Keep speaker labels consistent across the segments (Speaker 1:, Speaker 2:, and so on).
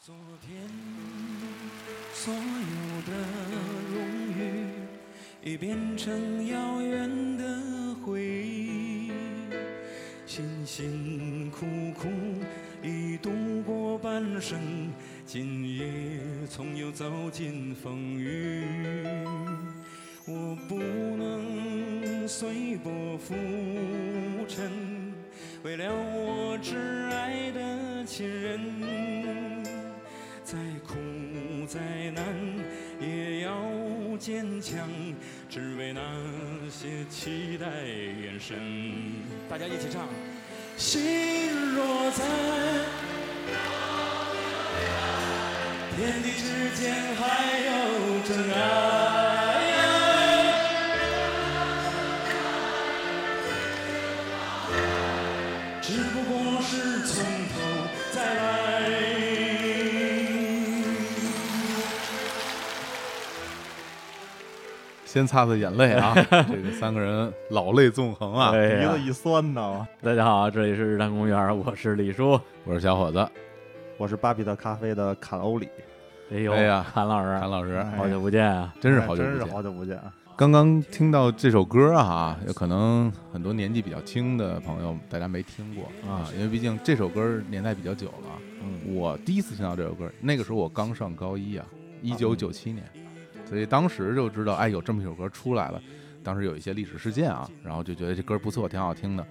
Speaker 1: 昨天所有的荣誉已变成遥远的回忆，辛辛苦苦已度过半生，今夜从又走进风雨。我不能随波浮沉，为了我挚爱的亲人，再苦再难也要坚强，只为那些期待眼神。大家一起唱。心若在，天地之间还有真爱。只不过是从头再来。
Speaker 2: 先擦擦眼泪 啊！这个三个人老泪纵横啊！
Speaker 3: 哎
Speaker 4: 鼻
Speaker 3: 呀
Speaker 4: 子一酸呐。
Speaker 3: 大家好，这里是日坛公园，我是李叔。
Speaker 2: 我是小伙子，
Speaker 4: 我是巴比特咖啡的侃欧里，
Speaker 3: 哎呦，
Speaker 2: 哎呀
Speaker 3: 韩老师，
Speaker 2: 韩老师，
Speaker 4: 哎
Speaker 3: 好久不见啊！
Speaker 2: 真是
Speaker 4: 哎
Speaker 2: 好久
Speaker 4: 真是
Speaker 2: 不见。
Speaker 4: 好久不见啊！
Speaker 2: 刚刚听到这首歌啊，有可能很多年纪比较轻的朋友大家没听过啊，因为毕竟这首歌年代比较久了。啊
Speaker 3: 嗯，
Speaker 2: 我第一次听到这首歌，那个时候我刚上高一啊，一九九七年，所以当时就知道，哎，有这么一首歌出来了。当时有一些历史事件啊，然后就觉得这歌不错，挺好听的。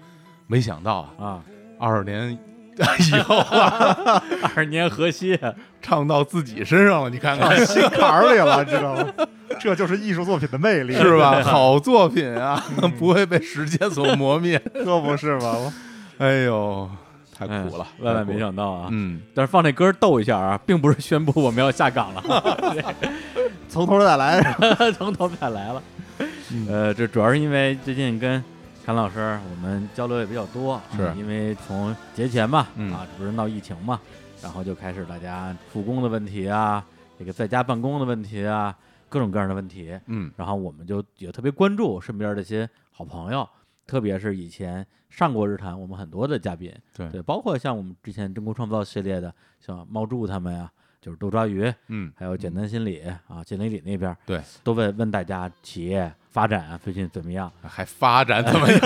Speaker 2: 没想到啊，
Speaker 3: 啊，
Speaker 2: 二十年以后啊，
Speaker 3: 二十年河西，
Speaker 2: 唱到自己身上了，你看看
Speaker 4: 心坎儿里了，知道吗？这就是艺术作品的魅力，
Speaker 2: 是？ 吧？好作品啊， 不会被时间所磨灭。
Speaker 4: 可不是吗？
Speaker 2: 哎呦，太苦了
Speaker 3: 哎，万万
Speaker 2: 太苦了
Speaker 3: 没。想到啊！
Speaker 2: 嗯，
Speaker 3: 但是放这歌逗一下啊，并不是宣布我们要下岗 了，
Speaker 4: 从头再来，
Speaker 3: 从头再来了。
Speaker 2: 嗯
Speaker 3: 呃，这主要是因为最近跟韩老师我们交流也比较多，
Speaker 2: 是
Speaker 3: 嗯因为从节前嘛，
Speaker 2: 嗯
Speaker 3: 啊，这不是闹疫情嘛，然后就开始大家复工的问题啊，这个在家办公的问题啊，各种各样的问题。
Speaker 2: 嗯，
Speaker 3: 然后我们就也特别关注身边这些好朋友，特别是以前上过日坛我们很多的嘉宾，
Speaker 2: 对
Speaker 3: 对，包括像我们之前真空创造系列的，像猫柱他们呀、就是豆抓鱼，
Speaker 2: 嗯，
Speaker 3: 还有简单心理、啊，简理里那边，
Speaker 2: 对，
Speaker 3: 都问问大家企业发展啊最近怎么样？
Speaker 2: 还发展怎么样？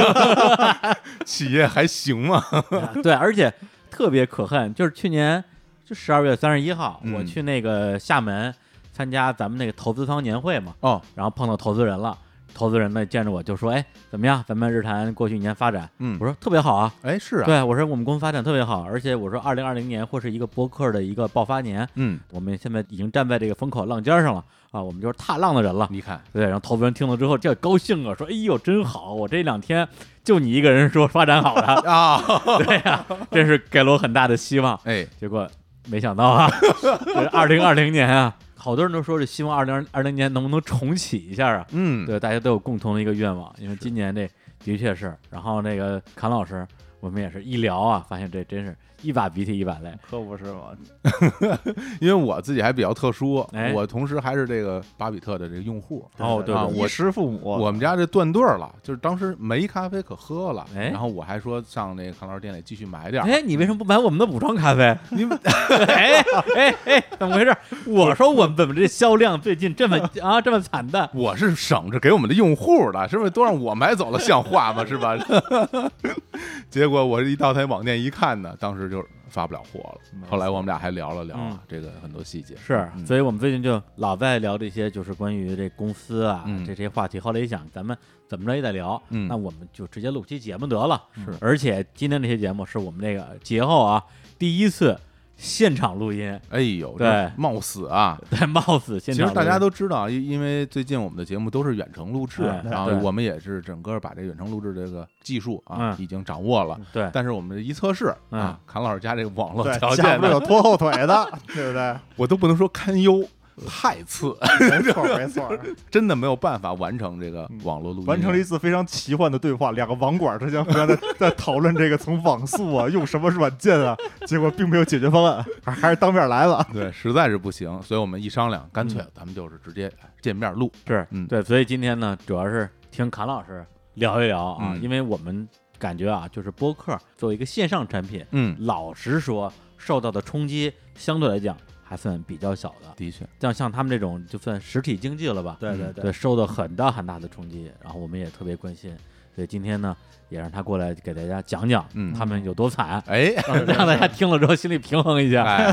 Speaker 2: 企业还行吗？
Speaker 3: 啊对，而且特别可恨，就是去年就十二月三十一号，我
Speaker 2: 嗯
Speaker 3: 去那个厦门参加咱们那个投资方年会嘛，
Speaker 2: 哦，
Speaker 3: 然后碰到投资人了。投资人呢见着我就说：“哎，怎么样？咱们日坛过去一年发展？”
Speaker 2: 嗯
Speaker 3: 我说：“特别好啊。
Speaker 2: 哎，是啊，
Speaker 3: 对，我说我们公司发展特别好，而且我说二零二零年会是一个播客的一个爆发年，
Speaker 2: 嗯，
Speaker 3: 我们现在已经站在这个风口浪尖上了啊，我们就是踏浪的人了。
Speaker 2: 你看，
Speaker 3: 对，然后投资人听了之后，这高兴啊，说：“哎呦，真好！我这两天就你一个人说发展好 了，
Speaker 2: 啊，
Speaker 3: 对呀、真是给了我很大的希望。
Speaker 2: 哎，
Speaker 3: 结果没想到啊， 这二零二零年啊，好多人都说这希望二零二零年能不能重启一下啊？
Speaker 2: 嗯，
Speaker 3: 对，大家都有共同的一个愿望，因为今年这的确是。然后那个侃老师，我们也是一聊啊，发现这真是一把鼻涕一把泪。
Speaker 4: 可不是吗？
Speaker 2: 因为我自己还比较特殊，
Speaker 3: 哎
Speaker 2: 我同时还是这个巴比特的这个用户。
Speaker 3: 哦对
Speaker 2: 啊
Speaker 3: 对
Speaker 2: 我
Speaker 4: 衣食父母，
Speaker 2: 我们家这断顿儿了，就是当时没咖啡可喝了，
Speaker 3: 哎
Speaker 2: 然后我还说上那个康老师店里继续买点儿，
Speaker 3: 哎，你为什么不买我们的补装咖啡？你们 哎哎哎，怎么回事？我说我们怎么这销量最近这么啊这么惨淡？
Speaker 2: 我是省着给我们的用户的，是不是都让我买走了，像话吗？是吧？ 结果我一到他网店一看呢，当时就发不了货了。后来我们俩还聊了聊啊，
Speaker 3: 嗯
Speaker 2: 这个很多细节。
Speaker 3: 是，
Speaker 2: 嗯
Speaker 3: 所以我们最近就老在聊这些，就是关于这公司啊、
Speaker 2: 嗯
Speaker 3: 这些话题。后来一想，咱们怎么着也得聊，
Speaker 2: 嗯
Speaker 3: 那我们就直接录期节目得了。
Speaker 2: 是
Speaker 3: 而且今天这期节目是我们这个节后啊第一次现场录音，
Speaker 2: 哎呦，
Speaker 3: 对
Speaker 2: 这冒死啊！
Speaker 3: 在貌似现
Speaker 2: 其
Speaker 3: 场
Speaker 2: 实
Speaker 3: 录音。
Speaker 2: 大家都知道，因因为最近我们的节目都是远程录制，
Speaker 3: 哎
Speaker 2: 然后
Speaker 3: 对
Speaker 2: 我们也是整个把这远程录制这个技术啊
Speaker 3: 嗯
Speaker 2: 已经掌握了。
Speaker 3: 对
Speaker 2: 但是我们这一测试啊
Speaker 3: 嗯，
Speaker 2: 侃老师家这个网络
Speaker 4: 对
Speaker 2: 条
Speaker 4: 架
Speaker 2: 件
Speaker 4: 不
Speaker 2: 呢，
Speaker 4: 住有拖后腿 的，对不对？
Speaker 2: 我都不能说堪忧，太次，
Speaker 4: 没错，没错，
Speaker 2: 真的没有办法完成这个网络录音。
Speaker 4: 嗯完成了一次非常奇幻的对话，两个网管之间互相在 在讨论这个从网速 啊用什么软件啊，结果并没有解决方案，还还是当面来了。
Speaker 2: 对，实在是不行，所以我们一商量，干脆
Speaker 3: 嗯
Speaker 2: 咱们就是直接见面录。
Speaker 3: 是，
Speaker 2: 嗯
Speaker 3: 对，所以今天呢，主要是听侃老师聊一聊啊，
Speaker 2: 嗯
Speaker 3: 因为我们感觉啊，就是播客作为一个线上产品，
Speaker 2: 嗯，
Speaker 3: 老实说，受到的冲击相对来讲还算比较小的，
Speaker 2: 的确，
Speaker 3: 像像他们这种就算实体经济了吧，
Speaker 4: 对对
Speaker 3: 对，受到很大很大的冲击。然后我们也特别关心，所以今天呢，也让他过来给大家讲讲，
Speaker 2: 嗯
Speaker 3: 他们有多惨，
Speaker 2: 哎，
Speaker 3: 让让大家听了之后心里平衡一下。
Speaker 2: 哎，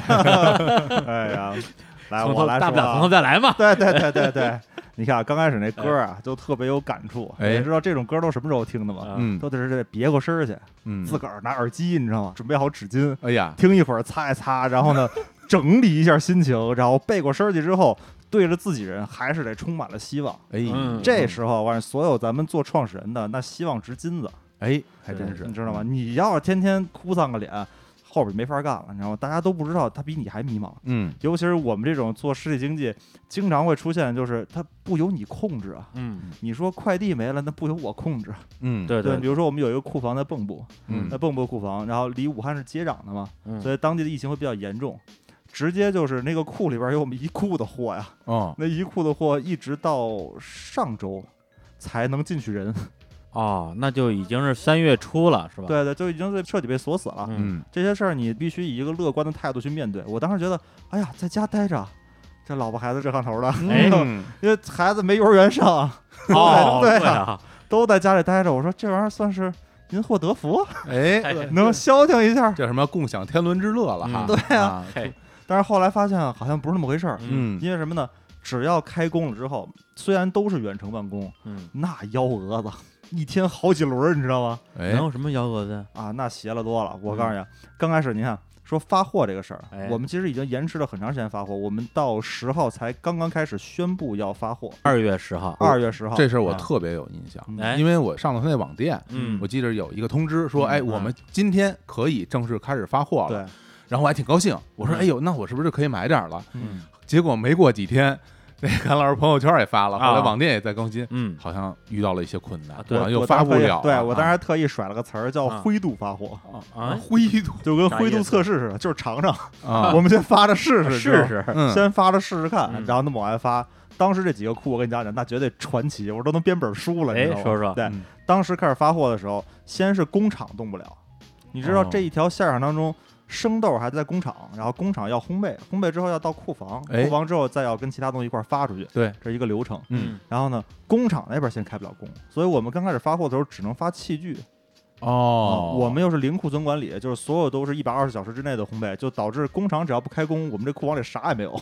Speaker 4: 哎呀， 来
Speaker 3: 从
Speaker 4: 我
Speaker 3: 头
Speaker 4: 来
Speaker 3: 大
Speaker 4: 说
Speaker 3: 不了从头
Speaker 4: 啊，
Speaker 3: 再哎来嘛。
Speaker 4: 对对对对对，你看刚开始那歌啊，就特别有感触。
Speaker 2: 哎
Speaker 4: 你知道这种歌都什么时候听的
Speaker 3: 啊
Speaker 4: 吗？
Speaker 2: 嗯
Speaker 4: 都得是别过身儿去，
Speaker 2: 嗯
Speaker 4: 自，个儿拿耳机，你知道吗？准备好纸巾，
Speaker 2: 哎呀，
Speaker 4: 听一会儿，擦一擦，然后呢，整理一下心情，然后背过身儿去之后，对着自己人，还是得充满了希望。
Speaker 2: 哎，
Speaker 3: 嗯
Speaker 4: 这时候，完，所有咱们做创始人的那希望值金子，
Speaker 2: 哎，还真是，
Speaker 4: 你知道吗？？
Speaker 3: 嗯
Speaker 4: 你要是天天哭丧个脸，后边没法干了，你知道吗？大家都不知道他比你还迷茫，
Speaker 2: 嗯，
Speaker 4: 尤其是我们这种做实体经济，经常会出现就是它不由你控制啊。
Speaker 3: 嗯，
Speaker 4: 你说快递没了，那不由我控制。
Speaker 2: 嗯，，
Speaker 3: 对
Speaker 4: 比，如说我们有一个库房在蚌埠，
Speaker 2: 嗯
Speaker 4: 在蚌埠库房，然后离武汉是接壤的嘛，
Speaker 3: 嗯
Speaker 4: 所以当地的疫情会比较严重。直接就是那个库里边有我们一库的货呀，
Speaker 2: 哦，
Speaker 4: 那一库的货一直到上周才能进去人，
Speaker 3: 哦，那就已经是三月初了，是吧？，
Speaker 4: 对对，就已经被彻底被锁死了。
Speaker 3: 嗯
Speaker 2: 嗯，
Speaker 4: 这些事儿你必须以一个乐观的态度去面对。我当时觉得，哎呀，在家待着，这老婆孩子热炕头的，
Speaker 3: 哎
Speaker 2: 嗯，
Speaker 4: 因为孩子没幼儿园上，
Speaker 3: 哦，
Speaker 4: 对
Speaker 3: 对啊，
Speaker 4: 都在家里待着。我说这玩意儿算是因祸得福，
Speaker 2: 哎，
Speaker 3: 哎
Speaker 4: 能消停一下。
Speaker 2: 叫什么共享天伦之乐了哈？
Speaker 3: 嗯
Speaker 2: 对
Speaker 4: 啊
Speaker 2: 啊，
Speaker 3: 嘿
Speaker 4: 但是后来发现好像不是那么回事儿，
Speaker 2: 嗯，
Speaker 4: 因为什么呢？只要开工了之后，虽然都是远程办公，
Speaker 3: 嗯，
Speaker 4: 那幺蛾子一天好几轮儿，你知道吗？
Speaker 2: 哎
Speaker 3: 能，有什么幺蛾子？
Speaker 4: 啊，那邪了多了。我告诉你，啊刚开始你看说发货这个事儿，啊
Speaker 3: 哎
Speaker 4: 我们其实已经延迟了很长时间发货，我们到十号才刚刚开始宣布要发货，
Speaker 3: 二月十号，
Speaker 4: 二月十号。
Speaker 2: 这事儿我特别有印象，
Speaker 4: 嗯
Speaker 3: 哎，
Speaker 2: 因为我上了他那网店，
Speaker 3: 嗯
Speaker 2: 我记得有一个通知说，
Speaker 4: 嗯
Speaker 2: 哎，我们今天可以正式开始发货了，
Speaker 4: 对，
Speaker 2: 然后我还挺高兴，我说，
Speaker 3: 嗯
Speaker 2: 哎呦，那我是不是就可以买点儿了？
Speaker 3: 嗯
Speaker 2: 结果没过几天，那韩老师朋友圈也发了，
Speaker 3: 啊
Speaker 2: 后来网店也在更新，
Speaker 3: 嗯，
Speaker 2: 好像遇到了一些困难
Speaker 3: 啊，对
Speaker 2: 好像又
Speaker 4: 我当
Speaker 2: 发
Speaker 4: 时
Speaker 2: 不了。
Speaker 4: 对我当
Speaker 2: 时
Speaker 4: 时特意甩了个词儿叫“
Speaker 3: 啊
Speaker 4: 灰度发货
Speaker 3: 啊”，
Speaker 2: 灰度”，
Speaker 4: 就跟
Speaker 3: 啥
Speaker 4: 灰
Speaker 3: 意
Speaker 4: 度
Speaker 3: 思
Speaker 4: 测试似的，就是尝尝，
Speaker 2: 啊，
Speaker 4: 我们先发着试试，你知道
Speaker 3: 啊试
Speaker 4: 吗，
Speaker 3: 试，
Speaker 2: 嗯
Speaker 4: 先发着试试看
Speaker 3: 嗯，
Speaker 4: 然后那么往外发。当时这几个库，我跟你讲讲，那绝对传奇，我都能编本书了。你知道
Speaker 3: 哎
Speaker 4: 吗
Speaker 3: 说说
Speaker 4: 对
Speaker 2: 嗯，
Speaker 4: 当时开始发货的时候，先是工厂动不了，你知道
Speaker 3: 哦
Speaker 4: 这一条线上当中，生豆还在工厂，然后工厂要烘焙，烘焙之后要到库房，
Speaker 2: 哎
Speaker 4: 库房之后再要跟其他东西一块儿发出去，
Speaker 2: 对，
Speaker 4: 这是一个流程。
Speaker 2: 嗯，
Speaker 4: 然后呢，工厂那边先开不了工，所以我们刚开始发货的时候只能发器具，
Speaker 2: 哦，
Speaker 4: 啊我们又是零库存管理，就是所有都是一百二十小时之内的烘焙，就导致工厂只要不开工，我们这库房里啥也没有，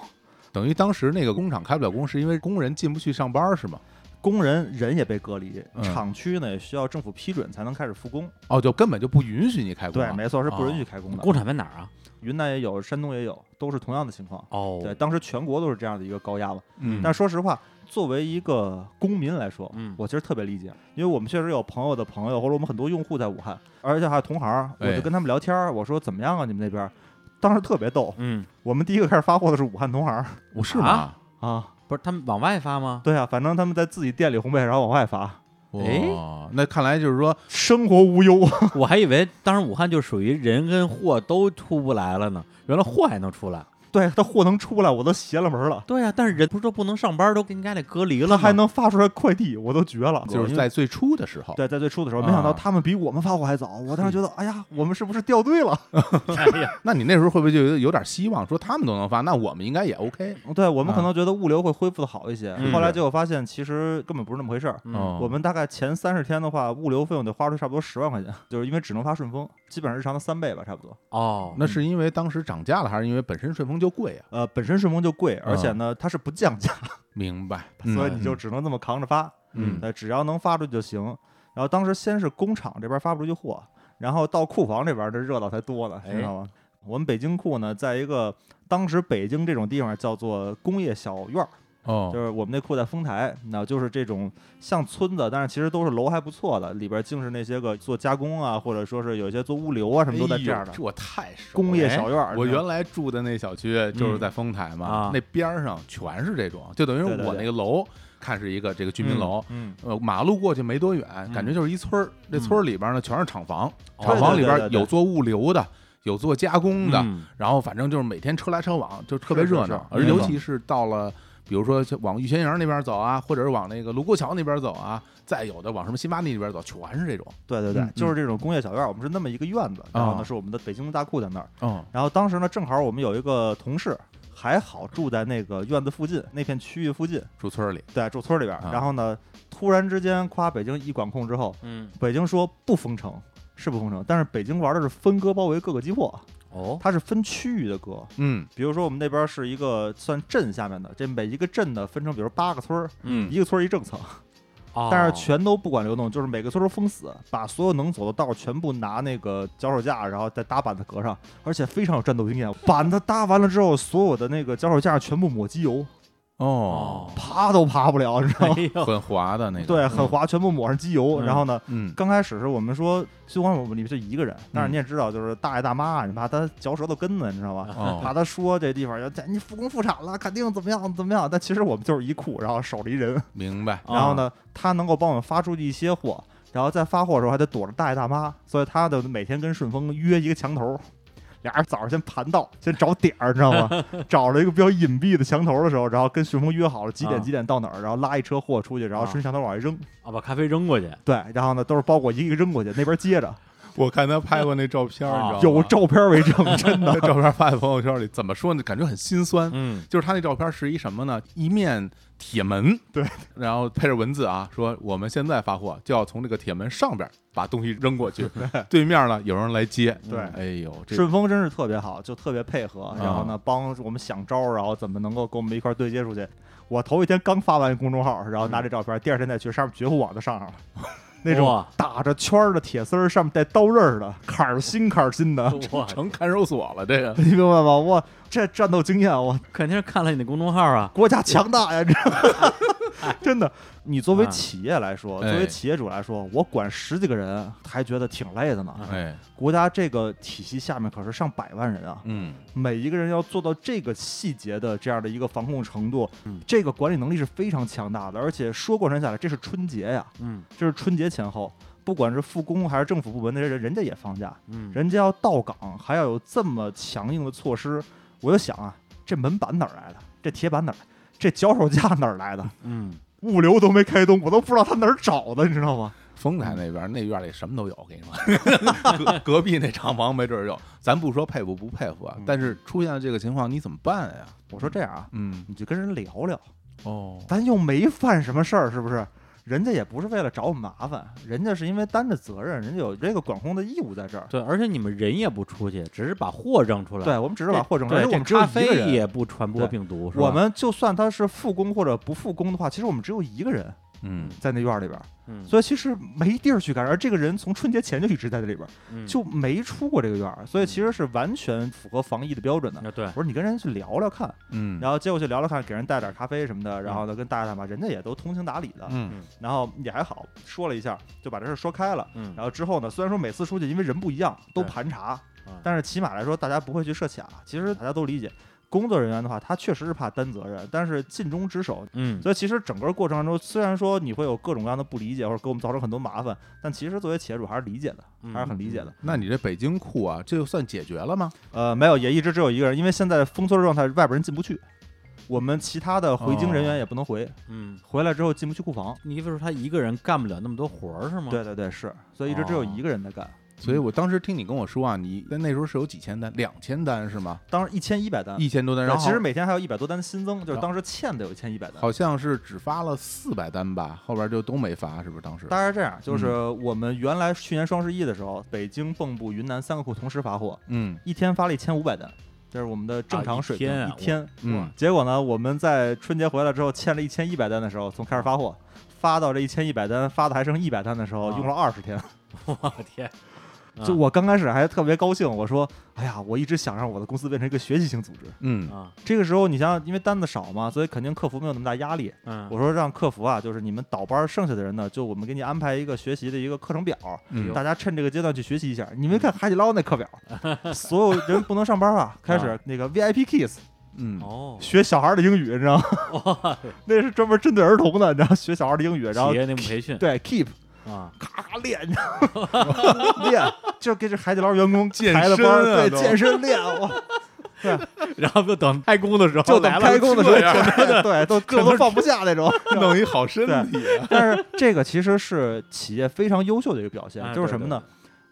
Speaker 2: 等于当时那个工厂开不了工，是因为工人进不去上班是吗？
Speaker 4: 工人人也被隔离，
Speaker 2: 嗯
Speaker 4: 厂区呢也需要政府批准才能开始复工。
Speaker 2: 哦，就根本就不允许你开工
Speaker 4: 对
Speaker 2: 啊。，
Speaker 4: 没错，是不允许开工的。
Speaker 3: 工厂在哪儿啊？
Speaker 4: 云南也有，山东也有，都是同样的情况。
Speaker 3: 哦，
Speaker 4: 对，当时全国都是这样的一个高压嘛。
Speaker 2: 嗯，
Speaker 4: 但说实话，作为一个公民来说，
Speaker 3: 嗯
Speaker 4: 我其实特别理解，因为我们确实有朋友的朋友，或者我们很多用户在武汉，而且还有同行儿，我
Speaker 2: 哎
Speaker 4: 就跟他们聊天儿，我说怎么样啊，你们那边儿？当时特别逗，
Speaker 3: 嗯，
Speaker 4: 我们第一个开始发货的是武汉同行儿
Speaker 2: 我哦是吗？
Speaker 4: 啊，
Speaker 3: 不是他们往外发吗？
Speaker 4: 对啊，反正他们在自己店里烘焙，然后往外发，
Speaker 2: 哇，哦那看来就是说，
Speaker 4: 生活无忧。
Speaker 3: 我还以为当时武汉就属于人跟货都出不来了呢，原来货还能出来。
Speaker 4: 对，他货能出来，我都邪了门儿了，
Speaker 3: 对呀、但是人不是都不能上班，都应该得隔离了
Speaker 4: 他
Speaker 3: 吗，
Speaker 4: 还能发出来快递，我都绝了。
Speaker 2: 就是
Speaker 4: 因为
Speaker 2: 在最初的时候，
Speaker 4: 对，在最初的时候，没想到
Speaker 2: 啊
Speaker 4: 他们比我们发货还早。我当时觉得，哎呀，我们是不是掉队了？
Speaker 3: 哎呀，
Speaker 2: 那你那时候会不会就有有点希望，说他们都能发，那我们应该也 OK？
Speaker 4: 对我们可
Speaker 2: 啊
Speaker 4: 能觉得物流会恢复的好一些
Speaker 3: 嗯，
Speaker 4: 后来
Speaker 2: 是
Speaker 4: 结果发现其实根本不是那么回事儿。
Speaker 3: 嗯
Speaker 2: 哦
Speaker 4: 我们大概前三十天的话，物流费用得花出差不多十万块钱，就是因为只能发顺丰，
Speaker 2: 嗯
Speaker 4: 基本上日常的三倍吧，差不多。
Speaker 3: 哦，
Speaker 2: 那是因为当时涨价了，还是因为本身顺丰就贵啊？
Speaker 4: 呃，本身顺丰就贵，而且呢，它是不降价，
Speaker 2: 明白，
Speaker 4: 所以
Speaker 2: 嗯
Speaker 4: 你就只能这么扛着发。
Speaker 2: 嗯
Speaker 4: 呃，只要能发出去就行。然后当时先是工厂这边发不出去货，然后到库房这边这热闹才多呢，
Speaker 3: 哎
Speaker 4: 知道吗？我们北京库呢，在一个当时北京这种地方叫做工业小院儿，就
Speaker 2: 哦，
Speaker 4: 是我们那库在丰台，那就是这种像村子，但是其实都是楼还不错的，里边儿竟是那些个做加工啊，或者说是有一些做物流啊什么都在这样的
Speaker 2: 哎呦我太熟了
Speaker 4: 工业小院儿。
Speaker 2: 我
Speaker 4: 你知
Speaker 2: 原
Speaker 4: 道吗
Speaker 2: 来住的那小区就是在丰台嘛，
Speaker 3: 嗯啊
Speaker 2: 那边儿上全是这种，就等于
Speaker 4: 对对
Speaker 2: 我那
Speaker 4: 对
Speaker 2: 个楼看是一个这个居民楼，
Speaker 4: 嗯，
Speaker 2: 呃，马路过去没多远，感觉就是一村儿。这村儿里边呢全是厂房，
Speaker 3: 哦
Speaker 2: 厂房里
Speaker 4: 对对
Speaker 2: 边
Speaker 4: 对对
Speaker 2: 有做物流的，有做加工的，
Speaker 3: 嗯
Speaker 2: 然后反正就是每天车来车往，就特别
Speaker 4: 是是
Speaker 2: 热
Speaker 4: 是
Speaker 2: 闹。而
Speaker 4: 没
Speaker 2: 尤
Speaker 4: 错
Speaker 2: 其是到了，比如说像往玉泉营那边走啊，或者是往那个卢沟桥那边走啊，再有的往什么新巴利那边走，全是这种。
Speaker 4: 对对对
Speaker 2: 嗯，
Speaker 4: 就是这种工业小院儿，我们是那么一个院子，然后
Speaker 2: 啊
Speaker 4: 呢是我们的北京大库在那儿。
Speaker 2: 哦，
Speaker 4: 然后当时呢，正好我们有一个同事，还好住在那个院子附近那片区域附近，
Speaker 2: 住村儿里，
Speaker 4: 对，住村里边儿
Speaker 2: 啊。
Speaker 4: 然后呢，突然之间，夸北京一管控之后，
Speaker 3: 嗯，
Speaker 4: 北京说不封城。是不封城，但是北京玩的是分割包围各个击破，
Speaker 3: 哦，
Speaker 4: 它是分区域的割。
Speaker 2: 嗯
Speaker 4: 比如说我们那边是一个算镇下面的，这每一个镇呢分成，比如八个村儿，
Speaker 3: 嗯，
Speaker 4: 一个村儿一政策，
Speaker 3: 哦
Speaker 4: 但是全都不管流动，就是每个村儿都封死，把所有能走的道全部拿那个脚手架，然后再搭板子隔上，而且非常有战斗经验。板子搭完了之后，所有的那个脚手架全部抹机油，
Speaker 2: 哦，
Speaker 3: 哦，
Speaker 4: 爬都爬不了，你知道吗？
Speaker 3: 哎 呦，
Speaker 2: 很滑的那个，
Speaker 4: 哦对，啊很滑，全部抹上机油。
Speaker 3: 嗯
Speaker 4: 然后呢，
Speaker 2: 嗯，
Speaker 4: 刚开始是我们说，虽然我们里面就一个人，但是
Speaker 2: 嗯
Speaker 4: 你也知道，就是大爷大妈，啊你怕他嚼舌头根子，你知道吧？
Speaker 2: 哦，
Speaker 4: 怕他说这地方要你复工复产了，肯定怎么样怎么样。但其实我们就是一库，然后手里一人，
Speaker 2: 明白，
Speaker 3: 哦
Speaker 4: 然
Speaker 3: 啊
Speaker 4: 后呢，他能够帮我们发出一些货，然后在发货的时候还得躲着大爷大妈，所以他的每天跟顺丰约一个墙头，俩人早上先盘道，先找点儿，你知道 吗？找了一个比较隐蔽的墙头的时候，然后跟顺丰约好了几点
Speaker 3: 啊
Speaker 4: 几点到哪儿，然后拉一车货出去，然后
Speaker 3: 啊
Speaker 4: 顺墙头往外扔，
Speaker 3: 啊，把咖啡扔过去，
Speaker 4: 对，然后呢都是包裹一个扔过去，那边接着，
Speaker 2: 我看他拍过那照片儿，
Speaker 3: 啊
Speaker 2: 你知道吗
Speaker 4: 有照片为 证，真的。
Speaker 2: 那照片发在朋友圈里，怎么说呢？感觉很心酸。
Speaker 3: 嗯，
Speaker 2: 就是他那照片是一什么呢？一面铁门，
Speaker 4: 对，
Speaker 2: 然后配着文字啊，说我们现在发货就要从这个铁门上边把东西扔过去，对面呢有人来接，
Speaker 4: 对
Speaker 2: 哎呦，这
Speaker 4: 顺丰真是特别好，就特别配
Speaker 3: 啊
Speaker 4: 合，然后呢帮我们想招儿，然后怎么能够跟我们一块儿对接出去。我头一天刚发完公众号，然后拿这照片，第二天再去上面绝户网就上 上了，那种
Speaker 3: 哇
Speaker 4: 打着圈儿的铁丝儿，上面带刀刃儿的，坎儿心坎儿心 的，
Speaker 3: 哇，
Speaker 2: 成看守所了，这个
Speaker 4: 你明白吗？我这战斗经验，我
Speaker 3: 肯定是看了你的公众号啊，
Speaker 4: 国家强大呀！这 真的，你作为
Speaker 3: 啊
Speaker 4: 企业来说，作
Speaker 2: 哎
Speaker 4: 为企业主来说，我管十几个人还觉得挺累的呢。
Speaker 3: 啊
Speaker 2: 哎，
Speaker 4: 国家这个体系下面可是上百万人啊，
Speaker 2: 嗯，
Speaker 4: 每一个人要做到这个细节的这样的一个防控程度，
Speaker 3: 嗯
Speaker 4: 这个管理能力是非常强大的。而且说过程下来，这是春节呀，
Speaker 3: 嗯
Speaker 4: 这是春节前后，不管是复工还是政府部门那些人，人家也放假，
Speaker 3: 嗯，
Speaker 4: 人家要到岗，还要有这么强硬的措施。我就想啊，这门板哪儿来的？这铁板哪儿来？这脚手架哪儿来的？
Speaker 3: 嗯，
Speaker 4: 物流都没开通，我都不知道他哪儿找的，你知道吗？
Speaker 2: 丰台那边那院里什么都有，我跟你说，隔隔壁那厂房没准儿有，咱不说佩服不佩服啊
Speaker 4: 嗯，
Speaker 2: 但是出现了这个情况你怎么办呀？
Speaker 4: 我说这样啊，
Speaker 2: 嗯，
Speaker 4: 你就跟人聊聊，
Speaker 2: 哦，
Speaker 4: 咱又没犯什么事儿，是不是？人家也不是为了找我们麻烦，人家是因为担着责任，人家有这个管控的义务在这儿。
Speaker 3: 对，而且你们人也不出去，只是把货扔出来，
Speaker 4: 对，我们只是把货整出来，
Speaker 3: 对
Speaker 4: 因为我们
Speaker 3: 这
Speaker 4: 只有
Speaker 3: 咖
Speaker 4: 一个
Speaker 3: 啡
Speaker 4: 人。
Speaker 3: 也不传播
Speaker 4: 对
Speaker 3: 病毒，是吧
Speaker 4: 我们就算他是复工或者不复工的话，其实我们只有一个人
Speaker 2: 嗯，
Speaker 4: 在那院儿里边儿，
Speaker 3: 嗯
Speaker 4: 所以其实没地儿去感染。而这个人从春节前就一直在这里边儿，
Speaker 3: 嗯
Speaker 4: 就没出过这个院儿，所以其实是完全符合防疫的标准的。
Speaker 3: 啊对
Speaker 4: 我，说你跟人去聊聊看，
Speaker 2: 嗯，
Speaker 4: 然后接过去聊聊看，给人带点咖啡什么的，
Speaker 3: 嗯
Speaker 4: 然后呢跟大爷大妈，人家也都通情达理的，
Speaker 2: 嗯
Speaker 4: 然后也还好，说了一下就把这事儿说开了。
Speaker 3: 嗯
Speaker 4: 然后之后呢，虽然说每次出去因为人不一样都
Speaker 3: 对
Speaker 4: 盘查
Speaker 3: 啊，
Speaker 4: 但是起码来说大家不会去设卡。其实大家都理解，工作人员的话他确实是怕担责任，但是尽忠职守。
Speaker 3: 嗯，
Speaker 4: 所以其实整个过程当中，虽然说你会有各种各样的不理解或者给我们造成很多麻烦，但其实作为企业主还是理解的，
Speaker 3: 嗯
Speaker 4: 还是很理解的。
Speaker 2: 那你这北京库啊，这就算解决了吗？
Speaker 4: 呃，没有，也一直只有一个人，因为现在封村状态，外边人进不去，我们其他的回京人员也不能回，
Speaker 3: 嗯，
Speaker 4: 回来之后进不去库房。
Speaker 3: 你意思是他一个人干不了那么多活儿是吗？
Speaker 4: 对对对，是，所以一直
Speaker 3: 哦
Speaker 4: 只有一个人在干。
Speaker 2: 所以我当时听你跟我说啊，你那时候是有几千单，两千单是吗？
Speaker 4: 当然一千一百单，
Speaker 2: 一千多单，
Speaker 4: 对
Speaker 2: 然后
Speaker 4: 嗯其实每天还有一百多单新增，
Speaker 2: 然
Speaker 4: 就是
Speaker 2: 后
Speaker 4: 当时欠的有一千一百单。
Speaker 2: 好像是只发了四百单吧，后边就都没发，是不是？当时
Speaker 4: 大概是这样，就是
Speaker 3: 嗯
Speaker 4: 我们原来去年双十一的时候，北京、蚌埠、云南三个库同时发货，
Speaker 2: 嗯
Speaker 4: 一天发了一千五百单，这是我们的正常水平。
Speaker 3: 啊一天啊
Speaker 4: 一天
Speaker 2: 嗯，
Speaker 4: 结果呢，我们在春节回来之后欠了一千一百单的时候，从开始发货，发到这一千一百单，发的还剩一百单的时候，
Speaker 3: 啊
Speaker 4: 用了二十天。
Speaker 3: 我天，啊
Speaker 4: 就我刚开始还特别高兴，我说：“哎呀，我一直想让我的公司变成一个学习型组织。
Speaker 2: 嗯
Speaker 3: 啊，”
Speaker 4: 这个时候，你想想，因为单子少嘛，所以肯定客服没有那么大压力。
Speaker 3: 嗯，
Speaker 4: 我说让客服啊，就是你们倒班儿剩下的人呢，就我们给你安排一个学习的一个课程表，
Speaker 2: 嗯
Speaker 4: 大家趁这个阶段去学习一下。你们看海底捞那 课表，所有人不能上班啊，开始那个 VIP Kids
Speaker 2: 嗯，
Speaker 3: 哦，
Speaker 4: 学小孩儿的英语，你知道吗？ 那是专门针对儿童的，你知道学小孩儿的英语，然后
Speaker 3: 企业内部培训
Speaker 4: 对 Keep
Speaker 3: 啊，
Speaker 4: 咔咔练，你知道吗练就给这海底捞员工
Speaker 2: 健
Speaker 4: 排了班
Speaker 2: 身啊
Speaker 4: 儿，对
Speaker 2: 都
Speaker 4: 健身练， 哇，
Speaker 3: 然后就等开工的时候
Speaker 4: 就等
Speaker 3: 来了
Speaker 4: 开工的时 候
Speaker 2: 这样
Speaker 4: 全都对都各都放不下 那种。
Speaker 2: 弄一好身体，
Speaker 4: 但是这个其实是企业非常优秀的一个表现，
Speaker 3: 哎
Speaker 2: 啊
Speaker 4: 就是什么呢？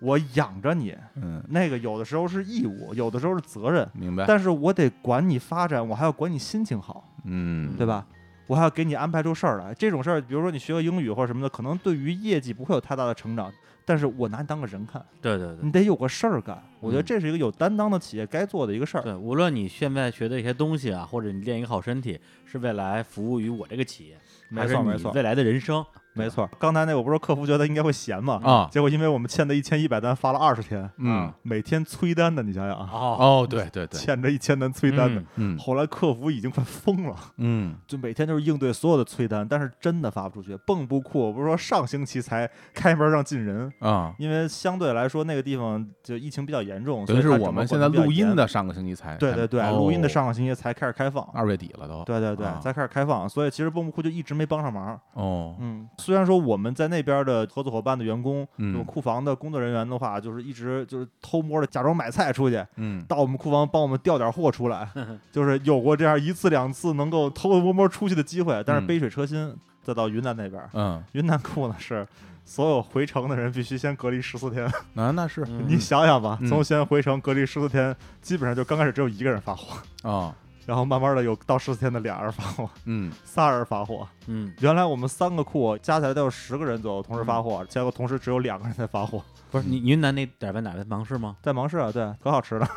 Speaker 4: 我养着你。
Speaker 2: 嗯，
Speaker 4: 那个有的时候是义务，有的时候是责任，
Speaker 2: 明白，
Speaker 4: 但是我得管你发展，我还要管你心情好，
Speaker 2: 嗯，
Speaker 4: 对吧？我还要给你安排出事儿来。这种事儿，比如说你学个英语或者什么的，可能对于业绩不会有太大的成长，但是我拿你当个人看，
Speaker 3: 对对对
Speaker 4: 你得有个事儿干。我觉得
Speaker 3: 嗯
Speaker 4: 这是一个有担当的企业该做的一个事儿。
Speaker 3: 对，无论你现在学的一些东西啊，或者你练一个好身体，是未来服务于我这个企业，
Speaker 4: 没
Speaker 3: 还是
Speaker 4: 错，没
Speaker 3: 你
Speaker 4: 错，
Speaker 3: 未来的人生，
Speaker 4: 没错。刚才那我不是说客服觉得应该会闲嘛？
Speaker 2: 啊，
Speaker 4: 结果因为我们欠的一千一百单发了二十天，
Speaker 2: 嗯，
Speaker 4: 每天催单的，你想想啊，
Speaker 3: 哦，
Speaker 2: 哦，对对对，
Speaker 4: 欠着一千单催单的。
Speaker 3: 嗯
Speaker 2: 嗯
Speaker 4: 后来客服已经快疯了，
Speaker 2: 嗯，
Speaker 4: 就每天就是应对所有的催单，但是真的发不出去，蹦不酷。我不是说上星期才 开门让进人，
Speaker 2: 啊，
Speaker 4: 因为相对来说那个地方就疫情比较严重，
Speaker 2: 等于是
Speaker 4: 所以它
Speaker 2: 我们现
Speaker 4: 整
Speaker 2: 在
Speaker 4: 个管得
Speaker 2: 录
Speaker 4: 比较严
Speaker 2: 音，的上个星期才，
Speaker 4: 对对对，
Speaker 2: 哦
Speaker 4: 录音的上个星期才开始开放。
Speaker 2: 二月底了都，
Speaker 4: 对对对
Speaker 2: 啊，
Speaker 4: 才开始开放，所以其实蹦不酷就一直没帮上忙。
Speaker 2: 哦，
Speaker 4: 嗯，虽然说我们在那边的合作伙伴的员工，
Speaker 2: 嗯
Speaker 4: 那么库房的工作人员的话，就是一直就是偷摸的假装买菜出去，
Speaker 2: 嗯，
Speaker 4: 到我们库房帮我们调点货出来，就是有过这样一次两次能够偷偷摸摸出去的机会，但
Speaker 2: 嗯
Speaker 4: 是杯水车薪。再到云南那边，
Speaker 2: 嗯，
Speaker 4: 云南库呢是所有回城的人必须先隔离十四天。
Speaker 2: 那那是
Speaker 3: 嗯
Speaker 4: 你想想吧，
Speaker 2: 嗯
Speaker 4: 从先回城隔离十四天，基本上就刚开始只有一个人发货，
Speaker 2: 啊，
Speaker 4: 然后慢慢的有到十四天的俩人发货，
Speaker 2: 嗯
Speaker 4: 仨人发货，
Speaker 3: 嗯，
Speaker 4: 原来我们三个库加起来得有十个人左右同时
Speaker 2: 嗯
Speaker 4: 发货，结果同时只有两个人在发货，
Speaker 3: 不是你云南那点儿半哪位忙事吗？
Speaker 4: 在芒市啊，对，可好吃 了。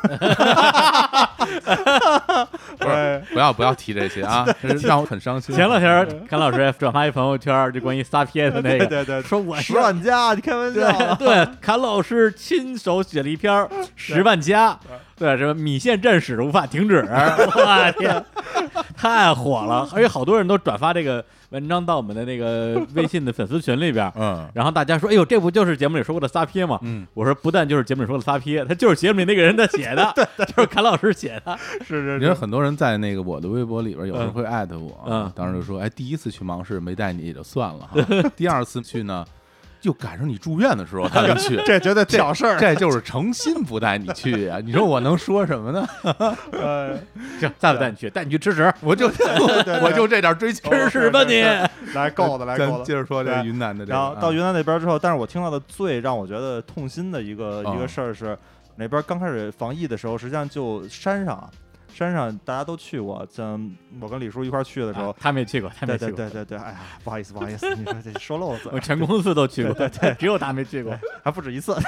Speaker 4: 对，
Speaker 2: 不要不要提这些 啊，这是让我很伤心。
Speaker 3: 前两 天甘老师转发一朋友圈，就关于 撒撇的那
Speaker 4: 对
Speaker 3: 个，
Speaker 4: 对对，
Speaker 3: 说我
Speaker 4: 十
Speaker 3: 是
Speaker 4: 万加，你开玩笑啊。
Speaker 3: 对，阚老师亲手写了一篇儿
Speaker 4: 嗯
Speaker 3: 《十万加》，对，什么米线战士无法 停止，我天，太火了！而且好多人都转发这个文章到我们的那个微信的粉丝群里边儿，
Speaker 2: 嗯
Speaker 3: 然后大家说：“哎呦，这不就是节目里说过的撒撇吗？”
Speaker 2: 嗯，
Speaker 3: 我说：“不但就是节目里说的撒撇，他就是节目里那个人他 写的，就是阚老师写的。
Speaker 4: 是是
Speaker 2: 你知道
Speaker 4: 是，
Speaker 2: 很多人在那个我的微博里边，有时候
Speaker 3: 嗯
Speaker 2: 会艾特我啊，
Speaker 3: 嗯
Speaker 2: 当时就说，哎，第一次去芒市没带你也就算了
Speaker 4: 。
Speaker 2: 哈，第二次去呢，就赶上你住院的时候他才去
Speaker 4: 这 绝对挑事儿。
Speaker 2: 这就是诚心不带你去啊呀、你说我能说什么 呢？
Speaker 4: 哎
Speaker 3: 行，再不带你去，带你去吃屎，
Speaker 2: 我就 我就这点追
Speaker 4: 哦
Speaker 2: 求。
Speaker 3: 吃屎吧你！
Speaker 4: 来够的，来
Speaker 2: 咱
Speaker 4: 够
Speaker 2: 接
Speaker 4: 的。
Speaker 2: 着说这个
Speaker 4: 对
Speaker 2: 云南的这个
Speaker 4: 然
Speaker 2: 啊，
Speaker 4: 后到云南那边之后，但是我听到的最让我觉得痛心的一个
Speaker 2: 啊
Speaker 4: 一个事儿是，那边刚开始防疫的时候，实际上就山上啊，山上大家都去过，像我跟李叔一块儿去的时候
Speaker 3: 啊，他没去过，他没
Speaker 4: 对
Speaker 3: 去
Speaker 4: 对
Speaker 3: 过
Speaker 4: 对。对对，哎呀，不好意思不好意思，你说这说漏了嘴
Speaker 3: 我，全公司都去过，
Speaker 4: 对对
Speaker 3: 只有他没去过
Speaker 4: 对。还不止一次。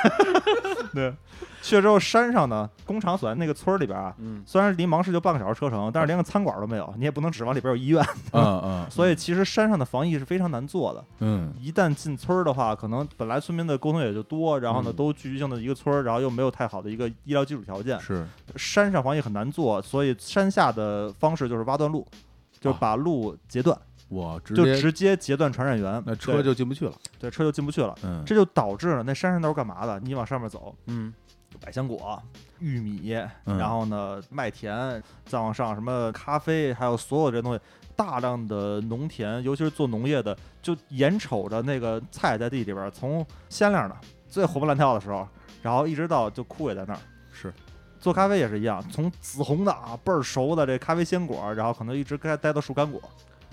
Speaker 4: 对，去了之后山上呢，工厂所在那个村儿里边啊，
Speaker 3: 嗯，
Speaker 4: 虽然离芒市就半个小时车程，但是连个餐馆都没有，你也不能指望里边有医院，
Speaker 2: 嗯嗯
Speaker 4: 所以其实山上的防疫是非常难做的。
Speaker 2: 嗯
Speaker 4: 一旦进村儿的话，可能本来村民的沟通也就多，然后
Speaker 2: 嗯
Speaker 4: 呢都聚集性的一个村儿，然后又没有太好的一个医疗基础条件，
Speaker 2: 是
Speaker 4: 山上防疫很难做，所以山下的方式就是挖断路，就
Speaker 2: 啊
Speaker 4: 把路截断，
Speaker 2: 我直
Speaker 4: 就
Speaker 2: 接
Speaker 4: 直接截断传染源，
Speaker 2: 那
Speaker 4: 对
Speaker 2: 车就进不去了。
Speaker 4: 对，车就进不去了。
Speaker 2: 嗯，
Speaker 4: 这就导致了那山上都是干嘛的？你往上面走，
Speaker 3: 嗯，
Speaker 4: 有百香果、玉米，
Speaker 2: 嗯
Speaker 4: 然后呢麦田，再往上什么咖啡，还有所有这些东西，大量的农田，尤其是做农业的，就眼瞅着那个菜在地里边儿从鲜亮的最活蹦乱跳的时候，然后一直到就枯萎在那儿。
Speaker 2: 是
Speaker 4: 做咖啡也是一样，从紫红的啊倍儿熟的这咖啡鲜果，然后可能一直该待到树干果，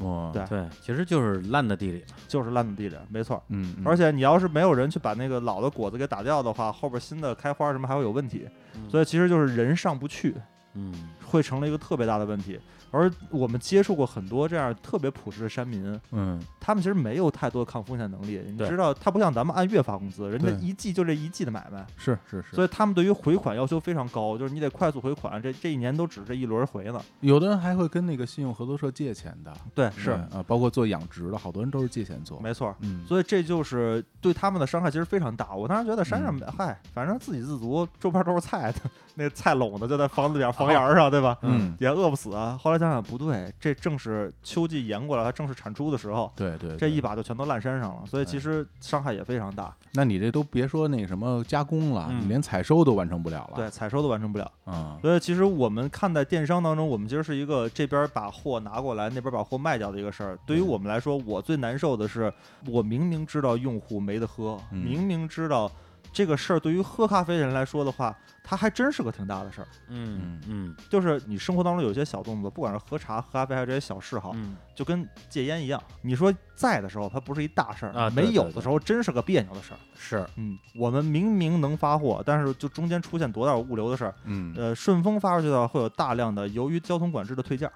Speaker 2: 哇，
Speaker 4: 对
Speaker 3: 对，其实就是烂的地里嘛。
Speaker 4: 就是烂在地里，没错儿。
Speaker 2: 嗯，嗯
Speaker 4: 而且你要是没有人去把那个老的果子给打掉的话，后边新的开花什么还会有问题。所
Speaker 2: 嗯
Speaker 3: 以，
Speaker 4: 以其实就是人上不去，
Speaker 3: 嗯
Speaker 4: 会成了一个特别大的问题。而我们接触过很多这样特别朴实的山民，
Speaker 2: 嗯
Speaker 4: 他们其实没有太多抗风险能力。你
Speaker 3: 对
Speaker 4: 知道，他不像咱们按月发工资，人家
Speaker 2: 对
Speaker 4: 一季就这一季的买卖，
Speaker 2: 是是是，
Speaker 4: 所以他们对于回款要求非常高，就是你得快速回款，这这一年都只这一轮回呢。
Speaker 2: 有的人还会跟那个信用合作社借钱的，
Speaker 4: 对，
Speaker 2: 对啊，包括做养殖的，好多人都是借钱做。
Speaker 4: 没错。
Speaker 2: 嗯，
Speaker 4: 所以这就是对他们的伤害其实非常大。我当时觉得山上，嗨，反正自给自足，周边都是菜， 那菜垄子就在房子里边、房檐儿上，对吧？
Speaker 2: 嗯
Speaker 4: 也饿不死啊。后来想想不对，这正是秋季延过来，它正是产出的时候，
Speaker 2: 对对，
Speaker 4: 这
Speaker 2: 对哎
Speaker 4: 一把就全都烂山上了，所以其实伤害也非常大，
Speaker 2: 那你这都别说那什么加工了，
Speaker 3: 嗯
Speaker 2: 你连采收都完成不了了。
Speaker 4: 对，采收都完成不了。
Speaker 2: 啊，
Speaker 4: 所以其实我们看待电商当中，我们其实是一个这边把货拿过来，那边把货卖掉的一个事儿。对于
Speaker 2: 嗯
Speaker 4: 我们来说，我最难受的是，我明明知道用户没得喝，
Speaker 2: 嗯
Speaker 4: 明明知道。这个事儿对于喝咖啡的人来说的话，它还真是个挺大的事儿。
Speaker 3: 嗯嗯
Speaker 4: 就是你生活当中有一些小动作，不管是喝茶、喝咖啡，还有这些小嗜好，
Speaker 3: 嗯，
Speaker 4: 就跟戒烟一样。你说在的时候，它不是一大事儿；
Speaker 3: 啊对
Speaker 4: 没有
Speaker 3: 对
Speaker 4: 的时候，真是个别扭的事儿。
Speaker 3: 是
Speaker 4: 嗯，我们明明能发货，但是就中间出现多大物流的事儿。
Speaker 2: 嗯
Speaker 4: 呃，顺丰发出去的话，会有大量的由于交通管制的退件儿。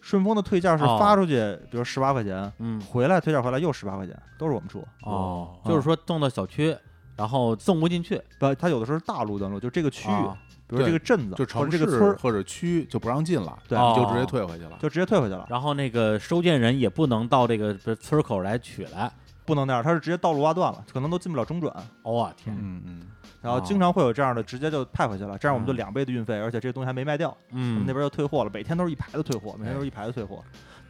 Speaker 4: 顺丰的退件儿是
Speaker 3: 哦
Speaker 4: 发出去，比如十八块钱，
Speaker 3: 嗯
Speaker 4: 回来退件儿回来又十八块钱，都是我们出。
Speaker 3: 哦，
Speaker 4: 嗯
Speaker 3: 就是说送到小区，然后送不进去
Speaker 4: 不，它有的时候是大路段路，就这个区域，
Speaker 3: 啊
Speaker 4: 比如这个镇子
Speaker 2: 就
Speaker 4: 或
Speaker 2: 城
Speaker 4: 者这个村
Speaker 2: 市
Speaker 4: 儿，
Speaker 2: 或者区就不让进了，
Speaker 4: 对
Speaker 2: 你就直接
Speaker 3: 哦
Speaker 2: 退回去了。
Speaker 4: 就直接退回去了，
Speaker 3: 然后那个收件人也不能到这个村口来取来。
Speaker 4: 不能那样，它是直接到路挖段了，可能都进不了中转。
Speaker 3: 我、哦天，
Speaker 2: 嗯嗯，
Speaker 4: 然后
Speaker 3: 哦
Speaker 4: 经常会有这样的，直接就派回去了，这样我们就两倍的运费，而且这东西还没卖掉，我
Speaker 3: 嗯
Speaker 4: 们那边又退货了，每天都是一排的退货，每天都是一排的退货。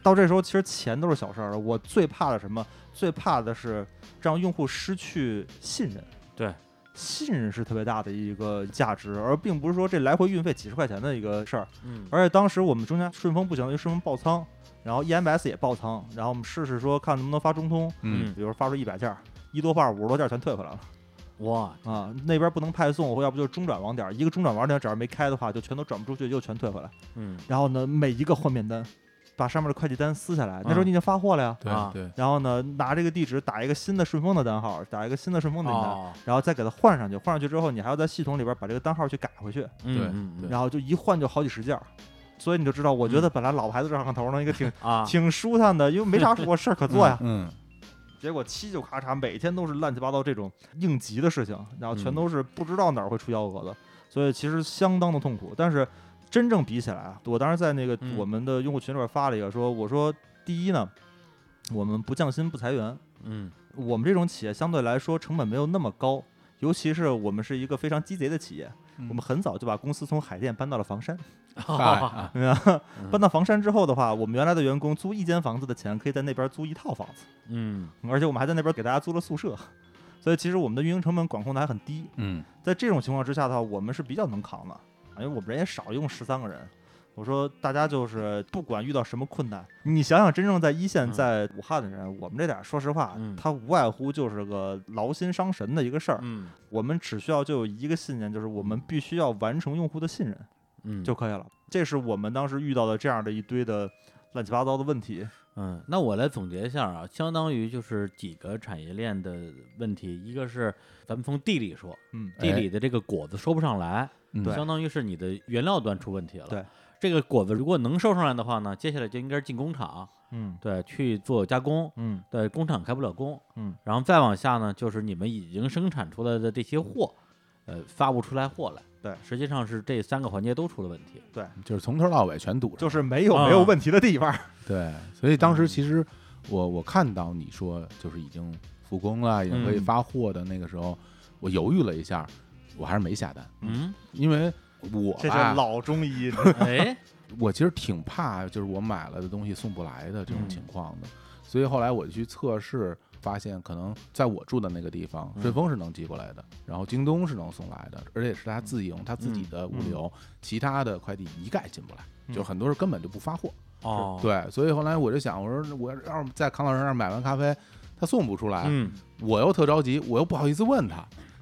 Speaker 4: 到这时候，其实钱都是小事儿了。我最怕的什么？最怕的是让用户失去信任。
Speaker 3: 对，
Speaker 4: 信任是特别大的一个价值，而并不是说这来回运费几十块钱的一个事儿。
Speaker 3: 嗯
Speaker 4: 而且当时我们中间顺丰不行，因为顺丰爆仓，然后 EMS 也爆仓，然后我们试试说看能不能发中通，
Speaker 2: 嗯
Speaker 4: 比如发出一百件儿，一多半儿五十多件儿全退回来了
Speaker 3: 我
Speaker 4: 啊。那边不能派送，要不就是中转网点儿，一个中转网点儿只要没开的话，就全都转不出去，又全退回来。
Speaker 3: 嗯
Speaker 4: 然后呢，每一个换面单，把上面的快递单撕下来，那时候你已经发货了呀。
Speaker 2: 对
Speaker 3: 啊
Speaker 2: 对，
Speaker 4: 然后呢，拿这个地址打一个新的顺丰的单号，打一个新的顺丰的单，
Speaker 3: 哦，
Speaker 4: 然后再给它换上去。换上去之后，你还要在系统里边把这个单号去改回去。
Speaker 3: 嗯
Speaker 2: 对
Speaker 3: 嗯嗯
Speaker 4: 然后就一换就好几十件儿，所以你就知道，我觉得本来老牌子这上头呢，一个挺、
Speaker 3: 啊，
Speaker 4: 挺舒坦的，因为没啥我事儿可做呀。
Speaker 2: 嗯，
Speaker 4: 结果七就咔嚓，每天都是乱七八糟这种应急的事情，然后全
Speaker 2: 嗯
Speaker 4: 都是不知道哪儿会出幺蛾子，所以其实相当的痛苦。但是真正比起来啊，我当时在那个
Speaker 3: 嗯
Speaker 4: 我们的用户群里边发了一个说，我说第一呢，我们不降薪不裁员，
Speaker 3: 嗯
Speaker 4: 我们这种企业相对来说成本没有那么高。尤其是我们是一个非常鸡贼的企业，
Speaker 2: 嗯
Speaker 4: 我们很早就把公司从海淀搬到了房山，
Speaker 2: 嗨
Speaker 4: 明白吗
Speaker 3: 嗯
Speaker 4: 搬到房山之后的话，我们原来的员工租一间房子的钱，可以在那边租一套房子，
Speaker 3: 嗯
Speaker 4: 而且我们还在那边给大家租了宿舍，所以其实我们的运营成本管控的还很低。
Speaker 2: 嗯
Speaker 4: 在这种情况之下的话，我们是比较能扛的，因为我们人也少，一共十三个人。我说大家就是不管遇到什么困难，你想想真正在一线
Speaker 3: 嗯
Speaker 4: 在武汉的人，我们这点儿说实话
Speaker 3: 嗯，
Speaker 4: 他无外乎就是个劳心伤神的一个事儿。
Speaker 3: 嗯
Speaker 4: 我们只需要就有一个信念，就是我们必须要完成用户的信任。
Speaker 3: 嗯，
Speaker 4: 就可以了。这是我们当时遇到的这样的一堆的乱七八糟的问题。
Speaker 3: 嗯，那我来总结一下啊，相当于就是几个产业链的问题，一个是咱们从地理说，
Speaker 4: 嗯，
Speaker 3: 地理的这个果子收不上来，
Speaker 2: 嗯
Speaker 4: 对
Speaker 3: 相当于是你的原料端出问题了。
Speaker 4: 对，
Speaker 3: 这个果子如果能收上来的话呢，接下来就应该是进工厂，
Speaker 4: 嗯
Speaker 3: 对，去做加工，
Speaker 4: 嗯
Speaker 3: 对，工厂开不了工，
Speaker 4: 嗯，
Speaker 3: 然后再往下呢，就是你们已经生产出来的这些货，呃，发不出来货来。
Speaker 4: 对
Speaker 3: 实际上是这三个环节都出了问题。
Speaker 2: 就是从头到尾全堵上，
Speaker 4: 就是嗯没有
Speaker 3: 啊
Speaker 4: 没有问题的地方。
Speaker 2: 对，所以当时其实我我看到你说就是已经复工了，已经可以
Speaker 3: 嗯
Speaker 2: 发货的那个时候，我犹豫了一下，我还是没下单，
Speaker 3: 嗯，
Speaker 2: 因为我
Speaker 4: 这是
Speaker 2: 吧，
Speaker 4: 老 中医，
Speaker 3: 哎，
Speaker 2: 我其实挺怕就是我买了的东西送不来的这种
Speaker 3: 嗯
Speaker 2: 情况的，所以后来我去测试。发现可能在我住的那个地方，
Speaker 3: 嗯
Speaker 2: 顺丰是能寄过来的，然后京东是能送来的，而且是他自营他自己
Speaker 3: 嗯
Speaker 2: 的物
Speaker 4: 嗯
Speaker 2: 流，其他的快递一概进不来，就
Speaker 4: 嗯
Speaker 2: 很多是根本就不发货。
Speaker 3: 哦，，
Speaker 2: 对，所以后来我就想，我说我要是在康老师那儿买完咖啡，他送不出来，
Speaker 3: 嗯，
Speaker 2: 我又特着急，我又不好意思问他，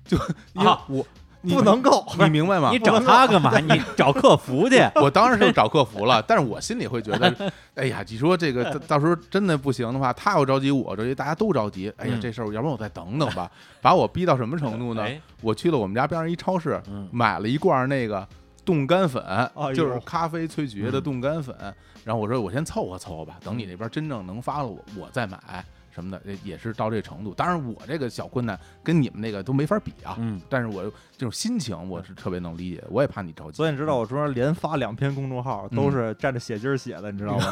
Speaker 2: 就因为
Speaker 3: 啊
Speaker 2: 我、你
Speaker 4: 不能够。
Speaker 2: 你明白吗
Speaker 3: 你？找他 干嘛？你找客服去。
Speaker 2: 我当然是找客服了，但是我心里会觉得，哎呀，你说这个到到时候真的不行的话，他又着急，我着急，大家都着急，哎呀，
Speaker 3: 嗯
Speaker 2: 这事儿要不然我再等等吧，把我逼到什么程度呢？
Speaker 3: 哎
Speaker 2: 我去了我们家边上一超市，
Speaker 3: 嗯
Speaker 2: 买了一罐那个冻干粉，
Speaker 4: 呦
Speaker 2: 就是咖啡萃取的冻干粉。然后我说我先凑合凑合吧，等你那边真正能发了我，我再买什么的，也也是到这程度。当然我这个小困难跟你们那个都没法比啊，
Speaker 3: 嗯，
Speaker 2: 但是我这种心情我是特别能理解，我也怕你着急。
Speaker 4: 所以你知道，我中间连发两篇公众号，
Speaker 2: 嗯
Speaker 4: 都是蘸着血劲儿写的，你知 道吗？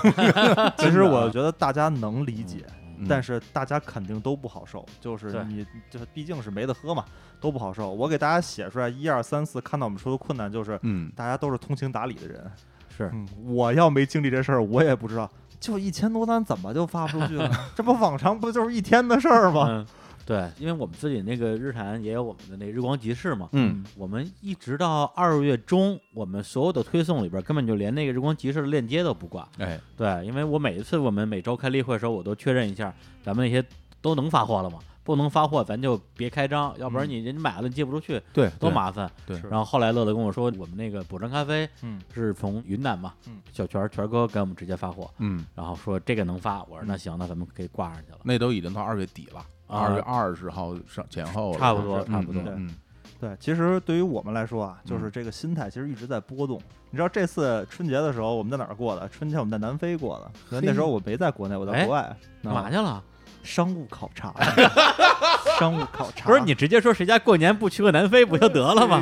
Speaker 4: 其实我觉得大家能理解，
Speaker 2: 嗯，
Speaker 4: 但
Speaker 2: 是
Speaker 4: 是大家肯定都不好受，就是
Speaker 3: 对
Speaker 4: 你就是毕竟是没得喝嘛，都不好受。我给大家写出来一二三四，看到我们说的困难就是，
Speaker 2: 嗯，
Speaker 4: 大家都是通情达理的人。
Speaker 3: 是
Speaker 4: 嗯，我要没经历这事儿，我也不知道，就一千多单怎么就发不出 去了？这不往常不就是一天的事儿吗？
Speaker 3: 嗯，对，因为我们自己那个日坛也有我们的那日光集市嘛。
Speaker 2: 嗯，
Speaker 3: 我们一直到二月中，我们所有的推送里边根本就连那个日光集市的链接都不挂。
Speaker 2: 哎，
Speaker 3: 对，因为我每一次我们每周开例会的时候，我都确认一下咱们那些都能发货了吗？不能发货，咱就别开张，要不然你人家买了你寄不出去，
Speaker 2: 嗯对，
Speaker 3: 多
Speaker 2: 对
Speaker 3: 麻烦。
Speaker 2: 对
Speaker 4: 是
Speaker 3: 然后后来乐乐跟我说，我们那个补妆咖啡
Speaker 4: 嗯
Speaker 3: 是从云南嘛，
Speaker 4: 嗯
Speaker 3: 小泉儿泉儿哥给我们直接发货，
Speaker 2: 嗯，
Speaker 3: 然后说这个能发，我说那行，那咱们可以挂上去了，
Speaker 2: 那都已经到二月底了，
Speaker 3: 啊
Speaker 2: 二月二十号上前后了，
Speaker 3: 差不多
Speaker 2: 是
Speaker 3: 差不多
Speaker 2: 嗯嗯
Speaker 4: 对，其实对于我们来说啊，就是这个心态其实一直在波动。你知道这次春节的时候我们在哪儿过的？春节我们在南非过的，那那时候我没在国内，我
Speaker 2: 哎
Speaker 4: 在国外，
Speaker 3: 干嘛
Speaker 4: 啊
Speaker 3: 去了？
Speaker 4: 商务考 察，商务考察。
Speaker 3: 不是你直接说谁家过年不去过南非不就得了吗？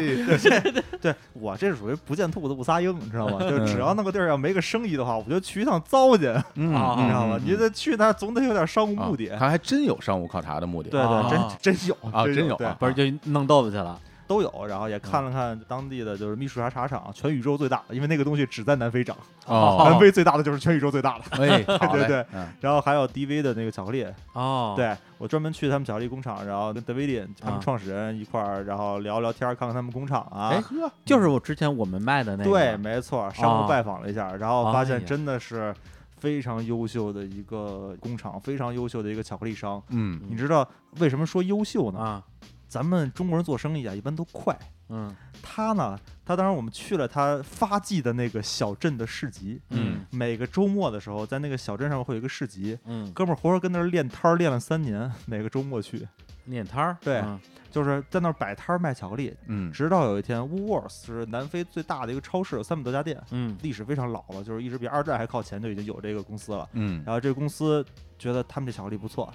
Speaker 4: 对我这属于不见兔子不撒鹰，你知道吗？就是只
Speaker 2: 嗯
Speaker 4: 要那个地儿要没个生意的话，我就去一趟糟践，
Speaker 2: 嗯，
Speaker 3: 啊
Speaker 4: 你知道吗？
Speaker 2: 嗯
Speaker 4: 你得去那儿总得有点商务目的。
Speaker 2: 啊他还真有商务考察的目的，
Speaker 4: 对
Speaker 3: 啊
Speaker 4: 对，真真有
Speaker 2: 啊，真有
Speaker 4: 对
Speaker 2: 啊，
Speaker 3: 不是就弄豆腐去了？
Speaker 4: 都有，然后也看了看当地的就是秘书茶茶厂，全宇宙最大的，因为那个东西只在南非长，
Speaker 2: 哦，
Speaker 4: 南非最大的就是全宇宙最 大的。
Speaker 2: 哎，好嘞
Speaker 4: 对对，
Speaker 2: 嗯
Speaker 4: 然后还有 DV 的那个巧克力，
Speaker 3: 哦，，
Speaker 4: 对我专门去他们巧克力工厂，然后跟 David 他
Speaker 3: 啊
Speaker 4: 们创始人一块儿，然后聊聊天儿，看看他们工厂
Speaker 2: 哎
Speaker 4: 啊。
Speaker 2: 呵，
Speaker 3: 就是我之前我们卖的那个，
Speaker 4: 对，没错，商
Speaker 3: 啊
Speaker 4: 务拜访了一下，然后
Speaker 3: 哎
Speaker 4: 发
Speaker 3: 呀
Speaker 4: 现真的是非常优秀的一个工厂，非常优秀的一个巧克力商。
Speaker 2: 嗯
Speaker 4: 你知道为什么说优秀呢？
Speaker 3: 啊，
Speaker 4: 咱们中国人做生意啊，一般都快。
Speaker 3: 嗯
Speaker 4: 他呢，他当时我们去了他发迹的那个小镇的市集，
Speaker 3: 嗯
Speaker 4: 每个周末的时候，在那个小镇上会有一个市集，
Speaker 3: 嗯，
Speaker 4: 哥们儿活活跟那儿练摊儿练了三年，每个周末去，
Speaker 3: 面摊儿，
Speaker 4: 对
Speaker 3: 嗯
Speaker 4: 就是在那儿摆摊儿卖巧克力。
Speaker 2: 嗯
Speaker 4: 直到有一天，Woolworths 是南非最大的一个超市，有三百多家店，
Speaker 3: 嗯
Speaker 4: 历史非常老了，就是一直比二战还靠前就已经有这个公司了。
Speaker 2: 嗯
Speaker 4: 然后这个公司觉得他们这巧克力不错，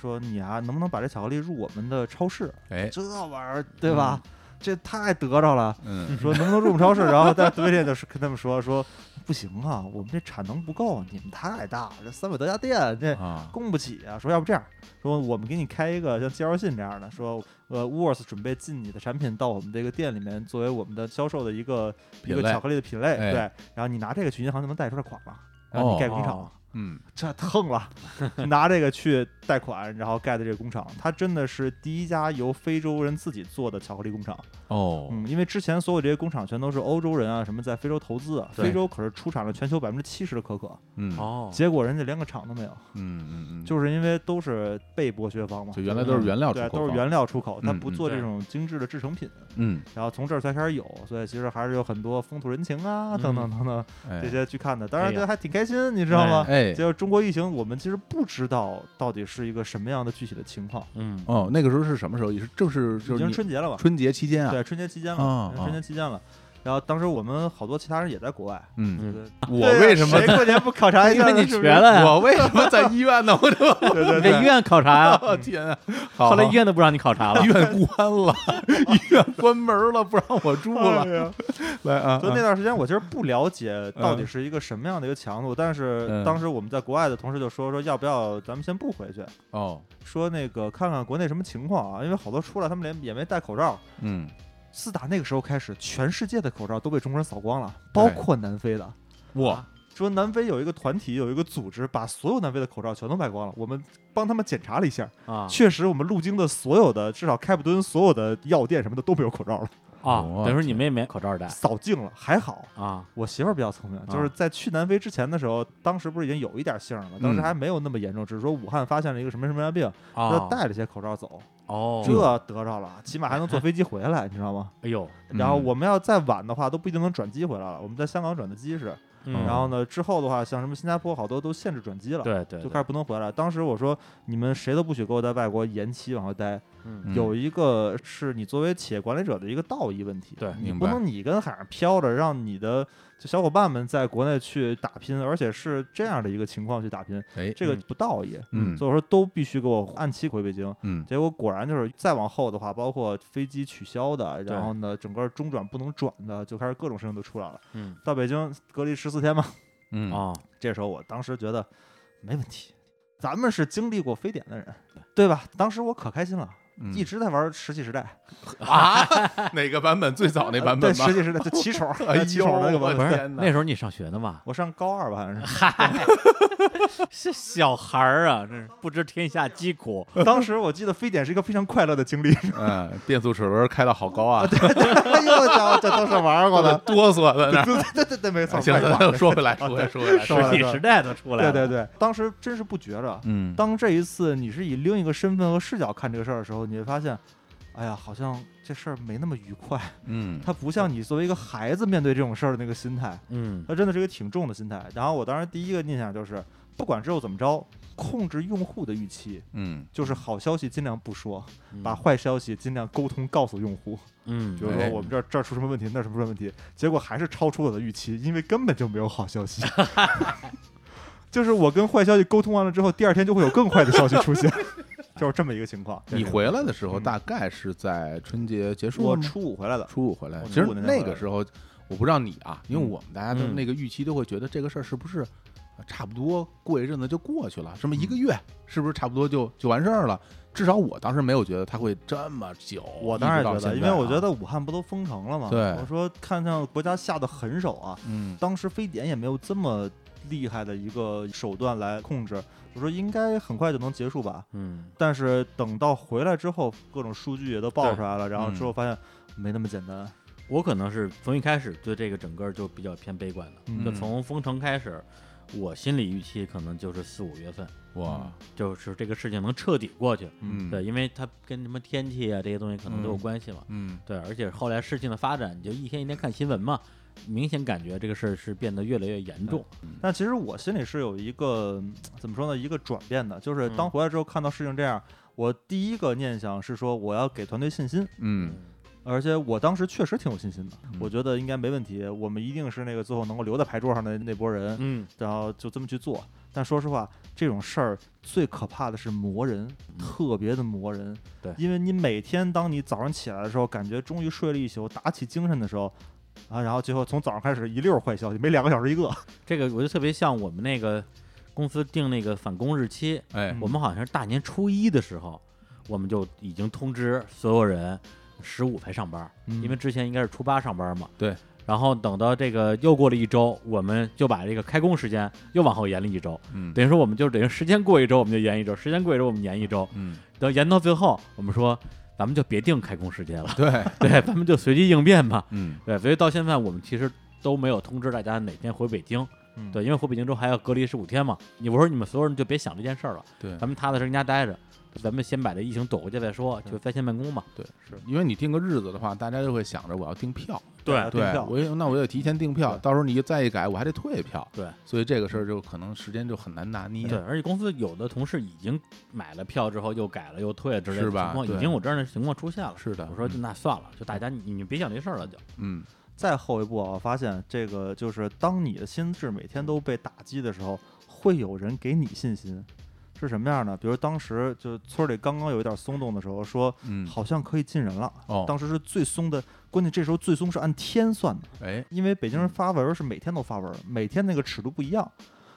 Speaker 4: 说你啊，能不能把这巧克力入我们的超市？
Speaker 2: 哎
Speaker 4: 这玩意儿对吧？这太得着了。
Speaker 2: 嗯
Speaker 4: 说能不能入我们超市？ 然后在对面就是跟他们说说不行啊，我们这产能不够，你们太大了，这三百多家店这
Speaker 2: 啊
Speaker 4: 供不起啊。说要不这样，说我们给你开一个像介绍信这样的，说呃 w o r s 准备进你的产品到我们这个店里面作为我们的销售的一个一
Speaker 2: 品
Speaker 4: 个
Speaker 2: 类
Speaker 4: 巧克力的品类，
Speaker 2: 哎
Speaker 4: 对，然后你拿这个去银行就能贷出来款了。然后你盖工厂，
Speaker 3: 哦
Speaker 2: 嗯
Speaker 4: 这横了，拿这个去贷款，然后盖的这个工厂，它真的是第一家由非洲人自己做的巧克力工厂。
Speaker 2: 哦
Speaker 4: 嗯，因为之前所有这些工厂全都是欧洲人啊，什么在非洲投资啊，
Speaker 2: 对
Speaker 4: 非洲可是出产了全球百分之七十的可可，
Speaker 2: 嗯
Speaker 3: 哦，
Speaker 4: 结果人家连个厂都没有，
Speaker 2: 嗯嗯嗯，
Speaker 4: 就是因为都是被剥削方嘛，嗯
Speaker 2: 就原来都是原料出
Speaker 4: 对，
Speaker 2: 口
Speaker 4: 都是
Speaker 2: 方
Speaker 4: 原料出口，他
Speaker 2: 嗯
Speaker 4: 不
Speaker 2: 嗯
Speaker 4: 做
Speaker 3: 对
Speaker 4: 这种精致的制成品，
Speaker 2: 嗯
Speaker 4: 然后从这儿才开始有，所以其实还是有很多风土人情啊，等等等等
Speaker 2: 嗯哎
Speaker 4: 这些去看的，当
Speaker 3: 哎
Speaker 4: 然
Speaker 3: 呀
Speaker 4: 觉得还挺开心，你知道吗？
Speaker 2: 哎
Speaker 4: 结果中国疫情，我们其实不知道到底是一个什么样的具体的情况，
Speaker 3: 嗯
Speaker 2: 哦，那个时候是什么时候？也是正是
Speaker 4: 已
Speaker 2: 就是
Speaker 4: 经
Speaker 2: 你
Speaker 4: 春节了吧？
Speaker 2: 春节期间啊，
Speaker 4: 对，春节期间
Speaker 2: 啊啊
Speaker 4: 了，春节期间了。然后当时我们好多其他人也在国外，啊
Speaker 2: 嗯，
Speaker 3: 嗯，
Speaker 2: 我为什么
Speaker 4: 谁过年不考察一
Speaker 3: 因
Speaker 4: 下
Speaker 3: 为
Speaker 4: 呢？
Speaker 3: 你
Speaker 4: 哎是
Speaker 3: 瘸
Speaker 4: 不是
Speaker 3: 了呀，
Speaker 2: 我为什么在医院呢？我就
Speaker 4: 对对
Speaker 3: 你在医
Speaker 4: 对，
Speaker 3: 院考察呀，
Speaker 2: 我天 啊！好哎
Speaker 3: 后来医
Speaker 2: 好
Speaker 3: 院都不让你考察了
Speaker 2: 医，院关 了，医院关门了，不让我住了。
Speaker 4: 哎呀
Speaker 2: 来啊，
Speaker 4: 所以那
Speaker 2: 啊
Speaker 4: 段时间我其实不了解到底是一个什么样的一个强度，但是
Speaker 2: 嗯
Speaker 4: 当时我们在国外的同事就说说要不要咱们先不回去，
Speaker 2: 哦，
Speaker 4: 说那个看看国内什么情况啊，因为好多出来他们连也没戴口罩。
Speaker 2: 嗯，
Speaker 4: 自打那个时候开始，全世界的口罩都被中国人扫光了，包括南非的。
Speaker 2: 哇，
Speaker 4: 说南非有一个团体，有一个组织，把所有南非的口罩全都卖光了。我们帮他们检查了一下，
Speaker 3: 啊
Speaker 4: 确实我们路经的所有的，至少开普敦所有的药店什么的都没有口罩了，
Speaker 3: 啊，
Speaker 2: 我
Speaker 3: 等于说你们也没 口罩戴
Speaker 4: 扫净了。还好
Speaker 3: 啊，
Speaker 4: 我媳妇儿比较聪明，就是在去南非之前的时候，当时不是已经有一点信儿了吗？
Speaker 3: 嗯
Speaker 4: 当时还没有那么严重，只是说武汉发现了一个什么什么样的病，她就
Speaker 3: 啊，
Speaker 4: 带了些口罩走，
Speaker 3: 哦，
Speaker 4: 这得着了，起码还能坐飞机回来，你知道吗？
Speaker 3: 哎呦，
Speaker 2: 嗯
Speaker 4: 然后我们要再晚的话，都不一定能转机回来了。我们在香港转的机是，
Speaker 3: 嗯
Speaker 4: 然后呢之后的话，像什么新加坡好多都限制转机了。
Speaker 3: 对对，
Speaker 4: 就开始不能回来。当时我说，你们谁都不许给我在外国延期往后待。
Speaker 3: 嗯
Speaker 4: 有一个是你作为企业管理者的一个道义问题，
Speaker 3: 对
Speaker 4: 你
Speaker 2: 明
Speaker 4: 不
Speaker 2: 白
Speaker 4: 能你跟海上飘着，让你的就小伙伴们在国内去打拼，而且是这样的一个情况去打拼，
Speaker 2: 哎，
Speaker 4: 这个
Speaker 3: 嗯
Speaker 4: 不道义。
Speaker 2: 嗯
Speaker 4: 所以我说都必须给我按期回北京。
Speaker 2: 嗯
Speaker 4: 结果果然就是再往后的话，包括飞机取消的，
Speaker 3: 对
Speaker 4: 然后呢，整个中转不能转的，就开始各种事情都出来了。
Speaker 3: 嗯
Speaker 4: 到北京隔离十四天嘛，
Speaker 2: 嗯
Speaker 3: 啊，
Speaker 4: 这时候我当时觉得没问题，咱们是经历过非典的人，对吧？当时我可开心了，
Speaker 2: 嗯
Speaker 4: 一 直在玩《石器时代》
Speaker 2: 啊，哪个版本最早那版
Speaker 4: 对
Speaker 2: 本
Speaker 4: 《
Speaker 2: 吧
Speaker 4: 石？器时代》就骑手，
Speaker 2: 哎
Speaker 4: 骑手
Speaker 2: 呦，
Speaker 4: 那个
Speaker 2: 我
Speaker 4: 版
Speaker 3: 不
Speaker 4: 本。
Speaker 3: 是
Speaker 2: 天哪
Speaker 3: 那时候你上学呢吧？
Speaker 4: 我上高二吧，好像是。
Speaker 3: 嗨，是小孩儿啊，真是不知天下疾苦。
Speaker 4: 当时我记得非典是一个非常快乐的经历。
Speaker 2: 嗯，变速齿轮开的好高啊，。
Speaker 4: 哎呦，家伙，这都是玩过的
Speaker 2: 哆嗦在那 儿。
Speaker 4: 对对对对，没错。
Speaker 2: 行，
Speaker 4: 没错
Speaker 2: 咱说回来，说 回来，说回来，
Speaker 4: 说
Speaker 2: 说
Speaker 4: 回
Speaker 2: 回来。
Speaker 4: 来
Speaker 3: 石器时代都出来
Speaker 4: 对对
Speaker 3: 了，
Speaker 4: 对，当时真是不觉着。
Speaker 2: 嗯，
Speaker 4: 当这一次你是以另一个身份和视角看这个事儿的时候，你会发现，哎呀，好像这事儿没那么愉快。
Speaker 2: 嗯，
Speaker 4: 它不像你作为一个孩子面对这种事儿的那个心态，
Speaker 3: 嗯，
Speaker 4: 它真的是一个挺重的心态。然后我当时第一个印象就是，不管之后怎么着，控制用户的预期，
Speaker 2: 嗯，
Speaker 4: 就是好消息尽量不说，
Speaker 3: 嗯
Speaker 4: 把坏消息尽量沟通告诉用户。
Speaker 3: 嗯
Speaker 4: 比如说
Speaker 2: 哎
Speaker 4: 我们这儿这儿出什么问题，那儿出什么问题，结果还是超出我的预期，因为根本就没有好消息。 就是我跟坏消息沟通完了之后，第二天就会有更坏的消息出现， 就是这么一个情况。
Speaker 2: 你回来的时候
Speaker 4: 嗯
Speaker 2: 大概是在春节结束
Speaker 4: 我
Speaker 2: 了吗，
Speaker 4: 初五回来的，
Speaker 2: 初五回来
Speaker 4: 我。
Speaker 2: 其实
Speaker 4: 哦初五那天
Speaker 2: 那
Speaker 4: 回来
Speaker 2: 个
Speaker 4: 的
Speaker 2: 时候，我不知道你啊，因为
Speaker 4: 嗯
Speaker 2: 我们大家都
Speaker 3: 嗯
Speaker 2: 那个预期都会觉得这个事儿是不是呃差不多过一阵子就过去了，什么一
Speaker 4: 嗯
Speaker 2: 个月是不是差不多就就完事儿了？至少我当时没有觉得它会这么久。
Speaker 4: 我当然
Speaker 2: 一直
Speaker 4: 觉
Speaker 2: 到现在
Speaker 4: 得，因为我
Speaker 2: 啊
Speaker 4: 觉，得武汉不都封城了吗？
Speaker 2: 对
Speaker 4: 我说看看国家下的狠手啊，
Speaker 2: 嗯
Speaker 4: 当时非典也没有这么厉害的一个手段来控制，我说应该很快就能结束吧。
Speaker 3: 嗯
Speaker 4: 但是等到回来之后，各种数据也都爆出来了，然后
Speaker 2: 嗯
Speaker 4: 之后发现没那么简单。
Speaker 3: 我可能是从一开始对这个整个就比较偏悲观的，
Speaker 4: 嗯
Speaker 3: 就从封城开始，我心理预期可能就是四五月份，
Speaker 2: 哇，
Speaker 3: 就是这个事情能彻底过去。
Speaker 2: 嗯
Speaker 3: 对，因为它跟什么天气啊这些东西可能都有
Speaker 2: 嗯
Speaker 3: 关系嘛。
Speaker 2: 嗯
Speaker 3: 对，而且后来事情的发展，你就一天一天看新闻嘛，明显感觉这个事儿是变得越来越严重。
Speaker 4: 但其实我心里是有一个嗯怎么说呢，一个转变的，就是当
Speaker 3: 嗯
Speaker 4: 回来之后看到事情这样，我第一个念想是说我要给团队信心，
Speaker 2: 嗯，
Speaker 4: 而且我当时确实挺有信心的，
Speaker 2: 嗯
Speaker 4: 我觉得应该没问题，我们一定是那个最后能够留在牌桌上的那波人，
Speaker 3: 嗯，
Speaker 4: 然后就这么去做。但说实话，这种事儿最可怕的是磨人，特别的磨人。
Speaker 3: 嗯对
Speaker 4: 因为你每天当你早上起来的时候，感觉终于睡了一宿，打起精神的时候，啊，然后最后从早上开始一溜儿坏消息，每两个小时一个。
Speaker 3: 这个我就特别像我们那个公司定那个返工日期，
Speaker 2: 哎
Speaker 4: 嗯，
Speaker 3: 我们好像是大年初一的时候，我们就已经通知所有人十五才上班，因为之前应该是初八上班嘛。
Speaker 2: 嗯对。
Speaker 3: 然后等到这个又过了一周，我们就把这个开工时间又往后延了一周，
Speaker 2: 嗯
Speaker 3: 等于说我们就等于时间过一周我们就延一周，时间过一周我们延一周，
Speaker 2: 嗯，
Speaker 3: 等延到最后，我们说咱们就别定开工时间了，
Speaker 2: 对，
Speaker 3: 对，咱们就随机应变吧。
Speaker 2: 嗯
Speaker 3: 对，所以到现在我们其实都没有通知大家哪天回北京，
Speaker 4: 嗯
Speaker 3: 对，因为回北京之后还要隔离十五天嘛。你我说你们所有人就别想这件事儿了，
Speaker 2: 对
Speaker 3: 咱，们踏踏实实跟家待着，咱们先把这疫情躲过去再说，就在线办公嘛。
Speaker 2: 因为你定个日子的话，大家就会想着我要订票，
Speaker 4: 对订
Speaker 2: 对
Speaker 4: 票，
Speaker 2: 我也那我也提前订票，
Speaker 4: 对
Speaker 2: 到时候你再一改，我还得退票，
Speaker 3: 对
Speaker 2: 所以这个事儿就可能时间就很难拿捏，
Speaker 3: 对，而且公司有的同事已经买了票之后又改了又退之类的
Speaker 2: 是
Speaker 3: 情
Speaker 2: 吧
Speaker 3: 况，已
Speaker 2: 对
Speaker 3: 经有这样的情况出现了。
Speaker 2: 是的，
Speaker 3: 我说就那算了，就大家你你别想这事儿了就，
Speaker 2: 嗯
Speaker 4: 再后一步啊，我发现这个就是当你的心智每天都被打击的时候，会有人给你信心。是什么样呢？比如当时就村里刚刚有一点松动的时候，说
Speaker 2: 嗯，
Speaker 4: 好像可以进人了。
Speaker 2: 哦
Speaker 4: 当时是最松的，关键这时候最松是按天算的，
Speaker 2: 哎，
Speaker 4: 因为北京人发文儿是每天都发文儿，每天那个尺度不一样。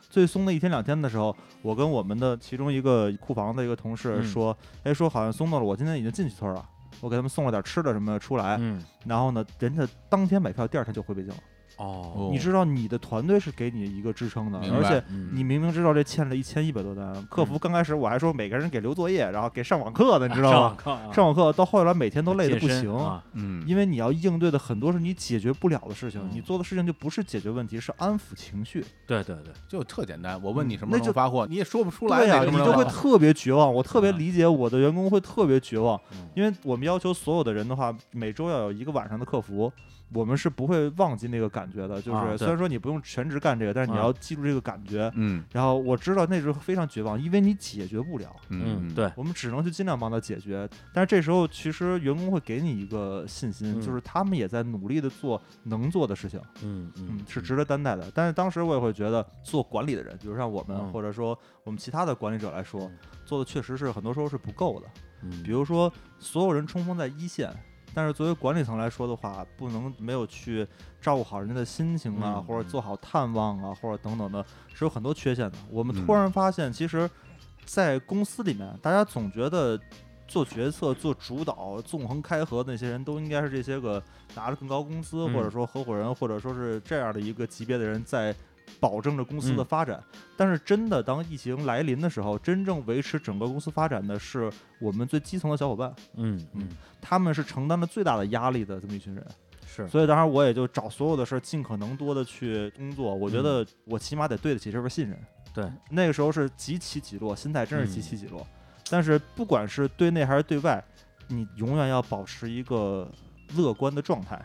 Speaker 4: 最松的一天两天的时候，我跟我们的其中一个库房的一个同事
Speaker 3: 嗯
Speaker 4: 说：“哎，说好像松动了，我今天已经进去村儿了，我给他们送了点吃的什么的出来。
Speaker 3: 嗯，
Speaker 4: 然后呢，人家当天买票，第二天就回北京了。
Speaker 3: 哦，
Speaker 2: 哦
Speaker 4: 你知道你的团队是给你一个支撑的，
Speaker 2: 明
Speaker 4: 而
Speaker 2: 白
Speaker 4: 且
Speaker 3: 嗯
Speaker 4: 你明明知道这欠了一千一百多单，客服刚开始我还说每个人给留作业，然后给上网课的，你知道吗？啊
Speaker 3: 吗
Speaker 4: 上网课到后来每天都累得不
Speaker 3: 啊健身
Speaker 4: 行，
Speaker 3: 啊
Speaker 2: 嗯，
Speaker 4: 因为你要应对的很多是你解决不了的事情，
Speaker 3: 嗯
Speaker 4: 你做的事情就不是解决问题，是安抚情绪。
Speaker 3: 对对对，
Speaker 2: 就特简单，我问你
Speaker 4: 嗯
Speaker 2: 什么时
Speaker 4: 那
Speaker 2: 候
Speaker 4: 就
Speaker 2: 发货，你也说不出来
Speaker 4: 对呀、啊
Speaker 2: 哪什
Speaker 4: 你
Speaker 2: 么时
Speaker 4: 就
Speaker 2: 候
Speaker 4: 会
Speaker 2: 发货。
Speaker 4: 特别绝望。我特别
Speaker 3: 嗯
Speaker 4: 理解我的员工会特别绝望，
Speaker 3: 嗯
Speaker 4: 因为我们要求所有的人的话，每周要有一个晚上的客服，我们是不会忘记那个感觉的。就
Speaker 3: 啊
Speaker 4: 是
Speaker 3: 对
Speaker 4: 虽然说你不用全职干这个，但是你
Speaker 3: 啊
Speaker 4: 要记住这个感觉。
Speaker 2: 嗯
Speaker 4: 然后我知道那时候非常绝望，因为你解决不了，
Speaker 3: 嗯，对，
Speaker 4: 我们只能去尽量帮他解决。但是这时候其实员工会给你一个信心，
Speaker 3: 嗯
Speaker 4: 就是他们也在努力的做能做的事情，
Speaker 3: 嗯嗯
Speaker 4: 嗯，是值得担待的。但是当时我也会觉得，做管理的人，比如像我们、
Speaker 3: 嗯
Speaker 4: 或者说我们其他的管理者来说
Speaker 3: 嗯，
Speaker 4: 做的确实是很多时候是不够的。
Speaker 3: 嗯，
Speaker 4: 比如说所有人冲锋在一线，但是作为管理层来说的话，不能没有去照顾好人家的心情啊，
Speaker 3: 嗯
Speaker 4: 或者做好探望啊，或者等等的，是有很多缺陷的。我们
Speaker 2: 嗯
Speaker 4: 突然发现，其实，在公司里面，大家总觉得做决策、做主导、纵横开合的那些人都应该是这些个拿着更高工资，
Speaker 3: 嗯
Speaker 4: 或者说合伙人，或者说是这样的一个级别的人在。保证着公司的
Speaker 3: 嗯
Speaker 4: 发展，但是真的当疫情来临的时候，真正维持整个公司发展的是我们最基层的小伙伴，
Speaker 3: 嗯嗯，
Speaker 4: 他们是承担了最大的压力的这么一群人。
Speaker 3: 是
Speaker 4: 所以当然我也就找所有的事儿尽可能多的去工作。我
Speaker 3: 嗯
Speaker 4: 觉得我起码得对得起这份信任。
Speaker 3: 对，
Speaker 4: 那个时候是极其起落，心态真是极其起落。但是不管是对内还是对外，你永远要保持一个乐观的状态。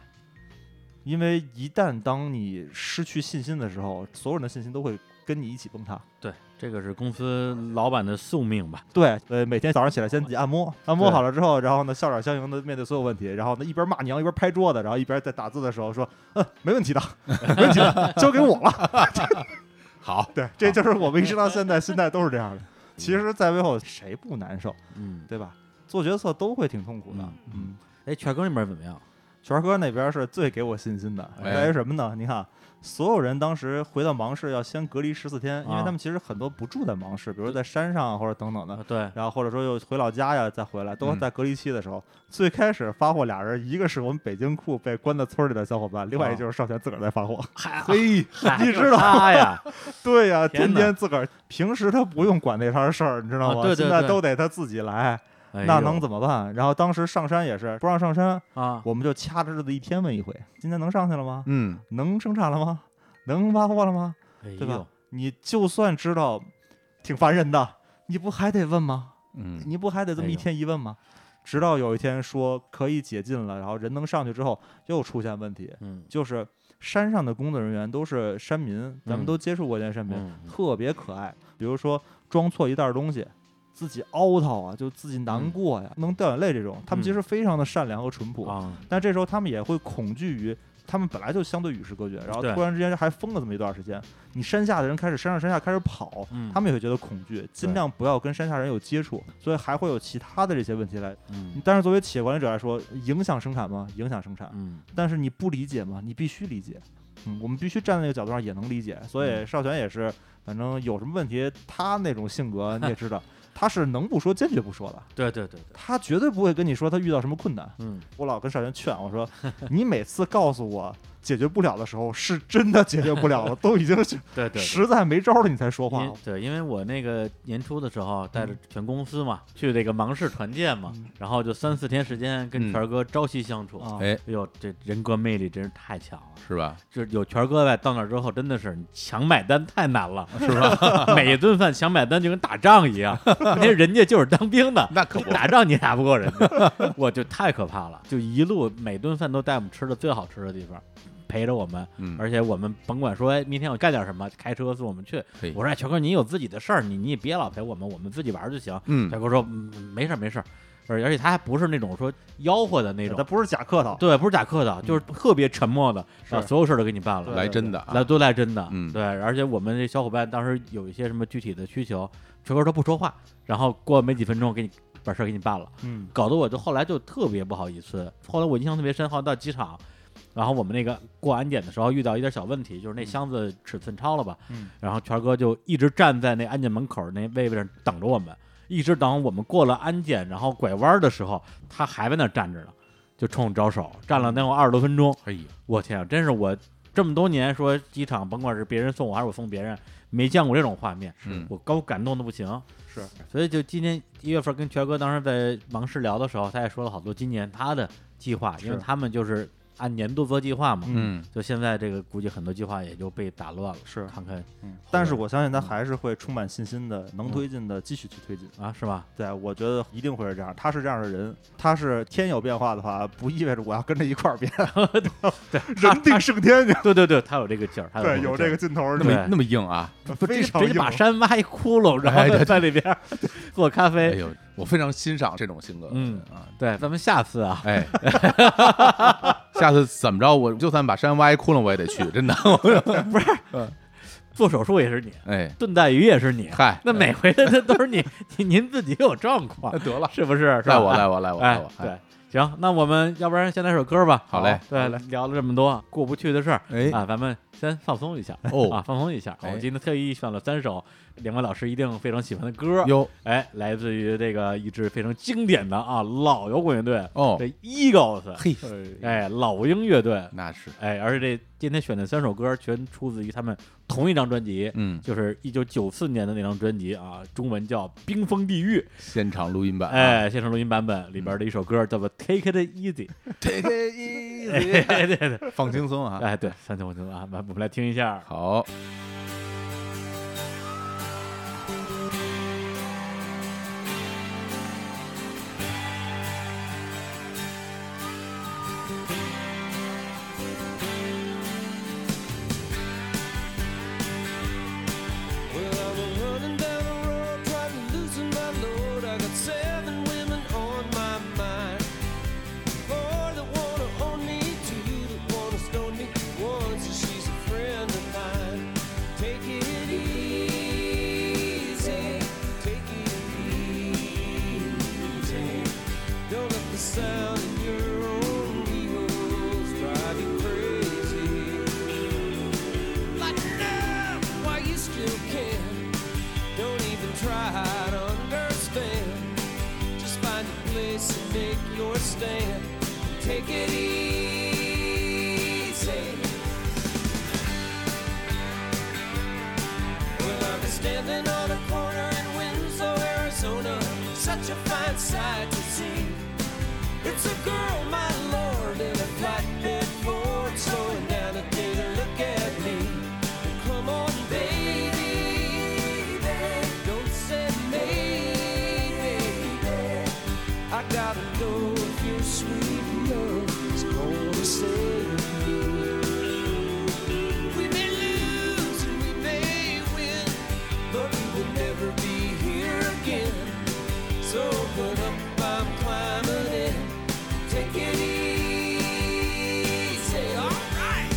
Speaker 4: 因为一旦当你失去信心的时候，所有人的信心都会跟你一起崩塌。
Speaker 3: 对，这个是公司老板的宿命吧？
Speaker 4: 对，呃，每天早上起来先自己按摩，按摩
Speaker 3: 对
Speaker 4: 好了之后，然后呢，笑脸相迎的面对所有问题，然后呢，一边骂娘一边拍桌子，然后一边在打字的时候说，嗯，没问题的，没问题的，交给我了。
Speaker 2: 好，
Speaker 4: 对，这就是我们一直到现在心态都是这样的。其实，在背后谁不难受，
Speaker 3: 嗯，
Speaker 4: 对吧？做决策都会挺痛苦的。
Speaker 3: 嗯，哎，权哥那边怎么样？
Speaker 4: 权哥那边是最给我信心的，
Speaker 2: 哎
Speaker 4: 在于什么呢？你看，所有人当时回到芒市要先隔离十四天，因为
Speaker 3: 啊
Speaker 4: 他们其实很多不住在芒市，比如在山上啊或者等等的
Speaker 3: 啊，，对，
Speaker 4: 然后或者说又回老家呀，再回来，都是
Speaker 2: 嗯
Speaker 4: 在隔离期的时候。最开始发货俩人，一个是我们北京库被关在村里的小伙伴，另外一个就是少泉自个儿在发货。
Speaker 2: 嘿，
Speaker 3: 啊 嗨
Speaker 4: 你知道
Speaker 3: 他呀？
Speaker 4: 对呀、
Speaker 3: 天
Speaker 4: 天
Speaker 3: 哪
Speaker 4: 天自个儿，平时他不用管那摊事儿，你知道吗？
Speaker 3: 啊对对
Speaker 4: 现在
Speaker 3: 对
Speaker 4: 都得他自己来，
Speaker 3: 哎
Speaker 4: 那
Speaker 3: 呦
Speaker 4: 能怎么办？然后当时上山也是不让上山，
Speaker 3: 啊？
Speaker 4: 我们就掐着日子一天问一回：今天能上去了吗？
Speaker 2: 嗯，
Speaker 4: 能生产了吗？能发货了吗？
Speaker 3: 哎
Speaker 4: 对吧
Speaker 3: 呦，
Speaker 4: 你就算知道挺烦人的，你不还得问吗？
Speaker 2: 嗯，
Speaker 4: 你不还
Speaker 3: 哎
Speaker 4: 得这么一天一问吗？直到有一天说可以解禁了，然后人能上去之后，又出现问题，
Speaker 3: 嗯
Speaker 4: 就是山上的工作人员都是山民，咱们都接触过这些山民，
Speaker 3: 嗯嗯
Speaker 4: 特别可爱。比如说装错一袋东西，自己凹槽啊，就自己难过呀，
Speaker 3: 嗯
Speaker 4: 能掉眼泪这种，他们其实非常的善良和淳朴，
Speaker 3: 啊，
Speaker 4: 但这时候他们也会恐惧于。他们本来就相对与世隔绝，然后
Speaker 3: 对
Speaker 4: 突然之间还封了这么一段时间，你山下的人开始山上山下开始跑，
Speaker 3: 嗯
Speaker 4: 他们也会觉得恐惧，尽量不要跟山下人有接触，所以还会有其他的这些问题来。
Speaker 3: 嗯
Speaker 4: 但是作为企业管理者来说，影响生产吗？影响生产，
Speaker 3: 嗯，
Speaker 4: 但是你不理解吗？你必须理解。嗯，我们必须站在那个角度上也能理解。所以
Speaker 3: 嗯
Speaker 4: 少泉也是，反正有什么问题，他那种性格你也知 道，他是能不说坚决不说的，
Speaker 3: 对对对对，
Speaker 4: 他绝对不会跟你说他遇到什么困难。
Speaker 3: 嗯，
Speaker 4: 我老跟少泉劝我 说，你每次告诉我解决不了的时候，是真的解决不了了，都已经是
Speaker 3: 对对。对
Speaker 4: 实在没招了，你才说话
Speaker 3: 因。对，因为我那个年初的时候啊带着全公司嘛，去这个芒市团建嘛，
Speaker 4: 嗯
Speaker 3: 然后就三四天时间跟
Speaker 2: 嗯
Speaker 3: 权哥朝夕相处，
Speaker 4: 啊，
Speaker 2: 哎，
Speaker 3: 哎呦，这人格魅力真是太强了。
Speaker 2: 是吧？
Speaker 3: 就是有权哥在，到那儿之后真的是强买单太难了，是吧？ 每一顿饭强买单就跟打仗一 样，因为人家就是当兵的，
Speaker 2: 那可不
Speaker 3: 打仗你打不过人家， 我就太可怕了。就一路每顿饭都带我们吃的最好吃的地方，陪着我们，
Speaker 2: 嗯
Speaker 3: 而且我们甭管说哎明天我干点什么，开车送我们去
Speaker 2: 嘿。
Speaker 3: 我说哎，权哥，你有自己的事儿，你你也别老陪我们，我们自己玩儿就行。
Speaker 2: 嗯
Speaker 3: 权哥说嗯没事儿没事儿，而而且他还不是那种说吆喝的那种
Speaker 4: 他，不是假客套，
Speaker 3: 对，不是假客套，就是特别沉默的，
Speaker 4: 是
Speaker 3: 把所有事儿都给你办
Speaker 4: 对
Speaker 3: 了，
Speaker 2: 嗯来真的啊
Speaker 3: 来，都来真的，
Speaker 2: 嗯
Speaker 3: 对。而且我们这小伙伴当时有一些什么具体的需求，锤哥他不说话，然后过没几分钟给你把事儿给你办了，
Speaker 4: 嗯，
Speaker 3: 搞得我就后来就特别不好意思。后来我印象特别深，后来到机场。然后我们那个过安检的时候遇到一点小问题，就是那箱子尺寸超了吧，
Speaker 4: 嗯
Speaker 3: 然后权哥就一直站在那安检门口那位置上等着我们，一直等我们过了安检，然后拐弯的时候，他还在那站着呢，就冲我招手，站了
Speaker 4: 嗯
Speaker 3: 能有二十多分钟，
Speaker 2: 哎呀，
Speaker 3: 我天啊，真是我这么多年说机场，甭管是别人送我还是我送别人，没见过这种画面，
Speaker 2: 嗯
Speaker 3: 我高感动的不行。
Speaker 4: 是，
Speaker 3: 所以就今年一月份跟权哥当时在忙事聊的时候，他也说了好多今年他的计划，因为
Speaker 4: 是
Speaker 3: 他们就是按年度做计划嘛。
Speaker 2: 嗯，
Speaker 3: 就现在这个估计很多计划也就被打乱了，
Speaker 4: 是
Speaker 3: 看看
Speaker 4: 嗯
Speaker 3: 后
Speaker 4: 但
Speaker 3: 边
Speaker 4: 是我相信他
Speaker 3: 嗯
Speaker 4: 还是会充满信心的，能推进的继续去推进。
Speaker 3: 啊 是吧？
Speaker 4: 对，我觉得一定会是这样。他是这样的人，他是天有变化的话，不意味着我要跟着一 块儿变，
Speaker 3: 对，他
Speaker 4: 人定胜天去。
Speaker 3: 对对对，他有这个劲儿，他
Speaker 4: 对，有这个
Speaker 3: 个
Speaker 4: 劲头儿，
Speaker 2: 哎那
Speaker 4: 那
Speaker 2: 么
Speaker 4: 么
Speaker 3: 对
Speaker 2: 那么硬啊！
Speaker 3: 劲儿
Speaker 4: 非常
Speaker 3: 直接
Speaker 4: 硬
Speaker 3: 把山挖一窟窿，然
Speaker 2: 哎对对
Speaker 3: 后在 里边儿做咖
Speaker 2: 哎
Speaker 3: 啡。
Speaker 2: 呦，我非常欣赏这种性格的人啊。
Speaker 3: 对，咱们下 次啊，
Speaker 2: 哎， 下次怎么着，我就算把山挖一窟窿，我也得去，真的。
Speaker 4: 嗯
Speaker 3: 做手术也是你，
Speaker 2: 哎，
Speaker 3: 炖带鱼也是你，
Speaker 2: 嗨，
Speaker 3: 那每回的那都是你， 你您自己有状况
Speaker 2: 那，得了，
Speaker 3: 是不是？是吧
Speaker 2: 赖我，赖我，赖我，赖
Speaker 3: 哎
Speaker 2: 我，。哎
Speaker 3: 对，行，那我们要不然先来首歌吧。
Speaker 2: 好嘞
Speaker 3: 对，聊了这么多过不去的事儿，
Speaker 2: 哎
Speaker 3: 啊，咱们先放松一下
Speaker 2: 哦
Speaker 3: 啊，放松一下。
Speaker 2: 哎
Speaker 3: 我今天特意选了三首两位老师一定非常喜欢的歌，
Speaker 2: 哟
Speaker 3: 哎，来自于这个一支非常经典的啊老摇滚乐队
Speaker 2: 哦
Speaker 3: 这 Eagles，
Speaker 2: 嘿，
Speaker 3: 哎，老鹰乐队，
Speaker 2: 那是
Speaker 3: 哎，而且这今天选的三首歌全出自于他们同一张专辑，
Speaker 2: 嗯
Speaker 3: 就是一九九四年的那张专辑啊，中文叫《冰封地狱》，
Speaker 2: 现场录音版、啊，
Speaker 3: 哎，现场录音版本里边的一首歌叫做《Take It Easy》，
Speaker 2: ，Take it
Speaker 3: 对
Speaker 2: easy，
Speaker 3: 对对，
Speaker 2: 放轻松啊，
Speaker 3: 哎对，三千我听啊，我们来听一下，
Speaker 2: 好，
Speaker 5: Well, I was running down the road, trying to loosen my load. I got seven women on my mind. Four that wanna own me, two that wanna stone me. One says she's a friend of mine. Take it easy, take it easy. Don't let the sound of your own eagles drive you crazy. Like now, while you still can. Don't even try to understand. Just find a place and make your stand. Take it easy. Well, I've been standing on a corner in Winslow, Arizona. Such a fine sight to see. It's a girl, my lord, in a flatbed Ford, slowing down a day to look at me. Come on, baby, don't say maybe. I gotta know if your sweet love is gonna save me. We may lose and we may win, but we will never be here again. So put up, I'm climbing in. Take it easy. All right.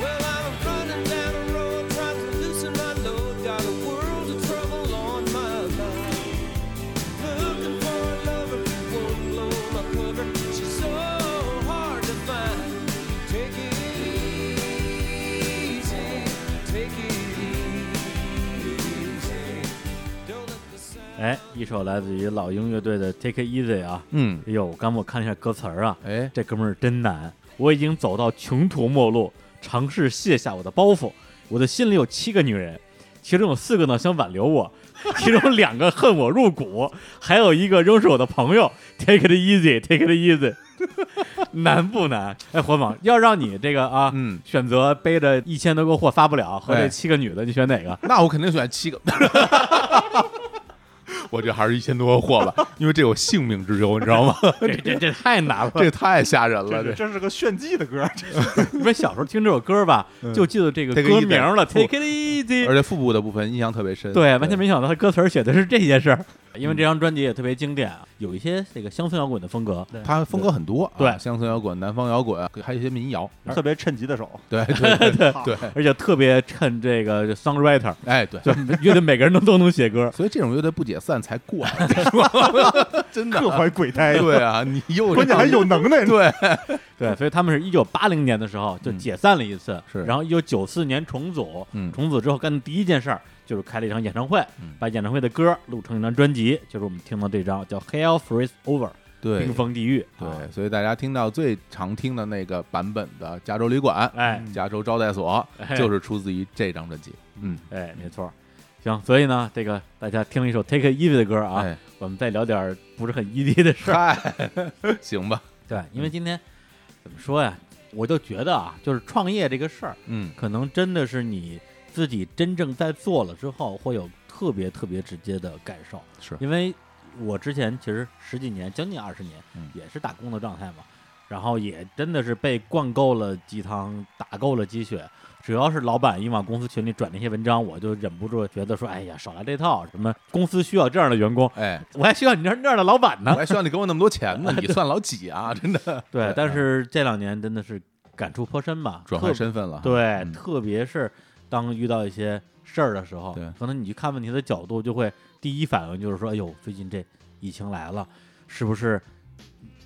Speaker 5: Well, I'm running down a road trying to loosen my load. Got a world of trouble on my mind. Looking for a lover who won't blow my cover. She's so hard to find. Take it easy, take it easy. Don't let the sound.
Speaker 3: 哎，一首来自于老鹰乐队的《Take It Easy》啊，
Speaker 2: 嗯，
Speaker 3: 哎呦，刚我看了一下歌词儿啊，
Speaker 2: 哎，
Speaker 3: 这哥们儿真难，我已经走到穷途末路，尝试卸下我的包袱。我的心里有七个女人，其中有四个呢想挽留我，其中两个恨我入骨，还有一个仍是我的朋友。Take it easy，take it easy，难不难？哎，火猛，要让你这个啊，
Speaker 2: 嗯
Speaker 3: 选择背着一千多个货发不了和这
Speaker 2: 哎
Speaker 3: 七个女的，你选哪 个？
Speaker 2: 那我肯定选七个。 我这还是一千多个货 吧，因为这有性命之忧，你知道 吗？
Speaker 3: 这这这太难了，
Speaker 2: 这个太吓人了，这
Speaker 4: 这这是个炫技的歌， 这
Speaker 3: 你们小时候听这首歌吧，就记得这个
Speaker 2: 嗯 Take it
Speaker 3: 歌
Speaker 2: easy
Speaker 3: 名了
Speaker 2: 不
Speaker 3: ，Take it easy。
Speaker 2: 而且腹部的部分印象特别深。
Speaker 3: 对，完全没想到他歌词儿写的是这些事儿， 因为这张专辑也特别经典，有一些这个乡村摇滚的风格。对
Speaker 2: 它风格很多，啊
Speaker 3: 对
Speaker 2: 乡村摇滚、南方摇滚，还有一些民谣。
Speaker 4: 特别趁机 的手，
Speaker 2: 对对对对，
Speaker 3: 而且特别趁这个 songwriter，
Speaker 2: 哎对，
Speaker 3: 就乐队每个人都都能写歌。
Speaker 2: 所以这种乐队不解散才怪， 真的
Speaker 4: 各怀鬼胎。
Speaker 2: 对啊，你又
Speaker 4: 关键还有能耐呢。
Speaker 2: 对，
Speaker 3: 对，所以他们是一九八零年的时候就
Speaker 2: 嗯
Speaker 3: 解散了一次，
Speaker 2: 是
Speaker 3: 然后一九九四年重组，
Speaker 2: 嗯
Speaker 3: 重组之后干的第一件事儿就是开了一场演唱会，
Speaker 2: 嗯
Speaker 3: 把演唱会的歌录成一张专辑，就是我们听到这张叫《Hell Freeze Over》
Speaker 2: 对
Speaker 3: 冰封地狱。啊
Speaker 2: 对，所以大家听到最常听的那个版本的《加州旅馆》、
Speaker 3: 哎
Speaker 2: 《加州招待所
Speaker 3: 哎》，
Speaker 2: 就是出自于这张专辑。嗯，
Speaker 3: 哎，没错儿。行，所以呢，这个大家听了一首 Take It Easy 的歌啊，
Speaker 2: 哎
Speaker 3: 我们再聊点儿不是很 easy 的事儿。嗯
Speaker 2: 嗨，行吧，
Speaker 3: 对，因为今天怎么说呀，我就觉得啊，就是创业这个事儿，
Speaker 2: 嗯，
Speaker 3: 可能真的是你自己真正在做了之后，会有特别特别直接的感受。
Speaker 2: 是
Speaker 3: 因为我之前其实十几年，将近二十年
Speaker 2: 嗯，
Speaker 3: 也是打工的状态嘛。然后也真的是被灌够了鸡汤，打够了鸡血。只要是老板一往公司群里转那些文章，我就忍不住觉得说，哎呀，少来这套，什么公司需要这样的员工，
Speaker 2: 哎，
Speaker 3: 我还需要你这这样的老板
Speaker 2: 我
Speaker 3: 呢。
Speaker 2: 还需要你给我那么多钱 呢，你算老几啊？真的
Speaker 3: 对，但是这两年真的是感触颇深吧，
Speaker 2: 嗯转
Speaker 3: 特
Speaker 2: 换身份了，，
Speaker 3: 对，
Speaker 2: 嗯
Speaker 3: 特别是当遇到一些事儿的时候，
Speaker 2: 对
Speaker 3: 可能你去看问题的角度就会第一反应就是说，哎呦，最近这疫情来了，是不是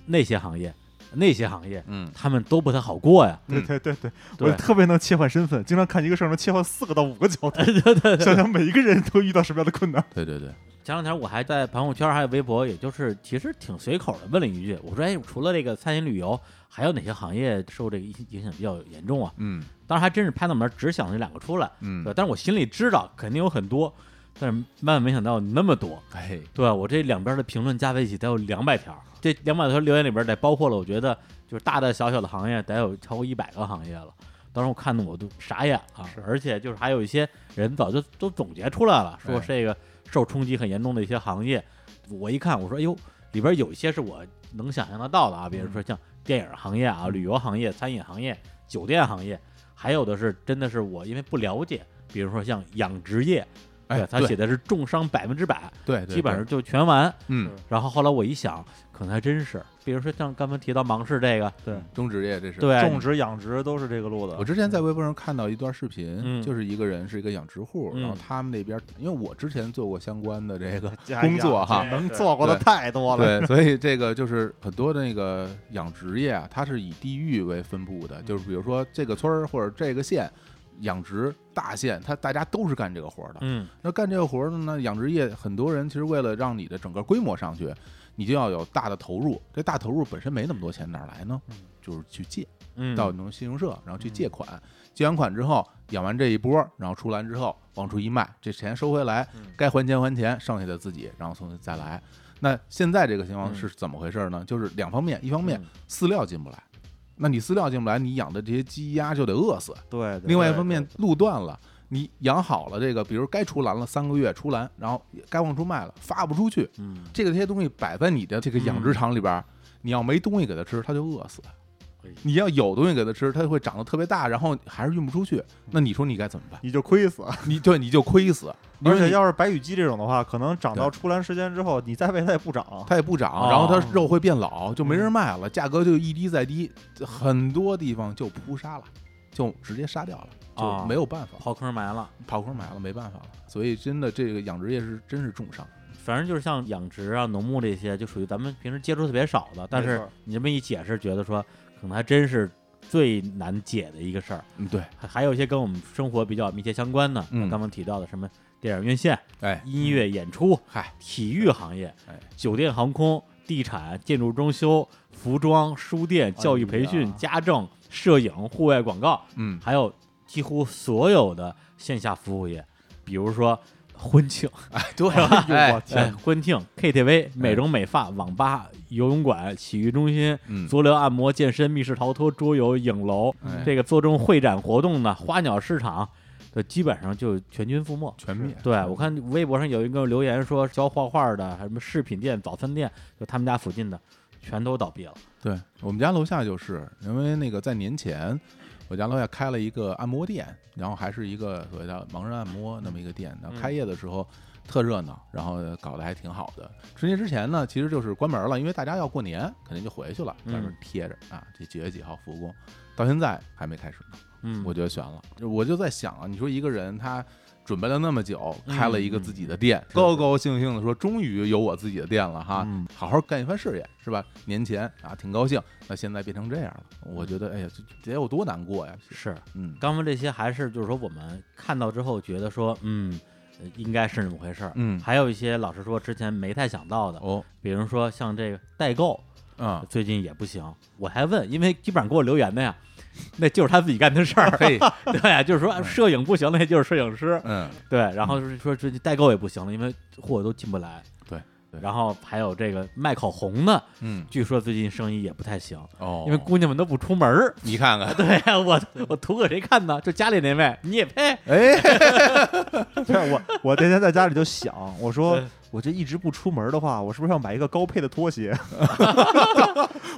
Speaker 3: 那些行业、那些行业
Speaker 2: 嗯，
Speaker 3: 他们都不太好过呀？
Speaker 4: 对
Speaker 2: 嗯
Speaker 4: 对对对，
Speaker 3: 对
Speaker 4: 我特别能切换身份，经常看一个事儿能切换四个到五个角
Speaker 2: 哎
Speaker 4: 度，想想每一个人都遇到什么样的困难。
Speaker 2: 对对对，
Speaker 3: 前两天我还在朋友圈还有微博，也就是其实挺随口的问了一句，我说，哎，除了这个餐饮旅游，还有哪些行业受这个疫情影响比较严重啊？
Speaker 2: 嗯
Speaker 3: 当时还真是拍脑门儿只想这两个出来，对，
Speaker 2: 嗯，
Speaker 3: 但是我心里知道肯定有很多，但是万万没想到有那么多。
Speaker 2: 哎，
Speaker 3: 对我这两边的评论加在一起得有两百条，这两百条留言里边得包括了，我觉得就是大大小小的行业得有超过一百个行业了。当时我看的我都傻眼了、
Speaker 4: 是
Speaker 3: 而且就是还有一些人早就都总结出来了，说
Speaker 2: 哎
Speaker 3: 这个受冲击很严重的一些行业。我一看，我说哎呦，里边有一些是我能想象得到的啊，比如
Speaker 2: 嗯
Speaker 3: 说像电影行业啊、旅游行业、餐饮行业、酒店行业，还有的是真的是我因为不了解，比如说像养殖业，
Speaker 2: 哎
Speaker 3: 对他
Speaker 2: 对
Speaker 3: 写的是重伤百分之百，
Speaker 2: 对，对对
Speaker 3: 基本上就全完。
Speaker 2: 嗯，
Speaker 3: 然后后来我一想，可能还真是，比如说像刚才提到芒市这个，
Speaker 2: 中职业这是。
Speaker 3: 对，
Speaker 4: 种植、养殖都是这个路子
Speaker 2: 我。之前在微博上看到一段视
Speaker 3: 嗯
Speaker 2: 频，就是一个人是一个养殖户，然后
Speaker 3: 嗯
Speaker 2: 他们那边，因为我之前做过相关的这个
Speaker 4: 哎呀
Speaker 2: 工作哈，
Speaker 4: 能做过的太多了。
Speaker 2: 对，所以这个就是很多的那个养殖业啊，它是以地域为分布的，就是比如说这个村儿或者这个县养殖大县，它大家都是干这个活儿的。
Speaker 3: 嗯，
Speaker 2: 那干这个活儿的呢，养殖业很多人其实为了让你的整个规模上去，你就要有大的投入。这大投入本身没那么多钱，哪儿来呢？就是去借，
Speaker 3: 嗯，
Speaker 2: 到那种信用社，然后去借款，借完款之后养完这一波，然后出栏之后往出一卖，这钱收回来
Speaker 3: 嗯，
Speaker 2: 该还钱还钱，剩下的自己然后从再来。那现在这个情况是怎么回事呢？就是两方面，一方面
Speaker 3: 嗯
Speaker 2: 饲料进不来，那你饲料进不来，你养的这些鸡鸭就得饿死；
Speaker 4: 对，对
Speaker 2: 另外一方面，路断了。你养好了这个，比如该出栏了，三个月出栏，然后该往出卖了，发不出去，
Speaker 3: 嗯，
Speaker 2: 这个这些东西摆在你的这个养殖场里边儿，你要没东西给它吃，它就饿死
Speaker 3: 哎呀。
Speaker 2: 你要有东西给它吃，它会长得特别大，然后还是运不出去。那你说你该怎么办？
Speaker 4: 你就亏死。
Speaker 2: 你对你就亏死，
Speaker 4: 而
Speaker 2: 因为
Speaker 4: 且
Speaker 2: 你
Speaker 4: 要是白羽鸡这种的话，可能长到出栏时间之后，你再喂它也不长。
Speaker 2: 它也不长，
Speaker 3: 哦
Speaker 2: 然后它肉会变老，就没人卖了，价格就一低再低，很多地方就扑杀了，就直接杀掉了，
Speaker 3: 哦
Speaker 2: 就没有办法，
Speaker 3: 刨坑埋了。
Speaker 2: 啊跑空买了没办法了。所以真的这个养殖业是真是重伤，
Speaker 3: 反正就是像养殖啊、农牧这些，就属于咱们平时接触特别少的。但
Speaker 4: 没
Speaker 3: 是
Speaker 4: 错
Speaker 3: 你这么一解释，觉得说可能还真是最难解的一个事儿。
Speaker 2: 嗯，对，
Speaker 3: 还还有一些跟我们生活比较密切相关的，
Speaker 2: 嗯
Speaker 3: 刚刚提到的什么电影院线、
Speaker 2: 哎，
Speaker 3: 音乐演出、
Speaker 2: 嗨，
Speaker 3: 体育行业
Speaker 2: 哎、
Speaker 3: 酒店航空、地产、建筑装修、服装、书店、教育
Speaker 4: 哎
Speaker 3: 培训
Speaker 4: 呀、
Speaker 3: 家政、摄影、户外广告，
Speaker 2: 嗯，
Speaker 3: 还有几乎所有的线下服务业，比如说婚庆、
Speaker 2: 对，
Speaker 4: 哎呦我
Speaker 2: 哎，
Speaker 3: 哎、
Speaker 4: 天，
Speaker 3: 婚庆、KTV、美容美发、网吧、游泳馆、洗浴中心、
Speaker 2: 嗯，
Speaker 3: 足疗按摩、健身、密室逃脱、桌游、影楼，
Speaker 2: 哎
Speaker 3: 这个做这种会展活动呢，花鸟市场，对，基本上就全军覆没。
Speaker 2: 全灭，
Speaker 3: 对，我看微博上有一个留言说，教画画的，还有什么饰品店、早餐店，就他们家附近的，全都倒闭了。
Speaker 2: 对我们家楼下就是，因为那个在年前，我家楼下开了一个按摩店，然后还是一个所谓的盲人按摩那么一个店。然后开业的时候特热闹，然后呃搞得还挺好的。春节之前呢，其实就是关门了，因为大家要过年，肯定就回去了，在那
Speaker 3: 嗯
Speaker 2: 儿贴着啊，这几月几号复工，到现在还没开始呢，
Speaker 3: 嗯，
Speaker 2: 我觉得悬了。我就在想啊，你说一个人他。准备了那么久，开了一个
Speaker 3: 嗯
Speaker 2: 自己的店，高高兴兴的说：“终于有我自己的店了哈！”
Speaker 3: 嗯
Speaker 2: 好好干一番事业，是吧？年前啊，挺高兴，那现在变成这样了，我觉得，哎呀，这得有多难过呀！
Speaker 3: 是，
Speaker 2: 嗯，
Speaker 3: 刚刚这些还是就是说我们看到之后觉得说，嗯，呃应该是那么回事儿。
Speaker 2: 嗯
Speaker 3: 还有一些老实说之前没太想到的，
Speaker 2: 哦，
Speaker 3: 比如说像这个代购，
Speaker 2: 啊，
Speaker 3: 最近也不行。我还问，因为基本上给我留言的呀， 那就是他自己干的事儿。
Speaker 2: 嘿，
Speaker 3: 对，就是说摄影不行，那就是摄影师。
Speaker 2: 嗯，
Speaker 3: 对，然后就是说这代购也不行了，因为货都进不来。
Speaker 2: 对对
Speaker 3: 然后还有这个卖口红的，
Speaker 2: 嗯，
Speaker 3: 据说最近生意也不太行，
Speaker 2: 哦，
Speaker 3: 因为姑娘们都不出门儿。
Speaker 2: 你看看，
Speaker 3: 对呀，我我图给谁看呢？就家里那位，你也配？
Speaker 2: 哎，
Speaker 4: 对我我那天在家里就想，我说
Speaker 3: 对
Speaker 4: 我这一直不出门的话，我是不是要买一个高配的拖鞋？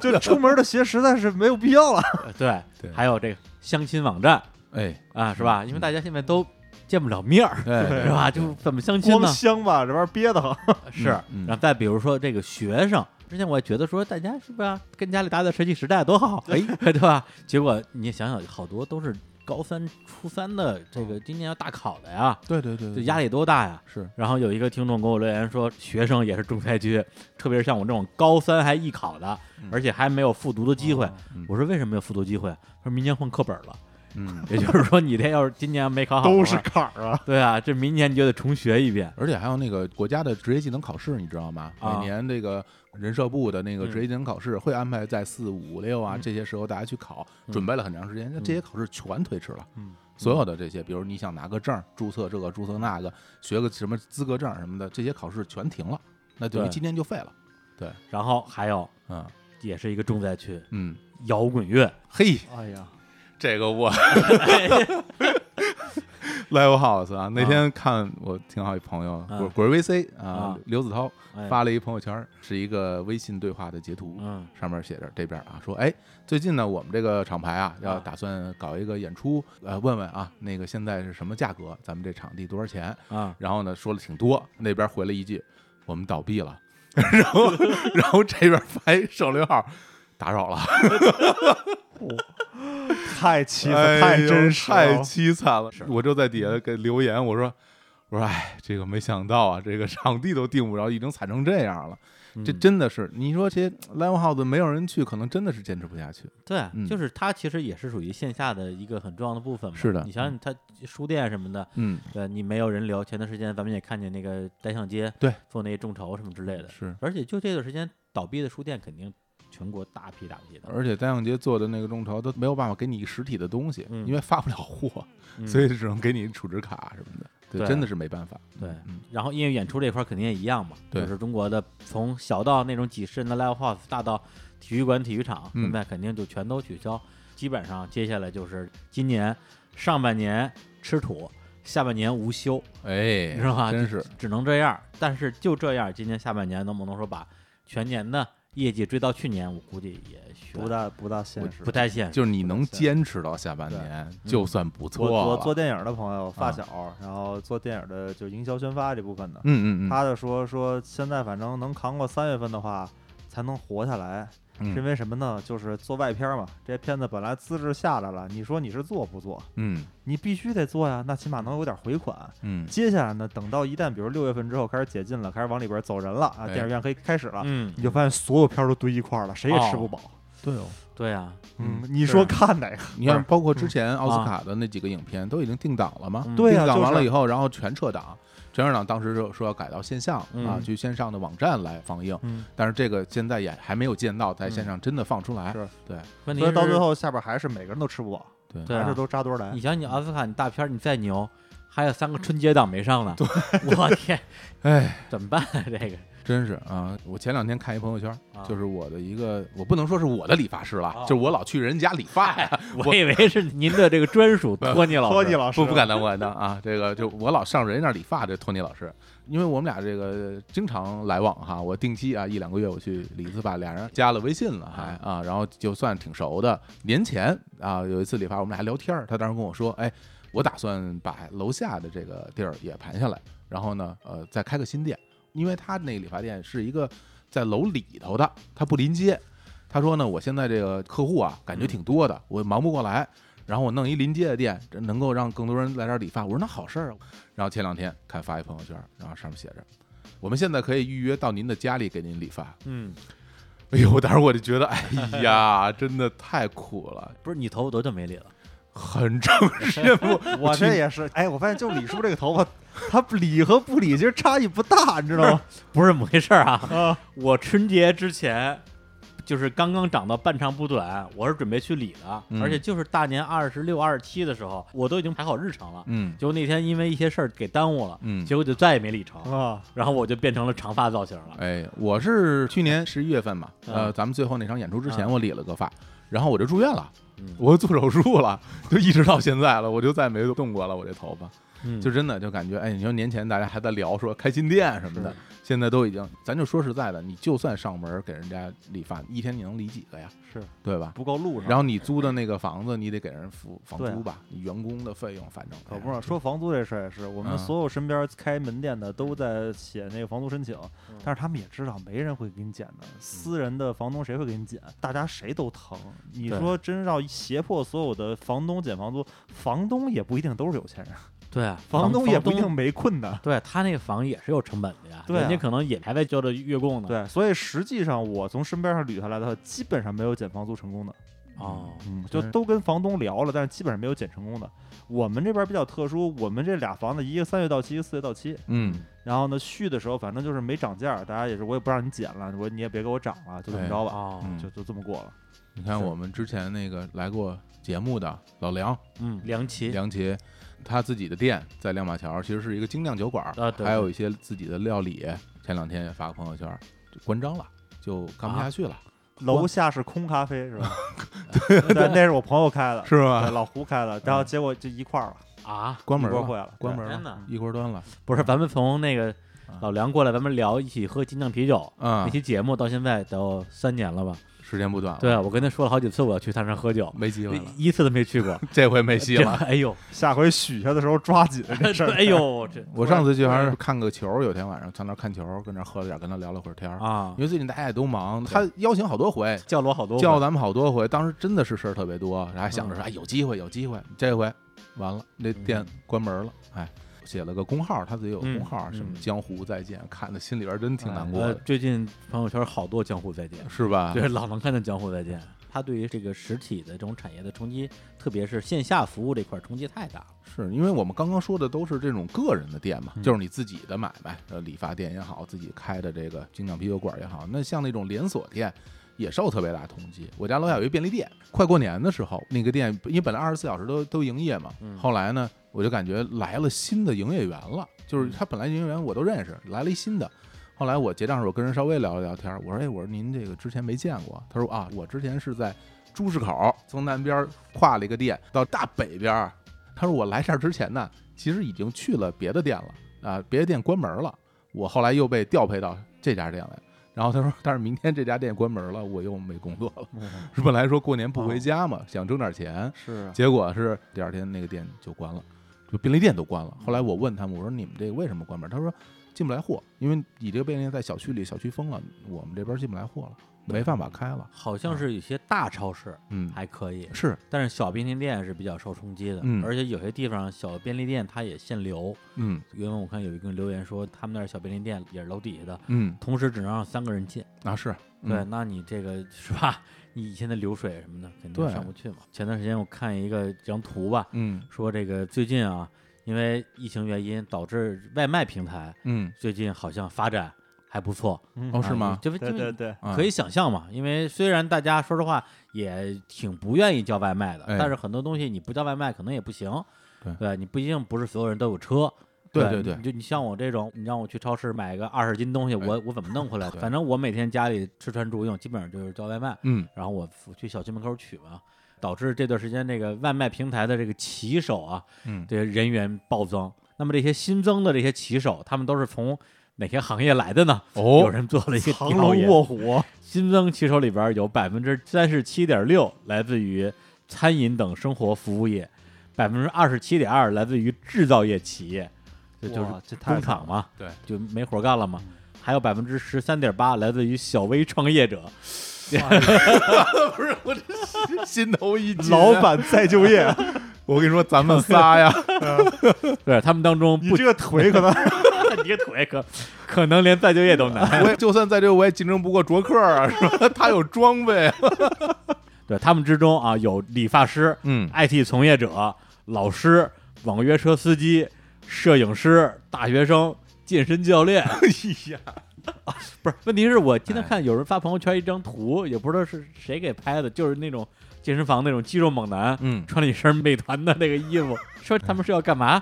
Speaker 4: 就出门的鞋实在是没有必要了。
Speaker 3: 呃对，
Speaker 2: 对
Speaker 3: 还有这个相亲网站
Speaker 2: 哎，
Speaker 3: 啊，是吧？因为大家现在都见不了面儿，
Speaker 2: 对
Speaker 3: 是吧？就怎么相亲
Speaker 4: 光
Speaker 3: 呢？
Speaker 4: 香吧，这玩意儿憋得慌。
Speaker 3: 是
Speaker 2: 嗯嗯，
Speaker 3: 然后再比如说这个学生，之前我也觉得说大家是不是啊跟家里打打《神奇时代》多好，哎， 对吧？结果你也想想，好多都是高三、初三的，这个今年要大考的呀，
Speaker 2: 对对对
Speaker 3: 这
Speaker 2: 对，
Speaker 3: 压力多大呀！
Speaker 2: 是
Speaker 3: 然后有一个听众给我留言说，学生也是重灾区，特别是像我这种高三还艺考的，而且还没有复读的机会。
Speaker 2: 嗯
Speaker 3: 我说为什么没有复读机会？他说明年换课本了，
Speaker 2: 嗯，
Speaker 3: 也就是说你这要是今年没考好的话，
Speaker 4: 都是坎儿 啊！
Speaker 3: 对啊，这明年你就得重学一遍。
Speaker 2: 而且还有那个国家的职业技能考试，你知道吗？
Speaker 3: 啊
Speaker 2: 每年这个人社部的那个职业技能考试会安排在四五六啊
Speaker 3: 嗯
Speaker 2: 这些时候大家去考，
Speaker 3: 嗯
Speaker 2: 准备了很长时间，那这些考试全推迟了。
Speaker 4: 嗯
Speaker 2: 所有的这些，比如你想拿个证儿，注册这个、注册那个，学个什么资格证儿什么的，这些考试全停了，那等于
Speaker 3: 对
Speaker 2: 今年就废了。
Speaker 3: 然后还有
Speaker 2: 嗯
Speaker 3: 也是一个重灾区，
Speaker 2: 嗯，
Speaker 3: 摇滚乐。
Speaker 2: 嘿，
Speaker 4: 哎呀，
Speaker 2: 这个我 live house 啊，那天看我挺好一朋友，
Speaker 3: 啊
Speaker 2: 果果儿 VC
Speaker 3: 啊
Speaker 2: 啊，刘子涛
Speaker 3: 哎
Speaker 2: 发了一朋友圈儿，是一个微信对话的截图，
Speaker 3: 嗯
Speaker 2: 上面写着这边啊说，哎，最近呢我们这个厂牌啊要
Speaker 3: 啊
Speaker 2: 打算搞一个演出，呃，问问啊那个现在是什么价格，咱们这场地多少钱？
Speaker 3: 啊，
Speaker 2: 然后呢说了挺多，那边回了一句我们倒闭了， 然后然后这边发一省略号。打扰了，
Speaker 4: 太凄
Speaker 2: 哎
Speaker 4: 惨，
Speaker 2: 呦
Speaker 4: 太真实了，哦
Speaker 2: 太凄惨了。 我就在底下给留言，我说，我说，哎，这个没想到啊，这个场地都订不着，已经惨成这样了，这
Speaker 3: 嗯
Speaker 2: 真的是，你说这 live house 没有人去，可能真的是坚持不下去。
Speaker 3: 对，
Speaker 2: 嗯
Speaker 3: 就是它其实也是属于线下的一个很重要的部分嘛。
Speaker 2: 是的
Speaker 3: 你想想，它书店什么的，
Speaker 2: 嗯，
Speaker 3: 对，你没有人流。前段时间咱们也看见那个单向街，
Speaker 2: 对，
Speaker 3: 做那些众筹什么之类的。
Speaker 2: 是，
Speaker 3: 而且就这段时间倒闭的书店，肯定全国大批大批的，
Speaker 2: 而且单向街做的那个众筹都没有办法给你实体的东西，
Speaker 3: 嗯
Speaker 2: 因为发不了货，
Speaker 3: 嗯
Speaker 2: 所以只能给你储值卡什么的。
Speaker 3: 对
Speaker 2: 真的是没办法。
Speaker 3: 对
Speaker 2: 嗯，
Speaker 3: 然后音乐演出这块儿肯定也一样嘛，
Speaker 2: 对
Speaker 3: 就是中国的从小到那种几十人的 live house，大到体育馆、体育场，
Speaker 2: 嗯
Speaker 3: 现在肯定就全都取消。基本上接下来就是今年上半年吃土，下半年无休，
Speaker 2: 哎，
Speaker 3: 是吧？
Speaker 2: 真，
Speaker 3: 就是只能这样。但是就这样，今年下半年能不能说把全年的业绩追到去年，我估计也悬
Speaker 4: 不大不大现实
Speaker 3: 不。太现实。
Speaker 2: 就是你能坚持到下半年，就算不错
Speaker 4: 我
Speaker 2: 了。
Speaker 4: 我做电影的朋友
Speaker 2: 啊
Speaker 4: 发小，然后做电影的就营销宣发这部分的，
Speaker 2: 嗯嗯嗯，
Speaker 4: 他就说说现在反正能扛过三月份的话，才能活下来。是因
Speaker 2: 嗯
Speaker 4: 为什么呢？就是做外片嘛，这片子本来资质下来了，你说你是做不做？
Speaker 2: 嗯
Speaker 4: 你必须得做呀，那起码能有点回款。
Speaker 2: 嗯，
Speaker 4: 接下来呢，等到一旦比如六月份之后开始解禁了，开始往里边走人了啊，
Speaker 2: 哎
Speaker 4: 电影院可以开始了，
Speaker 3: 嗯，
Speaker 4: 你就发现所有片儿都堆一块儿了，谁也吃不饱。
Speaker 2: 对哦。
Speaker 3: 对啊，
Speaker 4: 嗯，你说看哪个？
Speaker 2: 你看，
Speaker 4: 不嗯啊
Speaker 2: 包括之前奥斯卡的那几个影片都已经定档了嘛？
Speaker 3: 嗯
Speaker 4: 对
Speaker 2: 定
Speaker 4: 啊
Speaker 2: 档完
Speaker 4: 就
Speaker 2: 了
Speaker 4: 是
Speaker 2: 以后，然后全撤档，全撤档。当时就说要改到线上啊
Speaker 3: 嗯，
Speaker 2: 去线上的网站来放映，
Speaker 4: 嗯，
Speaker 2: 但是这个现在也还没有见到在线上真的放出来。
Speaker 4: 是
Speaker 2: 对
Speaker 3: 问题
Speaker 4: 所以
Speaker 3: 是
Speaker 4: 到最，后下边还是每个人都吃不饱，
Speaker 2: 对
Speaker 3: 对啊
Speaker 4: 还是都扎堆儿来
Speaker 3: 你。想你奥斯卡，你大片儿你再牛，还有三个春节档没上呢，我天，
Speaker 2: 哎，
Speaker 3: 怎么办啊？这个
Speaker 2: 真是啊！我前两天看一朋友圈
Speaker 3: 啊，
Speaker 2: 就是我的一个，我不能说是我的理发师了
Speaker 3: 啊，
Speaker 2: 就是我老去人家理发呀，
Speaker 3: 我以为是您的这个专属托尼老师，
Speaker 4: 托尼老师
Speaker 2: 不不敢当，不敢当啊！这个就我老上人那儿理发，这托尼老师，因为我们俩这个经常来往哈，我定期啊一两个月我去理一次发，俩人加了微信了还
Speaker 4: 嗯
Speaker 2: 啊，然后就算挺熟的。年前啊有一次理发，我们俩还聊天儿，他当时跟我说，哎，我打算把楼下的这个地儿也盘下来，然后呢，呃，再开个新店，因为他那个理发店是一个在楼里头的，他不临街。他说呢，我现在这个客户啊，感觉挺多的，我忙不过来，然后我弄一临街的店，这能够让更多人来这儿理发。我说那好事儿啊。然后前两天看发一朋友圈，然后上面写着，我们现在可以预约到您的家里给您理发。
Speaker 3: 嗯，
Speaker 2: 哎呦，当时我就觉得，哎 呀，真的太苦了，
Speaker 3: 不是你头发多久没理了？
Speaker 2: 很正式。不
Speaker 4: 我这也是。哎，我发现就李叔这个头发，他理和不理其实差异不大，你知 道吗？
Speaker 3: 不是怎么回事儿啊！我春节之前就是刚刚长到半长不短，我是准备去理的，
Speaker 2: 嗯
Speaker 3: 而且就是大年二十六、二十七的时候，我都已经排好日程了。
Speaker 2: 嗯
Speaker 3: 结果那天因为一些事儿给耽误了，
Speaker 2: 嗯
Speaker 3: 结果就再也没理成，
Speaker 4: 啊，
Speaker 3: 然后我就变成了长发造型了。
Speaker 2: 哎，我是去年十一月份嘛，呃，
Speaker 3: 啊
Speaker 2: 咱们最后那场演出之前，
Speaker 3: 啊
Speaker 2: 我理了个发，然后我就住院了
Speaker 3: 嗯，
Speaker 2: 我做手术了，就一直到现在了，我就再也没动过了，我这头发。
Speaker 3: 嗯
Speaker 2: 就真的就感觉，哎，你说年前大家还在聊说开新店什么的
Speaker 4: 是，
Speaker 2: 现在都已经，咱就说实在的，你就算上门给人家理发，一天你能理几个呀？
Speaker 4: 是
Speaker 2: 对吧？
Speaker 4: 不够路上。
Speaker 2: 然后你租的那个房子，你得给人付房
Speaker 4: 对啊
Speaker 2: 租吧，你员工的费用，反正哎
Speaker 4: 可不是，说房租这事儿也是，我们
Speaker 2: 嗯
Speaker 4: 所有身边开门店的都在写那个房租申请，但是他们也知道没人会给你减的，私人的房东谁会给你减？大家谁都疼。你
Speaker 3: 对
Speaker 4: 说真要胁迫所有的房东减房租，房东也不一定都是有钱人，
Speaker 3: 对啊，
Speaker 4: 房
Speaker 3: 东嗯
Speaker 4: 东也不一定。没困难。
Speaker 3: 对他那个房也是有成本的呀，
Speaker 4: 对啊
Speaker 3: 人家可能也还在交着月供呢。
Speaker 4: 对，所以实际上我从身边上捋下来的话，基本上没有减房租成功的。
Speaker 3: 哦，
Speaker 4: 嗯，就
Speaker 2: 真是
Speaker 4: 都跟房东聊了，但是基本上没有减成功的。我们这边比较特殊，我们这俩房子一个三月到期，一个四月到期。
Speaker 2: 嗯，
Speaker 4: 然后呢，续的时候反正就是没涨价，大家也是我也不让你减了，我你也别给我涨了，就这么着吧，
Speaker 3: 哦，
Speaker 2: 嗯
Speaker 4: 就就这么过了。
Speaker 2: 你看
Speaker 4: 是
Speaker 2: 我们之前那个来过节目的老梁
Speaker 3: 嗯，梁
Speaker 4: 哎
Speaker 3: 琦，
Speaker 2: 梁杰，他自己的店在亮马桥，其实是一个精酿酒馆，
Speaker 3: 啊对
Speaker 2: 还有一些自己的料理，前两天也发朋友圈，就关张了，就干不
Speaker 3: 啊
Speaker 2: 下去了，
Speaker 4: 楼下是空咖啡是吧？ 对，那是我啊朋友开的，
Speaker 2: 是
Speaker 4: 对
Speaker 2: 吗？
Speaker 4: 老胡开的，然后结果就一块儿了，
Speaker 3: 啊，
Speaker 2: 关
Speaker 4: 一
Speaker 2: 门
Speaker 4: 锅烩
Speaker 2: 了，
Speaker 4: 了，
Speaker 2: 关门
Speaker 3: 天
Speaker 2: 了，
Speaker 3: 哪，
Speaker 2: 一锅端了，
Speaker 3: 嗯不是，咱们从那个
Speaker 2: 啊
Speaker 3: 老梁过来，咱们聊一起喝精酿啤酒
Speaker 2: 啊
Speaker 3: 那，期节目，到现在都三年了吧？
Speaker 2: 时间不短了，
Speaker 3: 对，啊我跟他说了好几次我要去他那儿喝酒，
Speaker 2: 没机会了，
Speaker 3: 一次都没去过。
Speaker 2: 这回没戏
Speaker 3: 这
Speaker 2: 了。
Speaker 3: 哎呦，
Speaker 4: 下回许下的时候抓紧这事儿。
Speaker 3: 哎呦，这
Speaker 2: 我上次去还是看个球，有天晚上上那儿看球，跟那儿喝了点儿，跟他聊了会儿天儿。
Speaker 3: 啊
Speaker 2: 因，为最近大家也都忙，他邀请好多回，
Speaker 3: 叫了我好多回，
Speaker 2: 叫咱们好多回，当时真的是事儿特别多，然后还想着说，哎，有机会，有机会，这回完了，那店关门了，哎，写了个公号，他自己有公号，
Speaker 3: 嗯
Speaker 2: 什么
Speaker 3: 嗯
Speaker 2: “江湖再见”，看的心里边真挺难过
Speaker 3: 呃，
Speaker 2: 的，啊
Speaker 3: 最近朋友圈好多江湖再见，
Speaker 2: 是吧？
Speaker 3: 对，老能看到江湖再见。他对于这个实体的这种产业的冲击，特别是线下服务这块儿冲击太大了。
Speaker 2: 是因为我们刚刚说的都是这种个人的店嘛，
Speaker 3: 嗯
Speaker 2: 就是你自己的买卖，呃，理发店也好，自己开的这个精酿啤酒馆也好，那像那种连锁店。也受特别大冲击。我家楼下有一便利店，快过年的时候，那个店因为本来二十四小时都都营业嘛，
Speaker 3: 嗯
Speaker 2: 后来呢，我就感觉来了新的营业员了，就是
Speaker 3: 嗯
Speaker 2: 他本来营业员我都认识，来了一新的。后来我结账的时候跟人稍微聊了聊天儿，我说：“哎，我说您这个之前没见过。”他说：“啊，我之前是在朱市口从南边跨了一个店到大北边儿，他说我来这儿之前呢，其实已经去了别的店了啊，别的店关门了，我后来又被调配到这家店来。然后他说，但是明天这家店关门了，我又没工作了。
Speaker 4: 嗯
Speaker 2: 是 本来说过年不
Speaker 3: 哦
Speaker 2: 回家嘛，想挣点钱，
Speaker 4: 是啊
Speaker 2: 结果是第二天那个店就关了，就便利店都关了。后来我问他们，我说你们这个为什么关门？他说进不来货，因为你这个便利店在小区里，小区封了，我们这边进不来货了，没办法开了。
Speaker 3: 好像是有些大超市
Speaker 2: 嗯，
Speaker 3: 还可以，
Speaker 2: 是，
Speaker 3: 但是小便利店是比较受冲击的，
Speaker 2: 嗯
Speaker 3: 而且有些地方小便利店它也限流。
Speaker 2: 嗯
Speaker 3: 原文我看有一个留言说，他们那儿小便利店也是楼底下的，
Speaker 2: 嗯，
Speaker 3: 同时只能让三个人进。
Speaker 2: 啊是，嗯
Speaker 3: 对，那你这个 是吧？你以前的流水什么的肯定
Speaker 2: 对
Speaker 3: 上不去嘛。前段时间我看一个一张图吧，
Speaker 2: 嗯
Speaker 3: 说这个最近啊，因为疫情原因导致外卖平台
Speaker 2: 嗯，
Speaker 3: 最近好像发展还不错，
Speaker 2: 哦
Speaker 3: 啊
Speaker 2: 是吗？
Speaker 3: 就
Speaker 4: 对对
Speaker 3: 就
Speaker 4: 对，
Speaker 2: 啊
Speaker 3: 可以想象嘛，因为虽然大家说实话也挺不愿意叫外卖的，
Speaker 2: 哎
Speaker 3: 但是很多东西你不叫外卖可能也不行，
Speaker 2: 对
Speaker 3: 对，你不一定不是所有人都有车。
Speaker 2: 对
Speaker 3: 对
Speaker 2: 对对哎
Speaker 3: 你就你像我这种，你让我去超市买个二十斤东西，我我怎么弄回来？
Speaker 2: 对
Speaker 3: 反正我每天家里吃穿住用基本上就是叫外卖，
Speaker 2: 嗯
Speaker 3: 然后我我去小区门口取嘛，导致这段时间这个外卖平台的这个骑手啊，
Speaker 2: 嗯
Speaker 3: 这些人员暴增。那么这些新增的这些骑手，他们都是从哪些行业来的呢？有
Speaker 2: 哦，
Speaker 3: 人做了一个
Speaker 4: 藏
Speaker 3: 调
Speaker 4: 龙
Speaker 3: 研
Speaker 4: 卧虎，
Speaker 3: 新增骑手里边有百分之三十七点六来自于餐饮等生活服务业，百分之二十七点二来自于制造业企业，这就是
Speaker 4: 哇这太嗯
Speaker 3: 工厂嘛，
Speaker 2: 对，
Speaker 3: 就没活干了嘛。还有百分之十三点八来自于小微创业者，
Speaker 2: 不是我这 心头一紧。啊
Speaker 4: 老，板再就业，
Speaker 2: 我跟你说，咱们仨呀，
Speaker 3: 对他们当中
Speaker 4: 你
Speaker 3: 不，
Speaker 4: 这个腿可能
Speaker 3: 你这腿可可能连再就业都难。
Speaker 2: 我也就算在这，我也竞争不过卓克啊，是 吧？他有装备，
Speaker 3: 对他们之中啊，有理发师、
Speaker 2: 嗯，
Speaker 3: IT 从业者、老师、网约车司机、摄影师、大学生、健身教练。啊
Speaker 2: 哎呀，哎
Speaker 3: 不是，问题是我今天看有人发朋友圈一张图，也不知道是谁给拍的，就是那种健身房那种肌肉猛男，
Speaker 2: 嗯，
Speaker 3: 穿了一身美团的那个衣服，说他们是要干嘛？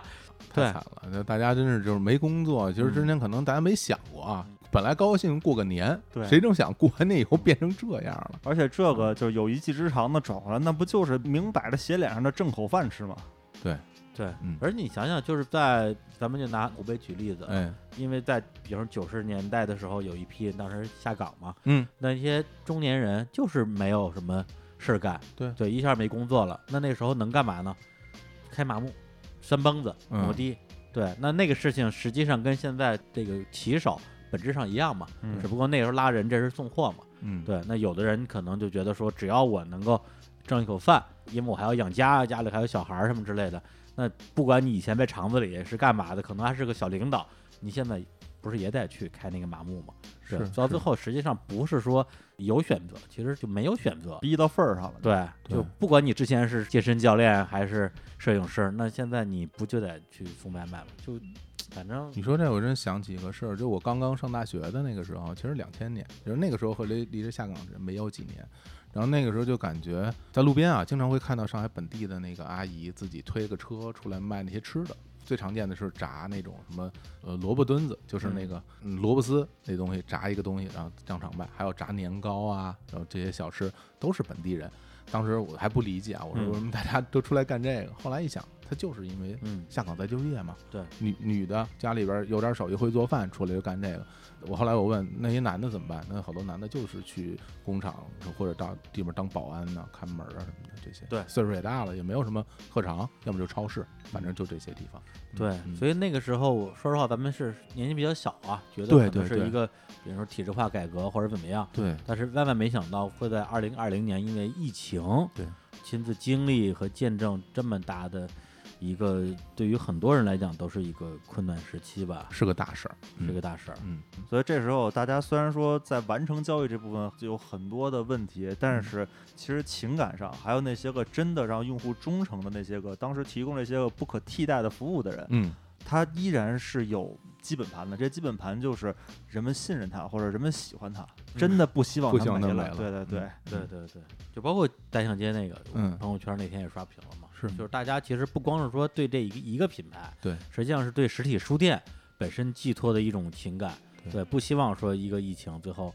Speaker 2: 太惨了，那大家真是就是没工作。其实之前可能大家没想过啊，本来高兴过个年，
Speaker 4: 嗯对
Speaker 2: 谁成想过完年以后变成这样了？
Speaker 4: 而且这个就是有一技之长的转过来，那不就是明摆着写脸上的挣口饭吃吗？
Speaker 2: 对，
Speaker 3: 对
Speaker 4: 嗯，
Speaker 3: 而你想想，就是在咱们就拿古北举例子，
Speaker 2: 哎，
Speaker 3: 因为在比如九十年代的时候，有一批人当时下岗嘛，
Speaker 4: 嗯，
Speaker 3: 那些中年人就是没有什么事儿干，
Speaker 2: 对
Speaker 3: 对，一下没工作了，那那时候能干嘛呢？开麻木、山蹦子、
Speaker 2: 嗯
Speaker 3: 摩的，对，那那个事情实际上跟现在这个骑手本质上一样嘛，
Speaker 4: 嗯
Speaker 3: 只不过那时候拉人，这是送货嘛，
Speaker 2: 嗯，
Speaker 3: 对，那有的人可能就觉得说，只要我能够挣一口饭，因为我还要养家，家里还有小孩儿什么之类的。那不管你以前在厂子里是干嘛的，可能还是个小领导，你现在不是也得去开那个麻木吗？对
Speaker 2: 是
Speaker 3: 到
Speaker 2: 是
Speaker 3: 最后实际上不是说有选择，其实就没有选择。
Speaker 4: 逼到份儿上了。
Speaker 3: 对，就
Speaker 2: 对
Speaker 3: 不管你之前是健身教练还是摄影师，那现在你不就得去送外卖吗？就反正
Speaker 2: 你说这，我真想起一个事儿，就我刚刚上大学的那个时候，其实两千年，就是那个时候和离离着下岗没有几年，然后那个时候就感觉在路边啊，经常会看到上海本地的那个阿姨自己推个车出来卖那些吃的，最常见的是炸那种什么呃萝卜墩子，就是那个、嗯萝卜丝那东西，炸一个东西然后当场卖，还有炸年糕啊，然后这些小吃都是本地人。当时我还不理解啊，我说
Speaker 3: 嗯
Speaker 2: 为什么大家都出来干这个？后来一想，他就是因为
Speaker 3: 嗯，
Speaker 2: 下岗再就业嘛。
Speaker 3: 对，
Speaker 2: 女女的家里边有点手艺，会做饭，出来就干这个。我后来我问那些男的怎么办？那好多男的就是去工厂或者到地方当保安呐、看门啊什么的这些。
Speaker 3: 对嗯
Speaker 2: 岁数也大了，也没有什么课堂，要么就超市，反正就这些地方。
Speaker 3: 对，
Speaker 2: 嗯
Speaker 3: 所以那个时候，我说实话，咱们是年纪比较小啊，觉
Speaker 2: 对
Speaker 3: 得可
Speaker 2: 对
Speaker 3: 能是
Speaker 2: 对
Speaker 3: 一个，比如说体制化改革或者怎么样，
Speaker 2: 对，
Speaker 3: 但是万万没想到会在二零二零年因为疫情，
Speaker 2: 对，
Speaker 3: 亲自经历和见证这么大的一个，对于很多人来讲都是一个困难时期吧，
Speaker 2: 是个大事儿。
Speaker 3: 是个大事儿。
Speaker 2: 嗯，
Speaker 4: 所以这时候大家虽然说在完成教育这部分就有很多的问题，但
Speaker 2: 嗯
Speaker 4: 是其实情感上还有那些个真的让用户忠诚的那些个当时提供这些个不可替代的服务的人，
Speaker 2: 嗯，
Speaker 4: 他依然是有基本盘的。这基本盘就是人们信任他，或者人们喜欢他，真的不希望
Speaker 2: 嗯不希
Speaker 4: 他
Speaker 2: 望
Speaker 4: 没
Speaker 2: 他没
Speaker 4: 了。
Speaker 2: 了
Speaker 4: 对对对，
Speaker 3: 对对对，就包括单向街那个，
Speaker 2: 嗯
Speaker 3: 朋友圈那天也刷屏了嘛，
Speaker 2: 是
Speaker 3: 就是大家其实不光是说对这一个一个品牌，
Speaker 2: 对，
Speaker 3: 实际上是对实体书店本身寄托的一种情感，
Speaker 2: 对
Speaker 3: 对，不希望说一个疫情最后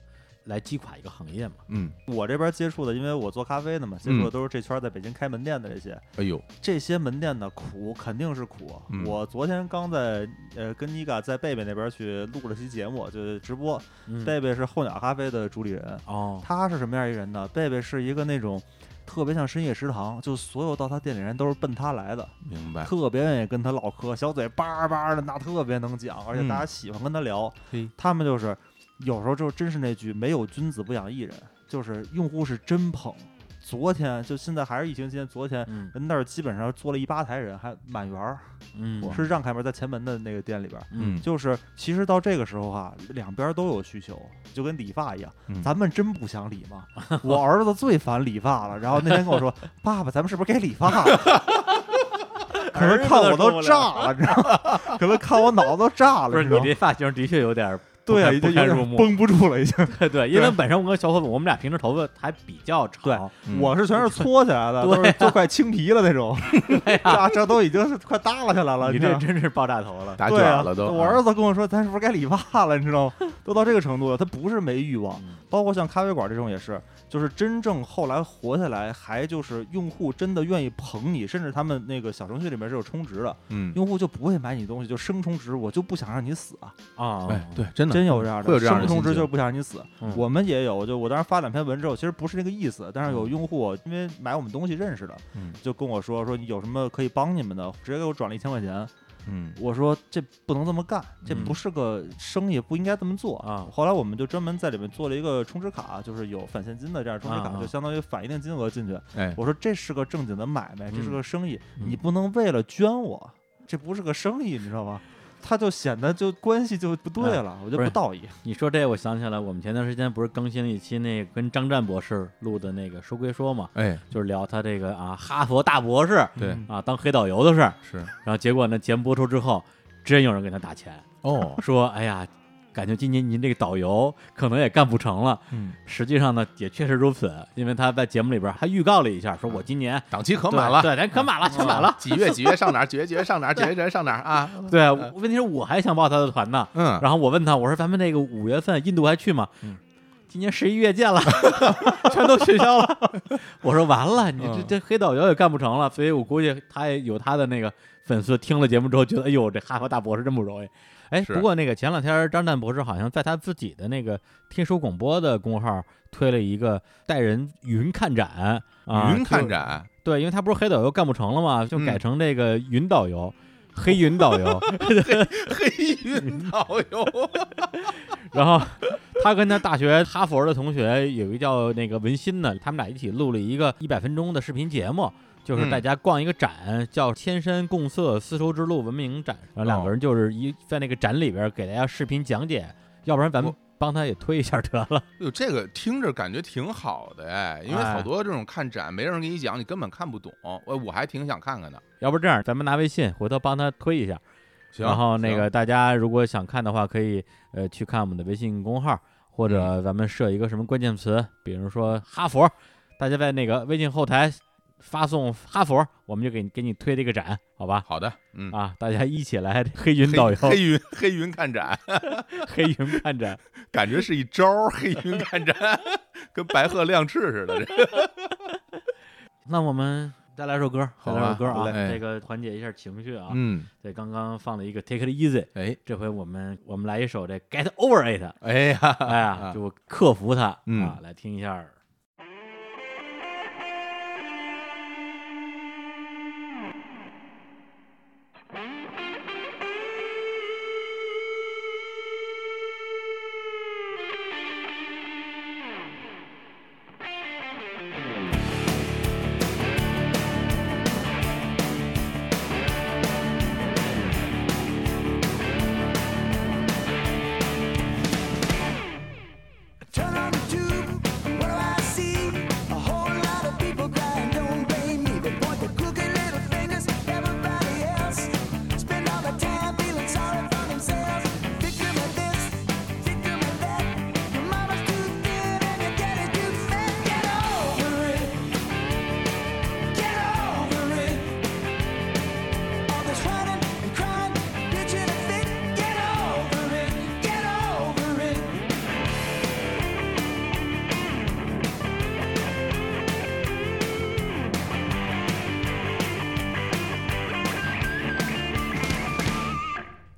Speaker 3: 来击垮一个行业嘛，
Speaker 2: 嗯，
Speaker 4: 我这边接触的，因为我做咖啡的嘛，接触的都是这圈儿在北京开门店的这些。
Speaker 2: 哎呦，
Speaker 4: 这些门店的苦肯定是苦。
Speaker 2: 嗯
Speaker 4: 我昨天刚在呃跟妮嘎在贝贝那边去录了期节目，就是直播。
Speaker 3: 嗯，
Speaker 4: 贝贝是候鸟咖啡的主理人，
Speaker 3: 哦，
Speaker 4: 他是什么样一个人呢？贝贝是一个那种特别像深夜食堂，就所有到他店里人都是奔他来的，
Speaker 2: 明白。
Speaker 4: 特别愿意跟他唠嗑，小嘴叭叭的，那特别能讲，而且大家喜欢跟他聊。
Speaker 2: 嗯嘿
Speaker 4: 他们就是有时候就真是那句“没有君子不养艺人”，就是用户是真捧。昨天就现在还是疫情期间，昨天
Speaker 3: 嗯
Speaker 4: 人那儿基本上坐了一吧台人，还满员儿，
Speaker 3: 嗯
Speaker 4: 是让开门在前门的那个店里边儿。
Speaker 3: 嗯
Speaker 4: 就是其实到这个时候啊，两边都有需求，就跟理发一样，
Speaker 2: 嗯
Speaker 4: 咱们真不想理嘛。我儿子最烦理发了，然后那天跟我说：“爸爸，咱们是不是该理发了？” 可能看我都炸了，你知道吗？ 可能看我脑子都炸
Speaker 3: 不
Speaker 4: 了，
Speaker 3: 是
Speaker 4: 你知
Speaker 3: 你
Speaker 4: 道吗？
Speaker 3: 这发型的确有点儿不
Speaker 4: 对啊，
Speaker 3: 堪
Speaker 4: 已
Speaker 3: 不
Speaker 4: 经
Speaker 3: 堪
Speaker 4: 有
Speaker 3: 入
Speaker 4: 点
Speaker 3: 目，
Speaker 4: 绷不住了，已经。
Speaker 3: 对对，因为本身我跟小伙伴我们俩平时头发还比较长，
Speaker 2: 嗯
Speaker 4: 我是全是搓起 来的，都是都快青皮了那 种，啊这这都已经是快耷拉下来了。
Speaker 3: 你
Speaker 4: 知道
Speaker 3: 这
Speaker 4: 吗
Speaker 3: 真是爆炸头了。
Speaker 2: 打卷
Speaker 4: 对啊，
Speaker 2: 了都。
Speaker 4: 我儿子跟我说，咱是不是该理发了？你知道吗？都到这个程度了，他不是没欲望，
Speaker 3: 嗯
Speaker 4: 包括像咖啡馆这种也是，就是真正后来活下来，还就是用户真的愿意捧你，甚至他们那个小程序里面是有充值的，
Speaker 2: 嗯，
Speaker 4: 用户就不会买你东西，就生充值，我就不想让你死啊，
Speaker 3: 啊，
Speaker 2: 哎，对，真的
Speaker 4: 真有这样的，
Speaker 2: 会有这样的
Speaker 4: 生充值
Speaker 2: 心情
Speaker 4: 就是不想让你死。
Speaker 3: 嗯
Speaker 4: 我们也有，就我当时发两篇文之后，其实不是那个意思，但是有用户因为买我们东西认识的，
Speaker 2: 嗯
Speaker 4: 就跟我说说你有什么可以帮你们的，直接给我转了一千块钱，
Speaker 2: 嗯
Speaker 4: 我说这不能这么干，这
Speaker 3: 嗯
Speaker 4: 不是个生意，不应该这么做
Speaker 3: 啊
Speaker 4: 后来我们就专门在里面做了一个充值卡，就是有返现金的这样充值卡，
Speaker 3: 啊啊
Speaker 4: 就相当于返一定金额进去。
Speaker 2: 哎，
Speaker 4: 我说这是个正经的买卖，这是
Speaker 3: 嗯
Speaker 4: 个生意，
Speaker 3: 嗯
Speaker 4: 你不能为了捐我，这不是个生意，你知道吗？他就显得就关系就不对了，我觉
Speaker 3: 不
Speaker 4: 得不
Speaker 3: 是
Speaker 4: 道义。
Speaker 3: 你说这我想起来，我们前段时间不是更新了一期那个跟张湛博士录的那个说归说嘛，
Speaker 2: 哎，
Speaker 3: 就是聊他这个啊哈佛大博士
Speaker 2: 对，
Speaker 4: 嗯
Speaker 3: 啊当黑导游的事儿，
Speaker 2: 是
Speaker 3: 然后结果呢节目播出之后，真有人给他打钱，
Speaker 2: 哦，
Speaker 3: 说哎呀，感觉今年您这个导游可能也干不成了。
Speaker 2: 嗯，
Speaker 3: 实际上呢，也确实如此，因为他在节目里边还预告了一下，说我今年
Speaker 2: 档期可
Speaker 3: 可
Speaker 2: 满了，嗯
Speaker 3: 对，咱可满了，全满了。
Speaker 2: 几月几月上哪儿，几月几月上哪儿，几月几月上哪儿啊？
Speaker 3: 对，问题是我还想报他的团呢。
Speaker 2: 嗯，
Speaker 3: 然后我问他，我说咱们那个五月份印度还去吗？
Speaker 2: 嗯
Speaker 3: 今年十一月见了， 全都取消了。 我说完了，你这
Speaker 2: 嗯
Speaker 3: 这黑导游也干不成了，所以我估计他也有他的那个粉丝听了节目之后觉得，哎呦，这哈佛大博士真不容易。哎，
Speaker 2: 是
Speaker 3: 不过那个前两天张旦博士好像在他自己的那个天书广播的公号推了一个带人云看展啊，
Speaker 2: 云看
Speaker 3: 就
Speaker 2: 展，
Speaker 3: 对，因为他不是黑导游干不成了嘛，就
Speaker 2: 嗯
Speaker 3: 改成这个云导游。黑云导游，
Speaker 2: 黑云导游，
Speaker 3: 然后他跟他大学哈佛的同学有一个叫那个文心的，他们俩一起录了一个一百分钟的视频节目，就是
Speaker 2: 嗯
Speaker 3: 大家逛一个展，叫“千山共色，丝绸之路文明展”。然后两个
Speaker 2: 哦
Speaker 3: 人就是一在那个展里边给大家视频讲解，要不然咱们
Speaker 2: 我
Speaker 3: 帮他也推一下得了。
Speaker 2: 哟，这个听着感觉挺好的哎，因为
Speaker 3: 哎
Speaker 2: 好多这种看展没人给你讲，你根本看不懂。呃我我还挺想看看的。
Speaker 3: 要不这样，咱们拿微信回头帮他推一下。
Speaker 2: 行，
Speaker 3: 然后那
Speaker 2: 行
Speaker 3: 个大家如果想看的话，可以呃去看我们的微信公号，或者咱们设一个什么关键词，比如说哈佛，大家在那个微信后台发送哈佛，我们就给你给你推这个展，好吧？
Speaker 2: 好的，嗯，
Speaker 3: 啊，大家一起来黑云
Speaker 2: 黑
Speaker 3: 导游，
Speaker 2: 黑云黑云看展，
Speaker 3: 黑云看展，
Speaker 2: 感觉是一招儿黑云看展， 跟白鹤亮翅似的。这
Speaker 3: 那我们 再来首歌，再
Speaker 2: 好
Speaker 3: 来
Speaker 2: 吧
Speaker 3: 首歌
Speaker 2: 好
Speaker 3: 啊，
Speaker 2: 嘞
Speaker 3: 这个缓解一下情绪啊。
Speaker 2: 嗯，
Speaker 3: 对，刚刚放了一个 Take It Easy，
Speaker 2: 哎
Speaker 3: 这回我们我们来一首这 Get Over It，
Speaker 2: 哎呀，
Speaker 3: 哎呀，就克服它、
Speaker 2: 嗯
Speaker 3: 啊，来听一下。
Speaker 5: Turn on the tube, what do I see? A whole lot of people crying, don't blame me. They point their crooked little fingers at everybody else. Spend all their time feeling sorry for themselves. Victim of this, victim of that. Your mama's too thin and your daddy's too fat. Get over it. Get over it. All this running and crying, pitching a fit. Get over it. Get over it.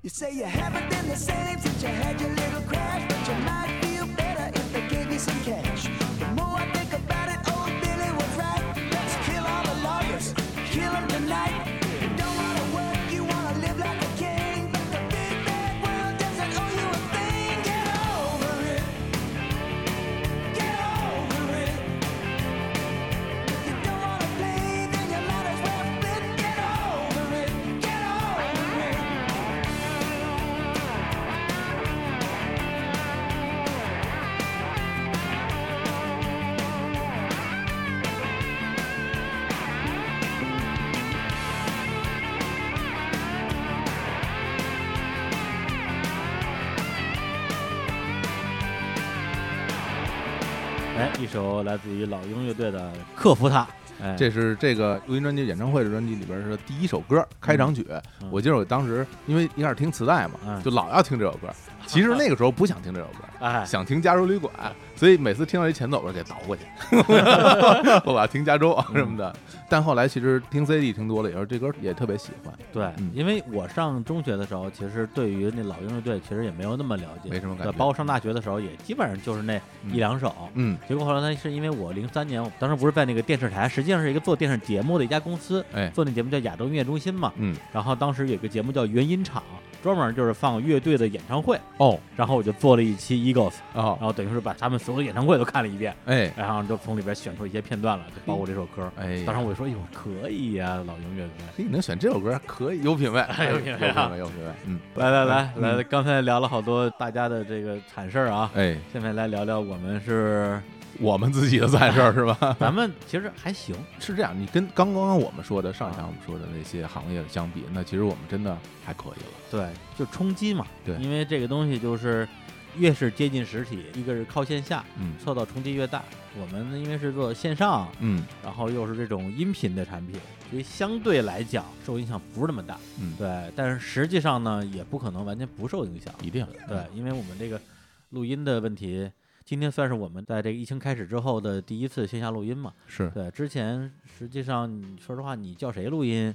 Speaker 5: You say you haven't been the same since you had your little crash, but you might feel better if they gave you some cash. The more I think about it, old Billy was right. Let's kill all the lawyers, kill 'em tonight. You don't wanna work, you wanna live like a king, but the big bad world doesn't owe you a thing. Get over it. Get over it. If you don't wanna play, then you might as well quit. Get over it. Get over it.
Speaker 3: 哎，一首来自于老鹰乐队的《克服它》。哎，
Speaker 2: 这是这个录音专辑演唱会的专辑里边儿的第一首歌，开场曲。
Speaker 3: 嗯
Speaker 2: 我记得我当时因为一开始听磁带嘛，
Speaker 3: 嗯
Speaker 2: 就老要听这首 歌。其实那个时候不想听这首歌，
Speaker 3: 哎，
Speaker 2: 想听《加州旅馆》，所以每次听到一前奏，我就给倒过 去，我把它听加州
Speaker 3: 嗯
Speaker 2: 啊什么的。但后来其实听 CD 听多了以后，这歌也特别喜欢，
Speaker 3: 对，
Speaker 2: 嗯
Speaker 3: 因为我上中学的时候，其实对于那老鹰乐队其实也没有那么了解，
Speaker 2: 没什么感
Speaker 3: 对
Speaker 2: 觉。
Speaker 3: 包括上大学的时候，也基本上就是那
Speaker 2: 嗯
Speaker 3: 一两首。
Speaker 2: 嗯，
Speaker 3: 结果后来呢，是因为我零三年，我当时不是在那个电视台，实际上是一个做电视节目的一家公司，
Speaker 2: 哎，
Speaker 3: 做那节目叫亚洲音乐中心嘛。
Speaker 2: 嗯，
Speaker 3: 然后当时有一个节目叫原音场，专门就是放乐队的演唱会。
Speaker 2: 哦
Speaker 3: 然后我就做了一期 Eagles，然
Speaker 2: 哦，
Speaker 3: 后等于是把他们所有的演唱会都看了一遍，
Speaker 2: 哎
Speaker 3: 然后就从里边选出一些片段来，就包括这首歌。
Speaker 2: 哎呀，
Speaker 3: 当时我就说，哎呦，可以呀、老鹰乐队。
Speaker 2: 嘿，你能选这首歌还可以，有品位，哎
Speaker 3: 有
Speaker 2: 有
Speaker 3: 品
Speaker 2: 品
Speaker 3: 位啊
Speaker 2: 位，有品位。嗯，
Speaker 3: 来来来
Speaker 2: 嗯
Speaker 3: 来，刚才聊了好多大家的这个惨事儿啊，
Speaker 2: 哎，
Speaker 3: 下面来聊聊我们 是
Speaker 2: 我们自己的在这儿是吧？
Speaker 3: 咱们其实还行，
Speaker 2: 是这样，你跟刚刚我们说的上一场我们说的那些行业相比，那其实我们真的还可以了。
Speaker 3: 对，就冲击嘛，
Speaker 2: 对
Speaker 3: 因为这个东西就是越是接近实体，一个是靠线下
Speaker 2: 嗯
Speaker 3: 受到冲击越大，我们呢因为是做线上，
Speaker 2: 嗯
Speaker 3: 然后又是这种音频的产品，所以相对来讲受影响不是那么大，
Speaker 2: 嗯，，
Speaker 3: 对，但是实际上呢也不可能完全不受影响，
Speaker 2: 一定嗯
Speaker 3: 对，因为我们这个录音的问题，今天算是我们在这个疫情开始之后的第一次线下录音嘛。
Speaker 2: 是，
Speaker 3: 对，之前实际上你说实话，你叫谁录音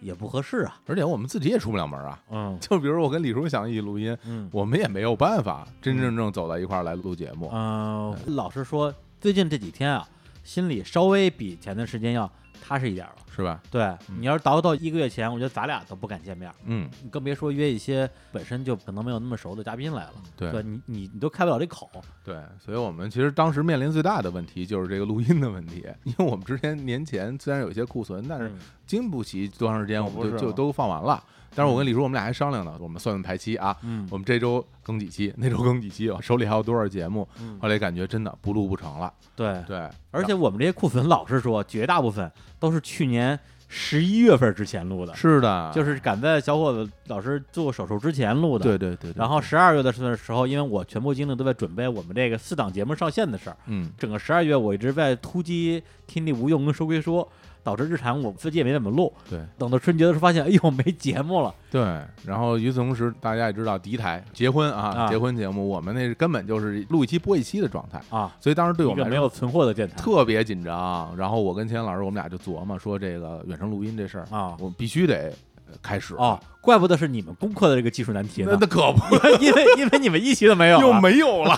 Speaker 3: 也不合适啊。
Speaker 2: 而且我们自己也出不了门啊。
Speaker 3: 嗯
Speaker 2: 就比如我跟李叔想一起录音，
Speaker 3: 嗯，
Speaker 2: 我们也没有办法真真正正走到一块儿来录节目。
Speaker 3: 嗯、老实说，最近这几天啊，心里稍微比前段时间要踏实一点了。
Speaker 2: 是吧？
Speaker 3: 对
Speaker 2: 嗯
Speaker 3: 你要是倒到一个月前，我觉得咱俩都不敢见面，
Speaker 2: 嗯，
Speaker 3: 你更别说约一些本身就可能没有那么熟的嘉宾来了。
Speaker 2: 对
Speaker 3: 对你你你都开不了这口。
Speaker 2: 对，所以我们其实当时面临最大的问题就是这个录音的问题，因为我们之前年前虽然有一些库存，但是
Speaker 3: 嗯
Speaker 2: 经不起多长时间，
Speaker 4: 可
Speaker 2: 我们
Speaker 4: 不
Speaker 2: 就是就
Speaker 4: 嘛
Speaker 2: 都放完了。但是我跟李叔，我们俩还商量呢，我们算算排期啊，
Speaker 3: 嗯
Speaker 2: 我们这周更几期，那周更几期，啊手里还有多少节目？
Speaker 3: 嗯
Speaker 2: 后来感觉真的不录不成了。
Speaker 3: 对，
Speaker 2: 对，
Speaker 3: 而且我们这些库存，老实说，绝大部分都是去年十一月份之前录的，
Speaker 2: 是的，
Speaker 3: 就是赶在小伙子老师做手术之前录的。
Speaker 2: 对对对，对
Speaker 3: 然后十二月的时候时候，因为我全部精力都在准备我们这个四档节目上线的事儿，
Speaker 2: 嗯，
Speaker 3: 整个十二月我一直在突击《天地无用》跟《说归说》，导致日常我自己也没怎么录。
Speaker 2: 对
Speaker 3: 等到春节的时候，发现哎呦没节目了。
Speaker 2: 对。然后与此同时，大家也知道，第一台结婚啊，
Speaker 3: 啊
Speaker 2: 结婚节目，我们那是根本就是录一期播一期的状态，
Speaker 3: 啊，
Speaker 2: 所以当时对我
Speaker 3: 一
Speaker 2: 们来
Speaker 3: 个没
Speaker 2: 说
Speaker 3: 有存货的电台
Speaker 2: 特别紧张。然后我跟钱老师，我们俩就琢磨说这个远程录音这事儿，
Speaker 3: 啊
Speaker 2: 我们必须得呃开始
Speaker 3: 哦，怪不得是你们攻克的这个技术难题
Speaker 2: 那
Speaker 3: 呢，
Speaker 2: 那可不
Speaker 3: 因为因为你们一期都没有啊，
Speaker 2: 又没有了，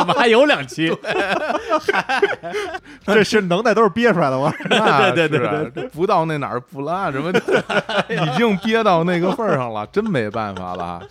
Speaker 3: 我们还有两期，
Speaker 4: 这是能耐都是憋出来的， 我
Speaker 2: 那
Speaker 3: 对对
Speaker 2: 是啊
Speaker 3: 对
Speaker 2: 这不到那哪儿不拉 什么的，已经憋到那个份儿上了， 真没办法了。啊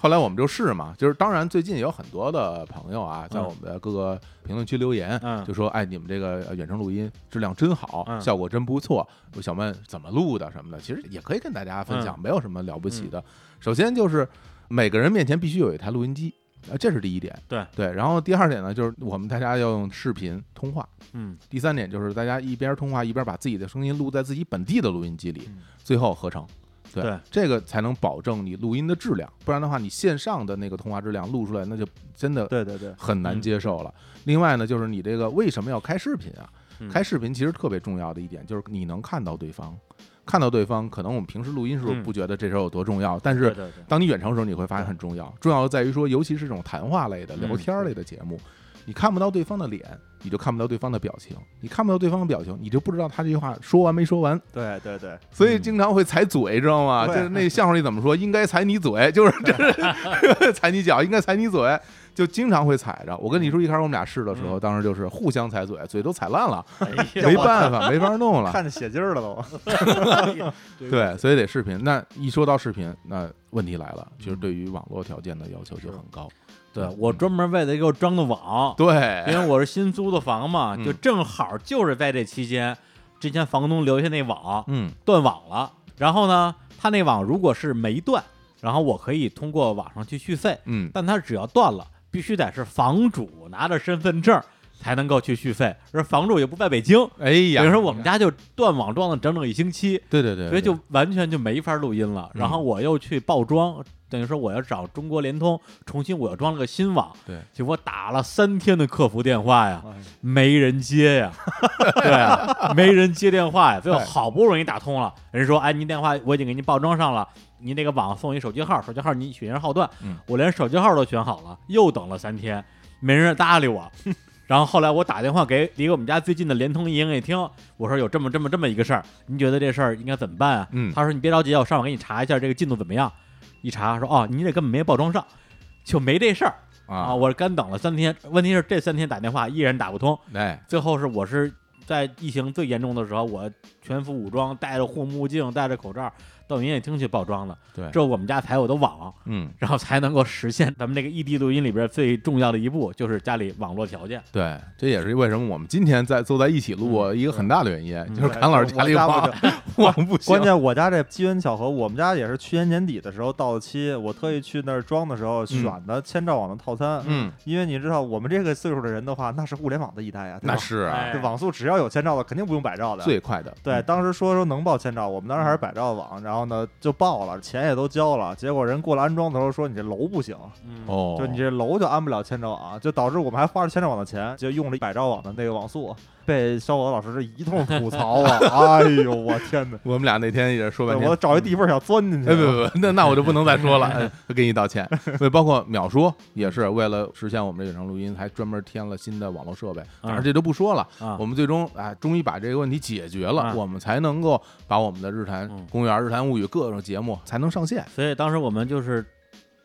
Speaker 2: 后来我们就试嘛，就是当然最近有很多的朋友啊，在
Speaker 3: 嗯
Speaker 2: 我们的各个评论区留言，
Speaker 3: 嗯
Speaker 2: 就说哎你们这个呃远程录音质量真好，
Speaker 3: 嗯
Speaker 2: 效果真不错，我想问怎么录的什么的，其实也可以跟大家分
Speaker 3: 嗯
Speaker 2: 享，没有什么了不起的。首先就是每个人面前必须有一台录音机。啊，这是第一点，
Speaker 3: 对
Speaker 2: 对。然后第二点呢，就是我们大家要用视频通话，
Speaker 3: 嗯，
Speaker 2: 第三点就是大家一边通话一边把自己的声音录在自己本地的录音机里
Speaker 3: 嗯，
Speaker 2: 最后合成。
Speaker 3: 对
Speaker 2: 这个才能保证你录音的质量，不然的话，你线上的那个通话质量录出来，那就真的
Speaker 4: 对对对，
Speaker 2: 很难
Speaker 3: 嗯
Speaker 2: 接受了。另外呢，就是你这个为什么要开视频啊？
Speaker 3: 嗯
Speaker 2: 开视频其实特别重要的一点就是你能看到对方，看到对方。可能我们平时录音时候
Speaker 3: 嗯
Speaker 2: 不觉得这事儿有多重要，但
Speaker 3: 对
Speaker 2: 是
Speaker 3: 对对，
Speaker 2: 当你远程的时候，你会发现很重要。重要的在于说，尤其是这种谈话类的、
Speaker 3: 嗯
Speaker 2: 聊天类的节目，你看不到对方的脸，你就看不到对方的表情，你看不到对方的表情，你就不知道他这句话说完没说完。
Speaker 4: 对对对，
Speaker 2: 所以经常会踩嘴，知道吗？
Speaker 4: 对
Speaker 2: 就是那相声里怎么说，应该踩你嘴， 就是这踩你脚，应该踩你嘴，就经常会踩着。我跟李叔一开始我们俩试的时候，当时就是互相踩嘴，嘴都踩烂了，没办法，没法弄了。
Speaker 4: 看着血劲儿了都。
Speaker 2: 对，所以得视频。那一说到视频，那问题来了，其实对于网络条件的要求就很高。
Speaker 3: 对我专门为了给我装的网，
Speaker 2: 对，
Speaker 3: 因为我是新租的房嘛，
Speaker 2: 嗯
Speaker 3: 就正好就是在这期间，之前房东留下那网
Speaker 2: 嗯
Speaker 3: 断网了，然后呢，他那网如果是没断，然后我可以通过网上去续费，
Speaker 2: 嗯，
Speaker 3: 但他只要断了，必须得是房主拿着身份证才能够去续费，而房主也不在北京，
Speaker 2: 哎呀，
Speaker 3: 等于说我们家就断网断了整整一星期，
Speaker 2: 对对对，
Speaker 3: 所以
Speaker 2: 对
Speaker 3: 就完全就没法录音了。
Speaker 2: 嗯
Speaker 3: 然后我又去报装，等于说我要找中国联通重新我又装了个新网，
Speaker 2: 对，
Speaker 3: 结果打了三天的客服电话
Speaker 4: 哎
Speaker 3: 呀，没人接 呀，对啊，没人接电话呀，最后
Speaker 2: 对
Speaker 3: 好不容易打通了，人说哎您电话我已经给您报装上了。您那个网送一手机号，手机号您选一下号段，
Speaker 2: 嗯
Speaker 3: 我连手机号都选好了，又等了三天，没人搭理我。 然后后来我打电话给离我们家最近的联通营业厅，我说有这么这么这么一个事儿，您觉得这事儿应该怎么办啊？
Speaker 2: 嗯
Speaker 3: 他说你别着急啊，我上网给你查一下这个进度怎么样。一查说哦，您这根本没报装上，就没这事儿啊。
Speaker 2: 啊，
Speaker 3: 我干等了三天，问题是这三天打电话依然打不通。
Speaker 2: 哎，
Speaker 3: 最后是我是在疫情最严重的时候，我全副武装，戴着护目镜，戴着口罩到营业厅去报装的，
Speaker 2: 对，
Speaker 3: 这我们家才有的网，
Speaker 2: 嗯，
Speaker 3: 然后才能够实现咱们这个异地录音里边最重要的一步，就是家里网络条件。
Speaker 2: 对，这也是为什么我们今天在坐在一起录一个很大的原因，就是
Speaker 4: 对
Speaker 2: 侃老师
Speaker 4: 我
Speaker 2: 家里
Speaker 4: 家不
Speaker 2: 网网不行，
Speaker 4: 关键我家这机缘巧合，我们家也是去年年底的时候到期，我特意去那儿装的时候选的千兆网的套餐。
Speaker 2: 嗯，
Speaker 4: 因为你知道我们这个岁数的人的话，那是互联网的一代啊，对吧
Speaker 2: 那是啊
Speaker 3: 哎
Speaker 4: 这网速只要有千兆的，肯定不用百兆的。
Speaker 2: 最嗯快的，
Speaker 4: 对，当时说说能报千兆，我们当时还是百兆网，然后呢就报了，钱也都交了，结果人过来安装的时候说你这楼不行，
Speaker 3: 嗯，
Speaker 2: 哦，
Speaker 4: 啊 就你这楼就安不了千兆网，就导致我们还花了千兆网的钱，就用了百兆网的那个网速，被肖狗老师这一通吐槽啊！哎呦，我天哪！
Speaker 2: 我们俩那天也是说半天，
Speaker 4: 我找一地缝想钻进去
Speaker 2: 哎，不不不，那那我就不能再说了，哎给你道歉。对，包括秒叔也是为了实现我们这远程录音，还专门添了新的网络设备。但是这都不说了，
Speaker 3: 啊
Speaker 2: 我们最终哎，终于把这个问题解决了，
Speaker 3: 啊
Speaker 2: 我们才能够把我们的日坛
Speaker 3: 嗯
Speaker 2: 公园、日坛物语各种节目才能上线。
Speaker 3: 所以当时我们就是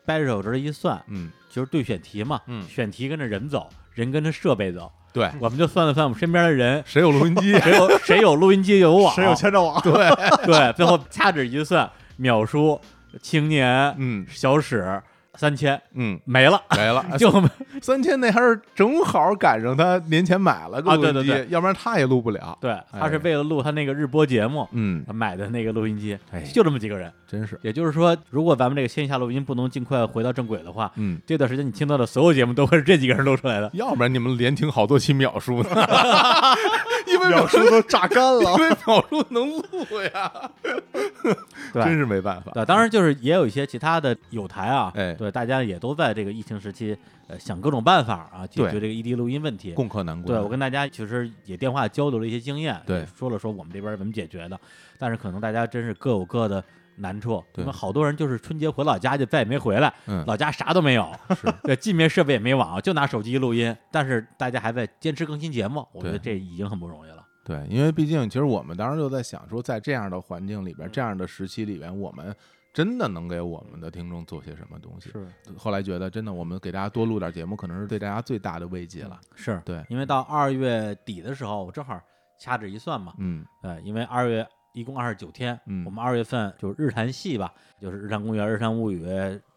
Speaker 3: 掰着手指头一算，
Speaker 2: 嗯，
Speaker 3: 就是对选题嘛，
Speaker 2: 嗯
Speaker 3: 选题跟着人走，人跟着设备走，
Speaker 2: 对，
Speaker 3: 我们就算了算我们身边的人，
Speaker 2: 谁有录音机？
Speaker 3: 谁有谁有录音机就有 网，
Speaker 4: 谁有千兆网？
Speaker 3: 对，最后掐指一算，秒叔、青年、
Speaker 2: 嗯
Speaker 3: 小史三千
Speaker 2: 嗯，
Speaker 3: 没了，
Speaker 2: 没了， 哎
Speaker 3: 就没
Speaker 2: 三千那还是正好赶上他年前买了个
Speaker 3: 啊
Speaker 2: 录音机，
Speaker 3: 对对
Speaker 2: 要不然他也录不了。
Speaker 3: 对，他是为了录他那个日播节目。
Speaker 2: 嗯，
Speaker 3: 买的那个录音机
Speaker 2: 哎，
Speaker 3: 就这么几个人。
Speaker 2: 真是，
Speaker 3: 也就是说，如果咱们这个线下录音不能尽快回到正轨的话，嗯
Speaker 2: 嗯，
Speaker 3: 这段时间你听到的所有节目都会是这几个人录出来的。
Speaker 2: 要不然你们连听好多期秒叔呢， 因为
Speaker 4: 秒叔都榨干了
Speaker 2: 因。为秒叔能录呀，
Speaker 4: 对
Speaker 2: 真是没办法。
Speaker 3: 对，当然就是也有一些其他的有台啊，
Speaker 2: 哎
Speaker 3: 对，大家也都在这个疫情时期，呃，想各种办法啊，解
Speaker 2: 对
Speaker 3: 决这个异地录音问题。
Speaker 2: 共克难关。
Speaker 3: 对，我跟大家其实也电话交流了一些经验，
Speaker 2: 对
Speaker 3: 也说了说我们这边怎么解决的，但是可能大家真是各有各的难处，
Speaker 2: 对
Speaker 3: 因为好多人就是春节回老家就再也没回来，
Speaker 2: 嗯
Speaker 3: 老家啥都没有，
Speaker 2: 是
Speaker 3: 对，既没设备也没网，就拿手机录音，但是大家还在坚持更新节目，我觉得这已经很不容易了。
Speaker 2: 对，因为
Speaker 3: 嗯
Speaker 2: 毕竟其实我们当时就在想说，在这样的环境里边，这样的时期里边，我们真的能给我们的听众做些什么东西？
Speaker 4: 是，
Speaker 2: 后来觉得真的，我们给大家多录点节目，可能是对大家最大的慰藉了。
Speaker 3: 是
Speaker 2: 对
Speaker 3: 因为到二月底的时候，我正好掐指一算嘛，
Speaker 2: 嗯
Speaker 3: 呃，因为二月一共二十九天，
Speaker 2: 嗯
Speaker 3: 我们二月份就是日谈系吧，就是日坛公园、日坛物语、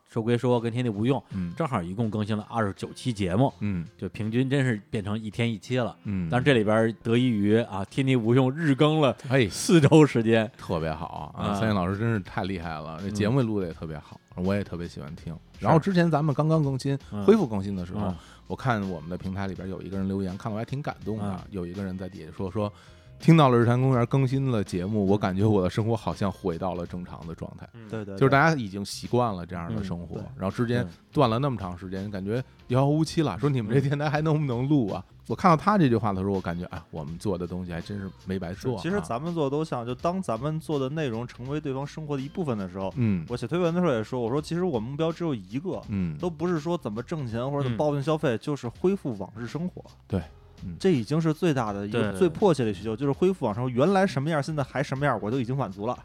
Speaker 3: 说归说跟天地无用，
Speaker 2: 嗯
Speaker 3: 正好一共更新了二十九期节目，
Speaker 2: 嗯
Speaker 3: 就平均真是变成一天一期了。
Speaker 2: 嗯，
Speaker 3: 但是这里边得益于啊，天地无用日更了
Speaker 2: 哎，
Speaker 3: 四周时间，
Speaker 2: 特别好
Speaker 3: 啊
Speaker 2: 啊！三叶老师真是太厉害了，这
Speaker 3: 嗯
Speaker 2: 节目录的也特别好，我也特别喜欢听。然后之前咱们刚刚更新、
Speaker 3: 嗯
Speaker 2: 恢复更新的时候
Speaker 3: 嗯，
Speaker 2: 我看我们的平台里边有一个人留言，看得我还挺感动的
Speaker 3: 嗯。
Speaker 2: 有一个人在底下说说。听到了日坛公园更新了节目，我感觉我的生活好像回到了正常的状态，
Speaker 4: 对对，
Speaker 2: 就是大家已经习惯了这样的
Speaker 3: 嗯
Speaker 2: 生活
Speaker 4: 对，
Speaker 2: 然后之间
Speaker 3: 对
Speaker 2: 断了那么长时间，感觉遥遥无期了。说你们这电台还能不能录啊？我看到他这句话的时候，我感觉啊，我们做的东西还真是没白做啊。
Speaker 4: 其实咱们做的都像，就当咱们做的内容成为对方生活的一部分的时候，
Speaker 2: 嗯
Speaker 4: 我写推文的时候也说，我说其实我目标只有一个，
Speaker 2: 嗯
Speaker 4: 都不是说怎么挣钱或者怎
Speaker 3: 嗯
Speaker 4: 么报复性消费，就是恢复往日生活。
Speaker 2: 对嗯
Speaker 4: 这已经是最大的一
Speaker 3: 对对
Speaker 4: 个
Speaker 3: 对
Speaker 4: 最迫切的需求，就是恢复往生活。原来什么样，现在还什么样，我就已经满足了。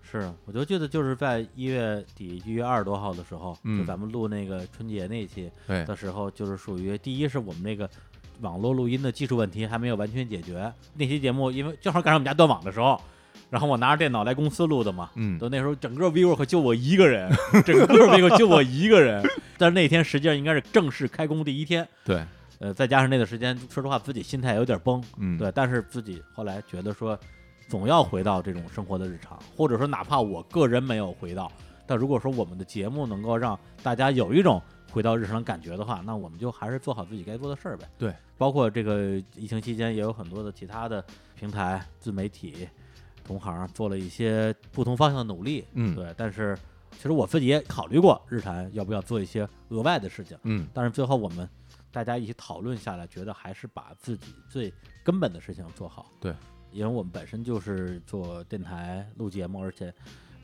Speaker 3: 是，我就记得就是在一月底一月二十多号的时候，
Speaker 2: 嗯
Speaker 3: 就咱们录那个春节那一期
Speaker 2: 对
Speaker 3: 的时候，就是属于第一是我们那个网络录音的技术问题还没有完全解决，那期节目因为正好赶上我们家断网的时候，然后我拿着电脑来公司录的嘛，
Speaker 2: 嗯
Speaker 3: 都那时候整个 WeWork 就我一个人，整个 WeWork 就我一个人， 但是那天实际上应该是正式开工第一天，
Speaker 2: 对，
Speaker 3: 呃，再加上那段时间，说实话自己心态有点崩，
Speaker 2: 嗯
Speaker 3: 对，但是自己后来觉得说，总要回到这种生活的日常，或者说哪怕我个人没有回到，但如果说我们的节目能够让大家有一种回到日常的感觉的话，那我们就还是做好自己该做的事儿呗。
Speaker 2: 对，
Speaker 3: 包括这个疫情期间也有很多的其他的平台、自媒体、同行做了一些不同方向的努力，
Speaker 2: 嗯
Speaker 3: 对，但是。其实我自己也考虑过日坛要不要做一些额外的事情，
Speaker 2: 嗯
Speaker 3: 但是最后我们大家一起讨论下来，觉得还是把自己最根本的事情做好。
Speaker 2: 对，
Speaker 3: 因为我们本身就是做电台录节目，而且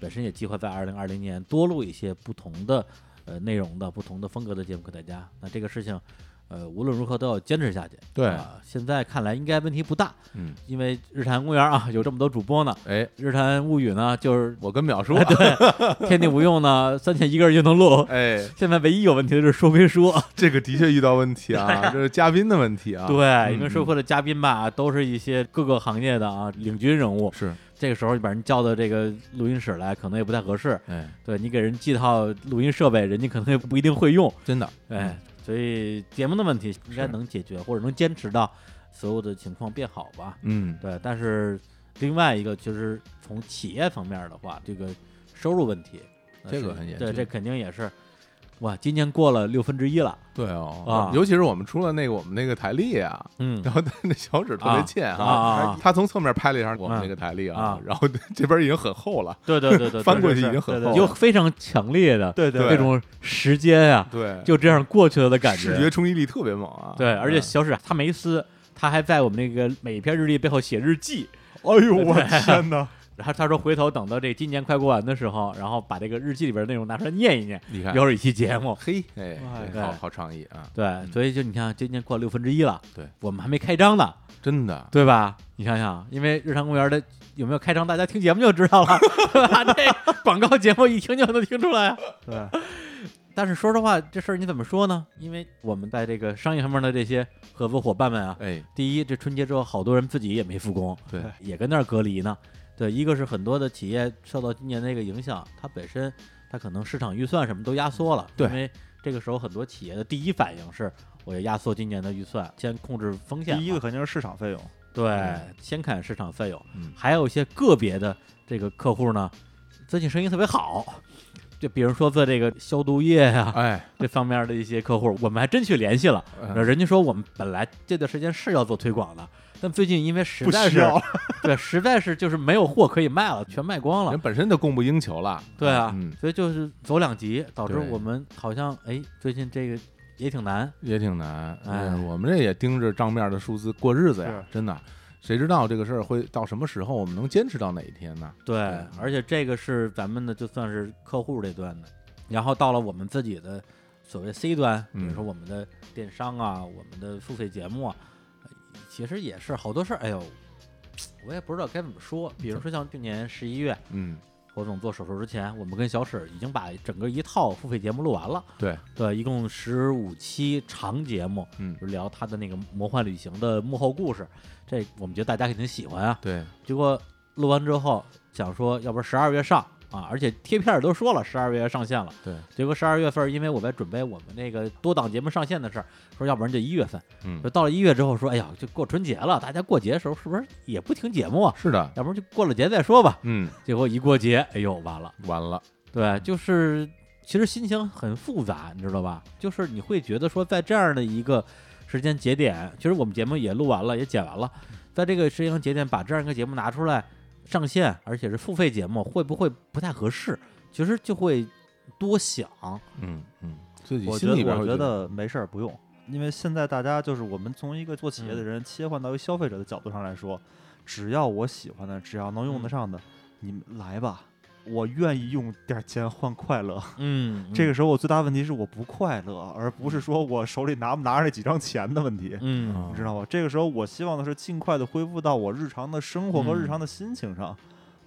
Speaker 3: 本身也计划在二零二零年多录一些不同的呃内容的、不同的风格的节目给大家。那这个事情，呃，无论如何都要坚持下去。
Speaker 2: 对
Speaker 3: 啊现在看来应该问题不大，
Speaker 2: 嗯，
Speaker 3: 因为日坛公园啊有这么多主播呢，
Speaker 2: 哎，
Speaker 3: 日坛物语呢就是
Speaker 2: 我跟淼叔，
Speaker 3: 天地无用呢，三千一个人就能 录。
Speaker 2: 哎，
Speaker 3: 现在唯一有问题的就是说归说，
Speaker 2: 这个的确遇到问题啊，这是嘉宾的问题啊，，
Speaker 3: 对，因为说会的嘉宾吧，都是一些各个行业的啊领军人物。
Speaker 2: 是，
Speaker 3: 这个时候你把人叫到这个录音室来，可能也不太合适。
Speaker 2: 哎，
Speaker 3: 对你给人寄套录音设备，人家可能也不一定会用。
Speaker 2: 真的，
Speaker 3: 哎，所以节目的问题应该能解决，或者能坚持到所有的情况变好吧。
Speaker 2: 嗯，
Speaker 3: 对，但是另外一个就是从企业方面的话，这个收入问题，呃
Speaker 2: 这个
Speaker 3: 是
Speaker 2: 很严
Speaker 3: 对，
Speaker 2: 峻
Speaker 3: 这肯定也是。哇，今年过了六分之一了，
Speaker 2: 对
Speaker 3: 啊
Speaker 2: 哦，尤其是我们出了那个我们那个台历啊，
Speaker 3: 嗯
Speaker 2: 然后他那小指特别欠
Speaker 3: 啊啊啊
Speaker 2: 他从侧面拍了一下我们那个台历
Speaker 3: 啊
Speaker 2: 然后这边已经很厚了，
Speaker 3: 对对对对，
Speaker 2: 翻过
Speaker 3: 去。
Speaker 2: 去已经很厚
Speaker 3: 有
Speaker 2: 了，
Speaker 3: 非常强烈的
Speaker 4: 对对
Speaker 2: 对
Speaker 3: 这种时间呀、
Speaker 2: 对，
Speaker 3: 就这样过去了的感觉。
Speaker 2: 视觉冲击力特别猛啊，
Speaker 3: 对，而且
Speaker 2: 嗯
Speaker 3: 小史他没撕，他还在我们那个每一篇日历背后写日记。
Speaker 4: 哎呦 我天哪！
Speaker 3: 然后他说，回头等到这今年快过完的时候，然后把这个日记里边的内容拿出来念一念，
Speaker 2: 你看
Speaker 3: 一，会儿一期节目。
Speaker 2: 嘿，哎
Speaker 4: 哎，
Speaker 2: 这好好创意啊，
Speaker 3: 对，所以就你看，今年过了六分之一了，
Speaker 2: 对
Speaker 3: 我们还没开张呢，
Speaker 2: 真的，
Speaker 3: 对吧？你想想，因为日常公园的有没有开张，大家听节目就知道了， 对吧？这广告节目一听就能听出来啊。
Speaker 4: 对，
Speaker 3: 但是说实话，这事儿你怎么说呢？因为我们在这个商业方面的这些合作伙伴们啊，
Speaker 2: 哎，
Speaker 3: 第一，这春节之后好多人自己也没复工，
Speaker 2: 对，
Speaker 3: 也跟那儿隔离呢。对，一个是很多的企业受到今年的一个影响，它本身它可能市场预算什么都压缩了，
Speaker 2: 对
Speaker 3: 因为这个时候很多企业的第一反应是，我要压缩今年的预算，先控制风险嘛。
Speaker 4: 第一个肯定是市场费用，
Speaker 3: 对
Speaker 2: 嗯，
Speaker 3: 先砍市场费用，
Speaker 2: 嗯
Speaker 3: 还有一些个别的这个客户呢，最近生意特别好，就比如说做这个消毒液呀、
Speaker 2: 哎，
Speaker 3: 这方面的一些客户，我们还真去联系了。
Speaker 2: 嗯
Speaker 3: 人家说我们本来这段时间是要做推广的，但最近因为实
Speaker 4: 不
Speaker 3: 在
Speaker 4: 需
Speaker 3: 是
Speaker 4: 要
Speaker 3: 对，实在是就是没有货可以卖了，全卖光了
Speaker 2: 人。本身就供不应求了，
Speaker 3: 对啊，
Speaker 2: 嗯，
Speaker 3: 所以就是走两极，导致
Speaker 2: 对
Speaker 3: 我们好像哎，最近这个也挺难。
Speaker 2: 也挺难，
Speaker 3: 哎
Speaker 2: 嗯我们这也盯着账面的数字过日子呀，真的，谁知道这个事儿会到什么时候，我们能坚持到哪一天呢？
Speaker 3: 对，
Speaker 2: 嗯
Speaker 3: 而且这个是咱们的，就算是客户这端的，然后到了我们自己的所谓 C 端，比如
Speaker 2: 嗯
Speaker 3: 说我们的电商啊，我们的付费节目啊，呃其实也是好多事儿。哎呦，我也不知道该怎么说。比如说像去年十一月，
Speaker 2: 嗯，
Speaker 3: 侯总做手术之前，我们跟小史已经把整个一套付费节目录完了，
Speaker 2: 对，
Speaker 3: 对，一共十五期长节目，
Speaker 2: 嗯，
Speaker 3: 就聊他的那个魔幻旅行的幕后故事。这我们觉得大家肯定喜欢啊。
Speaker 2: 对，
Speaker 3: 结果录完之后想说，要不十二月上啊，而且贴片儿都说了十二月上线了。
Speaker 2: 对，
Speaker 3: 结果十二月份儿，因为我在准备我们那个多档节目上线的事儿，说要不然就一月份。
Speaker 2: 嗯
Speaker 3: 就到了一月之后说，哎呀，就过春节了，大家过节的时候是不是也不听节目啊？
Speaker 2: 是的，
Speaker 3: 要不然就过了节再说吧。
Speaker 2: 嗯，
Speaker 3: 结果一过节，哎呦，完了。
Speaker 2: 完了，
Speaker 3: 对，就是其实心情很复杂，你知道吧？就是你会觉得说，在这样的一个时间节点，其实我们节目也录完了，也剪完了，在这个时间节点把这样一个节目拿出来上线，而且是付费节目，会不会不太合适？其实就会多 想，
Speaker 2: 嗯嗯，自己
Speaker 4: 我觉
Speaker 2: 心
Speaker 4: 得
Speaker 2: 里边
Speaker 4: 我
Speaker 2: 会
Speaker 4: 觉得没事儿，不用，因为现在大家就是我们从一个
Speaker 2: 嗯
Speaker 4: 做企业的人切换到一个消费者的角度上来说，只要我喜欢的，只要能
Speaker 2: 嗯
Speaker 4: 用得上的，你们来吧，我愿意用点儿钱换快乐。
Speaker 3: 嗯，
Speaker 4: 这个，时候我最大问题是我不快乐，而不
Speaker 2: 嗯
Speaker 4: 是说我手里拿不拿着那几张钱的问题。
Speaker 3: 嗯
Speaker 2: 啊
Speaker 4: 你 知道吗？这个时候，我希望的是尽快的恢复到我日常的生活和
Speaker 3: 嗯
Speaker 4: 日常的心情上。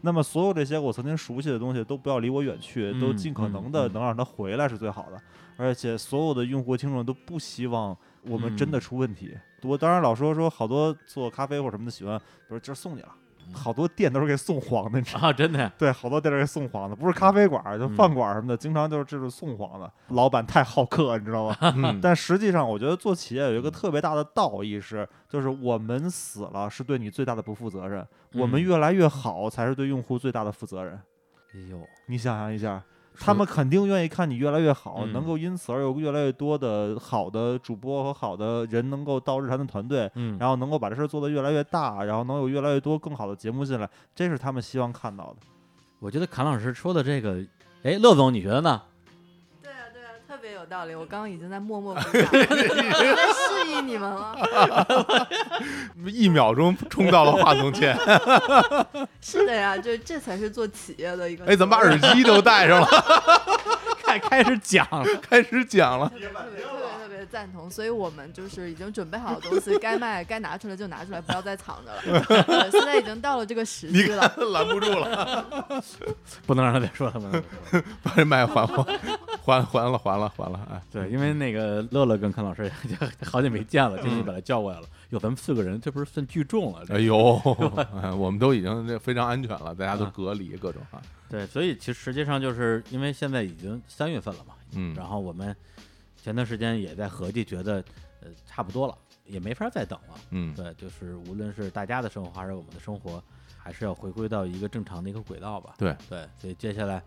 Speaker 4: 那么，所有这些我曾经熟悉的东西都不要离我远去，都
Speaker 3: 嗯
Speaker 4: 尽可
Speaker 3: 嗯
Speaker 4: 能的
Speaker 3: 嗯
Speaker 4: 能让它回来是最好的。而且，所有的用户听众都不希望我们真的
Speaker 3: 嗯
Speaker 4: 出问题。我当然老说说好多做咖啡或者什么的喜欢，比如今儿送你了，好多店都是给送黄的，你知道吗
Speaker 3: 嗯啊，真的，
Speaker 4: 对，好多店儿给送黄的，不是咖啡馆儿，就
Speaker 3: 嗯
Speaker 4: 饭馆儿什么的，经常就是这种送黄的。老板太好客，你知道吗？
Speaker 2: 嗯
Speaker 4: 但实际上，我觉得做企业有一
Speaker 3: 嗯
Speaker 4: 个特别大的道义是，就是我们死了是对你最大的不负责任，我们
Speaker 3: 嗯
Speaker 4: 越来越好才是对用户最大的负责任。
Speaker 3: 哎呦，
Speaker 4: 你想象一下，他们肯定愿意看你越来越好，能
Speaker 3: 嗯
Speaker 4: 够因此而有越来越多的好的主播和好的人能够到日坛的团队。
Speaker 3: 嗯，
Speaker 4: 然后能够把这事儿做得越来越大，然后能有越来越多更好的节目进来，这是他们希望看到的。
Speaker 3: 我觉得侃老师说的这个，哎，乐总，你觉得呢？
Speaker 6: 对啊，对啊，特别有道理。我刚刚已经在默默鼓掌， 我在示意你们了。
Speaker 2: 一秒钟冲到了话筒前，
Speaker 6: 是的呀，这这才是做企业的一个。
Speaker 2: 哎，咱们把耳机都戴上了，
Speaker 3: 开开始讲了，
Speaker 2: 开始讲了，
Speaker 6: 特别特别特别赞同，所以我们就是已经准备好的东西，该卖该拿出来就拿出来，不要再藏着了。呃现在已经到了这个时
Speaker 2: 你
Speaker 6: 机了，
Speaker 2: 看拦不住了，
Speaker 3: 不能让他再说了，不能让他再说了。
Speaker 2: 把这麦还我，还还了，还了，还了，哎，
Speaker 3: 对，因为那个乐乐跟康老师 好久没见了，这次把他叫过来了。哟，咱们四个人，这不是算聚众了？这
Speaker 2: 哎呦，哎我们都已经这非常安全了，大家都隔离各种啊，
Speaker 3: 对，所以其实实际上就是因为现在已经三月份了嘛，
Speaker 2: 嗯，
Speaker 4: 啊
Speaker 3: 然后我们前段时间也在合计，觉得呃差不多了，也没法再等了。
Speaker 2: 嗯，
Speaker 3: 对，就是无论是大家的生活还是我们的生活，还是要回归到一个正常的一个轨道吧。
Speaker 2: 对
Speaker 3: 对，所以接下来，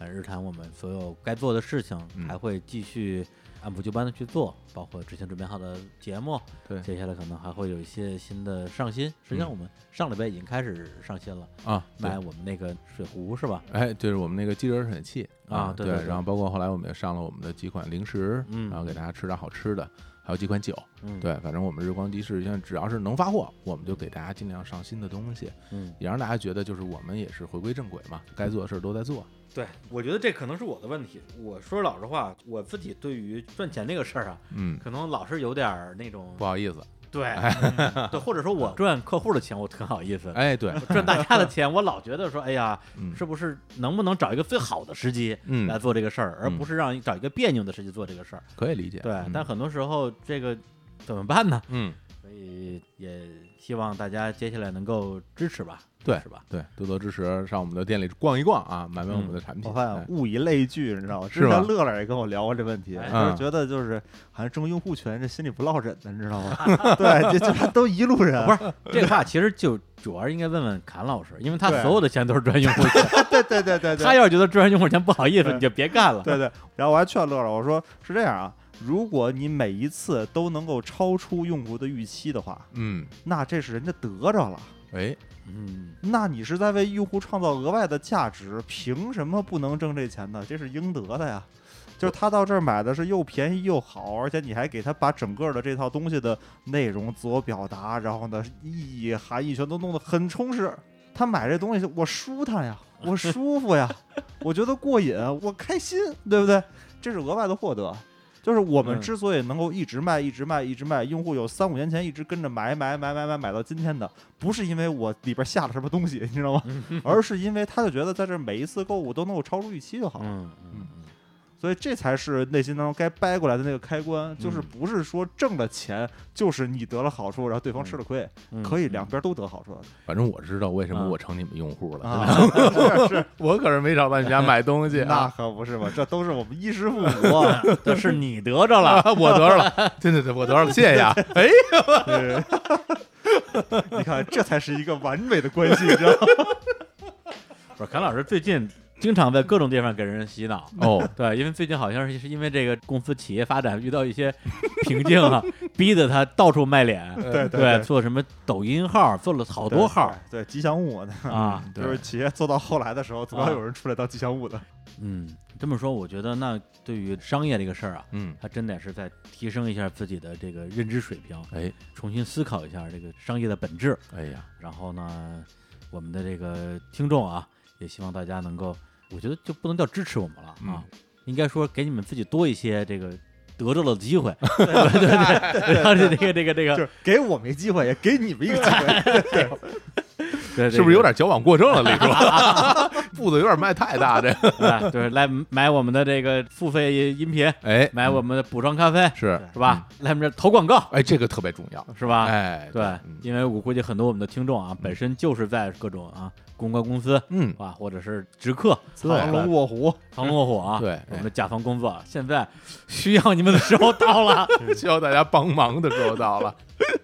Speaker 3: 呃，日坛我们所有该做的事情
Speaker 2: 嗯
Speaker 3: 还会继续按部就班的去做，包括之前准备好的节目。
Speaker 2: 对
Speaker 3: 接下来可能还会有一些新的上新。实际上，
Speaker 2: 嗯
Speaker 3: 我们上礼拜已经开始上新了，
Speaker 2: 啊，对
Speaker 3: 卖我们那个水壶是吧？
Speaker 2: 哎，就是我们那个鸡热水器
Speaker 3: 啊对
Speaker 2: 对
Speaker 3: 对对
Speaker 2: 然后包括后来我们也上了我们的几款零食，
Speaker 3: 嗯
Speaker 2: 然后给大家吃点好吃的，还有几款酒。
Speaker 3: 嗯，
Speaker 2: 对，反正我们日光集市现在只要是能发货，我们就给大家尽量上新的东西，
Speaker 3: 嗯，
Speaker 2: 也让大家觉得就是我们也是回归正轨嘛，该做的事儿都在做。
Speaker 3: 对，我觉得这可能是我的问题。我说老实话，我自己对于赚钱这个事儿啊，
Speaker 2: 嗯，
Speaker 3: 可能老是有点儿那种
Speaker 2: 不好意思，
Speaker 3: 对、 对，或者说我赚客户的钱，我挺好意思。
Speaker 2: 哎，对，
Speaker 3: 我赚大家的钱，我老觉得说，哎呀，
Speaker 2: 嗯
Speaker 3: 是不是能不能找一个最好的时机
Speaker 2: 嗯
Speaker 3: 来做这个事儿，而
Speaker 2: 嗯
Speaker 3: 不是让找一个别扭的时机做这个事儿？
Speaker 2: 可以理解。
Speaker 3: 对，
Speaker 2: 嗯
Speaker 3: 但很多时候这个怎么办呢？
Speaker 2: 嗯，
Speaker 3: 所以也希望大家接下来能够支持吧，
Speaker 2: 对
Speaker 3: 是吧？
Speaker 2: 对，多多支持，上我们的店里逛一逛啊，买买我们的
Speaker 3: 嗯
Speaker 2: 产品。
Speaker 4: 我发
Speaker 3: 啊
Speaker 4: 现
Speaker 2: 哎
Speaker 4: 物以类聚，你知道吗？
Speaker 2: 是
Speaker 4: 之前
Speaker 2: 吧
Speaker 4: 乐乐也跟我聊过这问题，
Speaker 3: 哎
Speaker 4: 就是觉得就是好像争用户权，这心里不落枕的，你知道吗？ 对，这这都一路人，
Speaker 3: 不是这话，其实就主要是应该问问侃老师，因为他
Speaker 4: 对
Speaker 3: 所有的钱都是专业用户钱，
Speaker 4: 对 对对对对，
Speaker 3: 他要是觉得专业用户钱不好意思，
Speaker 4: 对
Speaker 3: 你就别干了。
Speaker 4: 对对，然后我还劝乐乐，我说是这样啊，如果你每一次都能够超出用户的预期的话，
Speaker 2: 嗯，
Speaker 4: 那这是人家得着了，
Speaker 2: 哎，
Speaker 3: 嗯，
Speaker 4: 那你是在为用户创造额外的价值，凭什么不能挣这钱呢？这是应得的呀。就是他到这儿买的是又便宜又好，而且你还给他把整个的这套东西的内容、自我表达，然后呢意义、含义全都弄得很充实。他买这东西，我舒坦呀，我舒服呀，我觉得过瘾，我开心，对不对？这是额外的获得。就是我们
Speaker 3: 嗯
Speaker 4: 之所以能够一直卖、一直卖、一直卖，用户有三五年前一直跟着买买买买买买到今天的，不是因为我里边下了什么东西，你知道吗？而是因为他就觉得在这每一次购物都能够超出预期就好，
Speaker 3: 嗯嗯嗯，
Speaker 4: 所以这才是内心当中该掰过来的那个开关，就是不是说挣了钱就是你得了好处，然后对方吃了亏，
Speaker 3: 嗯
Speaker 4: 可以两边都得好处的
Speaker 2: 反正我知道为什么
Speaker 3: 啊
Speaker 2: 我成你们用户了，，
Speaker 4: 啊 是是，
Speaker 2: 我可是没少到你家买东西
Speaker 4: 那
Speaker 2: 啊。
Speaker 4: 可不是嘛，这都是我们衣食父母啊，
Speaker 3: 这是你 得着了，
Speaker 2: 啊我得着了，对对对，我得着了，谢谢啊！哎，
Speaker 4: 是你看这才是一个完美的关系，你知道吗？
Speaker 3: 不是侃老师最近经常在各种地方给人洗脑。
Speaker 2: 哦，
Speaker 3: 对，因为最近好像是是因为这个公司企业发展遇到一些瓶颈啊， 逼得他到处卖脸，
Speaker 4: 对
Speaker 3: 对
Speaker 4: 对，
Speaker 3: 做什么抖音号，做了好多号
Speaker 4: 对对吉祥物，
Speaker 3: 啊，
Speaker 2: 对
Speaker 4: 就是企业做到后来的时候，总要有人出来当吉祥物的。
Speaker 3: 嗯，这么说，我觉得那对于商业这个事儿啊，
Speaker 2: 嗯，
Speaker 3: 还真得是在提升一下自己的这个认知水平，
Speaker 2: 哎，
Speaker 3: 重新思考一下这个商业的本质。
Speaker 2: 哎呀，
Speaker 3: 然后呢，我们的这个听众啊，也希望大家能够，我觉得就不能叫支持我们了啊，应该说给你们自己多一些这个得着了的机会，对对对，然后这这个这个这
Speaker 4: 就
Speaker 3: 个
Speaker 4: 是给我们一个机会，也给你们一个机会。
Speaker 3: 对，
Speaker 2: 是不是有点矫枉过正了，李叔？步子有点迈太大，这个
Speaker 3: 点啊？就是来买我们的这个付费音频，
Speaker 2: 哎，
Speaker 3: 买我们的补妆咖啡，
Speaker 2: 是
Speaker 3: 是吧？来我们这儿投广告，
Speaker 2: 哎，这个特别重要，
Speaker 3: 是吧？
Speaker 2: 哎，
Speaker 3: 啊对，
Speaker 2: 嗯
Speaker 3: 因为我估计很多我们的听众啊，本身就是在各种啊公关公司
Speaker 2: 嗯，
Speaker 3: 啊，或者是直客、
Speaker 4: 藏龙卧虎，
Speaker 3: 藏龙卧虎啊，
Speaker 2: 对
Speaker 3: 我们的甲方工作，啊现在需要你们的时候 到了。
Speaker 2: 需要大家帮忙的时候到了。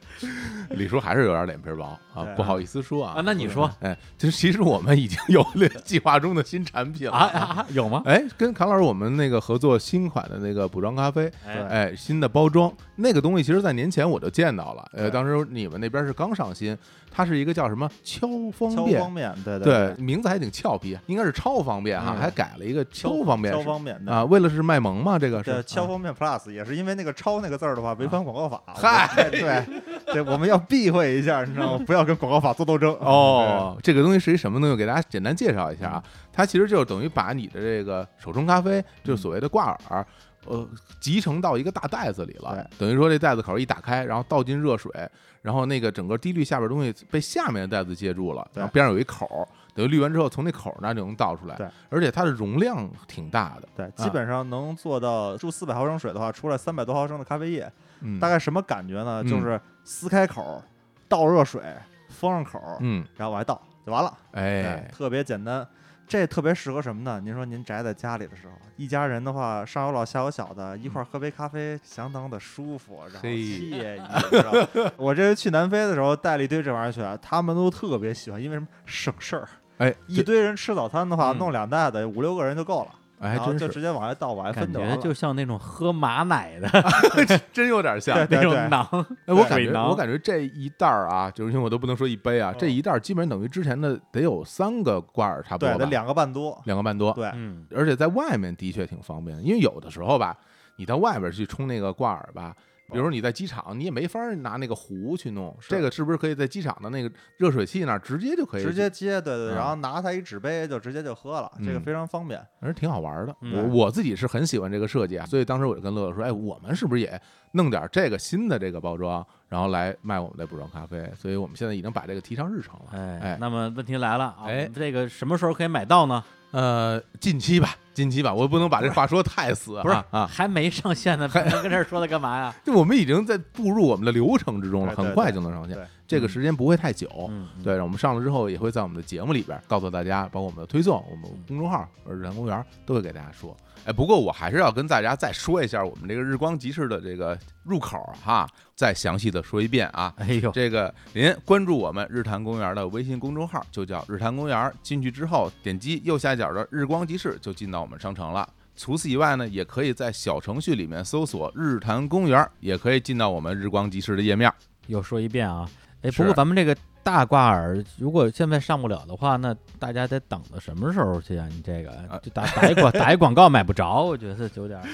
Speaker 2: 李叔还是有点脸皮薄啊
Speaker 4: 对，
Speaker 2: 不好意思说啊
Speaker 3: 啊那 你说，
Speaker 2: 哎，就是其实我们已经有了计划中的新产品了
Speaker 3: 啊啊，啊有 吗？
Speaker 2: 哎，跟侃老师我们那个合作新款的那个补妆咖啡，
Speaker 3: 哎
Speaker 2: 哎，新的包装那个东西，其实在年前我就见到了。呃，
Speaker 4: 对
Speaker 2: 当时你们那边是刚上新，它是一个叫什么敲方
Speaker 4: 敲
Speaker 2: 便，
Speaker 4: 方便，对
Speaker 2: 对，名字还挺俏皮，应该是超方便哈，
Speaker 4: 嗯
Speaker 2: 还改了一个敲
Speaker 4: 敲
Speaker 2: 方便
Speaker 4: 敲
Speaker 2: 是
Speaker 4: 方便的。
Speaker 2: 啊，为了是卖萌嘛，这个是
Speaker 4: 对，呃敲
Speaker 2: 啊
Speaker 4: 方便 Plus 也是因为那个“超”那个字儿的话，违反广告法。
Speaker 2: 嗨
Speaker 4: 我们， 对，对，我们要避讳一下，你知道吗？不要跟广告法做斗争。
Speaker 2: 哦，这个东西是一什么东西？给大家简单介绍一下
Speaker 4: 嗯
Speaker 2: 啊，它其实就是等于把你的这个手冲咖啡，就是所谓的挂耳，
Speaker 4: 嗯
Speaker 2: 呃，集成到一个大袋子里了。等于说这袋子口一打开，然后倒进热水，然后那个整个滴滤下边东西被下面的袋子接住了，
Speaker 4: 对
Speaker 2: 然后边上有一口儿，等于滤完之后从那口儿那儿就能倒出来
Speaker 4: 对。
Speaker 2: 而且它的容量挺大的，
Speaker 4: 对，对，基本上能做到注四百毫升水的话，出来三百多毫升的咖啡液，
Speaker 2: 嗯，
Speaker 4: 大概什么感觉呢？
Speaker 2: 嗯
Speaker 4: 就是撕开口，倒热水，封上口，
Speaker 2: 嗯，
Speaker 4: 然后往外倒就完了。
Speaker 2: 哎，
Speaker 4: 特别简单。这特别适合什么呢？您说您宅在家里的时候，一家人的话，上有老下有小的，一块儿喝杯咖啡，相当的舒服，然后
Speaker 2: 嘿
Speaker 4: 惬意。知道吧我这次去南非的时候带了一堆这玩意儿去，他们都特别喜欢，因为什么省事儿。
Speaker 2: 哎，
Speaker 4: 一堆人吃早餐的话，
Speaker 3: 嗯
Speaker 4: 弄两袋子，五六个人就够了，
Speaker 2: 这哎，
Speaker 4: 然后
Speaker 2: 真
Speaker 4: 就 是直接往外倒，往外
Speaker 3: 感
Speaker 4: 分就完
Speaker 3: 觉
Speaker 4: 了。
Speaker 3: 就像那种喝马奶的
Speaker 2: 真有点像
Speaker 4: 对。
Speaker 3: 那种囊，
Speaker 2: 哎，我感
Speaker 3: 水
Speaker 2: 觉
Speaker 3: 囊
Speaker 2: 我感觉这一袋儿啊，就是因为我都不能说一杯啊，这一袋儿基本上等于之前的得有三个挂耳差不
Speaker 4: 嗯对，
Speaker 2: 多吧，
Speaker 4: 得两个半多。
Speaker 2: 两个半多。
Speaker 4: 对，
Speaker 3: 嗯，
Speaker 2: 而且在外面的确挺方便，因为有的时候吧，你到外边去冲那个挂耳吧，比如说你在机场，你也没法拿那个壶去弄，这个是不是可以在机场的那个热水器那儿直接就可以？
Speaker 4: 直接，接，对对对，
Speaker 2: 嗯
Speaker 4: 然后拿它一纸杯就直接就喝了，这个
Speaker 2: 嗯
Speaker 4: 非常方便。
Speaker 2: 反正挺好玩的。
Speaker 3: 嗯
Speaker 2: 我我自己是很喜欢这个设计啊，所以当时我就跟乐乐说：“哎，我们是不是也弄点这个新的这个包装，然后来卖我们的补装咖啡？”所以我们现在已经把这个提上日程了。
Speaker 3: 哎
Speaker 2: 哎，
Speaker 3: 那么问题来了啊，
Speaker 2: 哎
Speaker 3: 我们这个什么时候可以买到呢？
Speaker 2: 呃，近期吧，近期吧，我不能把这话说太死啊，
Speaker 3: 不是
Speaker 2: 啊，
Speaker 3: 还没上线呢，
Speaker 2: 还
Speaker 3: 跟这儿说它干嘛呀？
Speaker 2: 就我们已经在步入我们的流程之中了，
Speaker 4: 对对
Speaker 2: 很快就能上线
Speaker 4: 对，
Speaker 2: 这个时间不会太久。
Speaker 3: 嗯，嗯，
Speaker 2: 哦对，我们上了之后也会在我们的节目里边告诉大家，包括我们的推送、我们公众号“日坛公园”都会给大家说。哎，不过我还是要跟大家再说一下我们这个日光集市的这个入口哈，再详细的说一遍啊。
Speaker 3: 哎呦，
Speaker 2: 这个您关注我们日坛公园的微信公众号，就叫日坛公园。进去之后，点击右下角的日光集市，就进到我们商城了。除此以外呢，也可以在小程序里面搜索“日坛公园”，也可以进到我们日光集市的页面。
Speaker 3: 又说一遍啊。哎，
Speaker 2: 是
Speaker 3: 不过咱们这个大挂耳，如果现在上不了的话，那大家得等到什么时候去啊？你这个就打打一广打一广告买不着，我觉得有点儿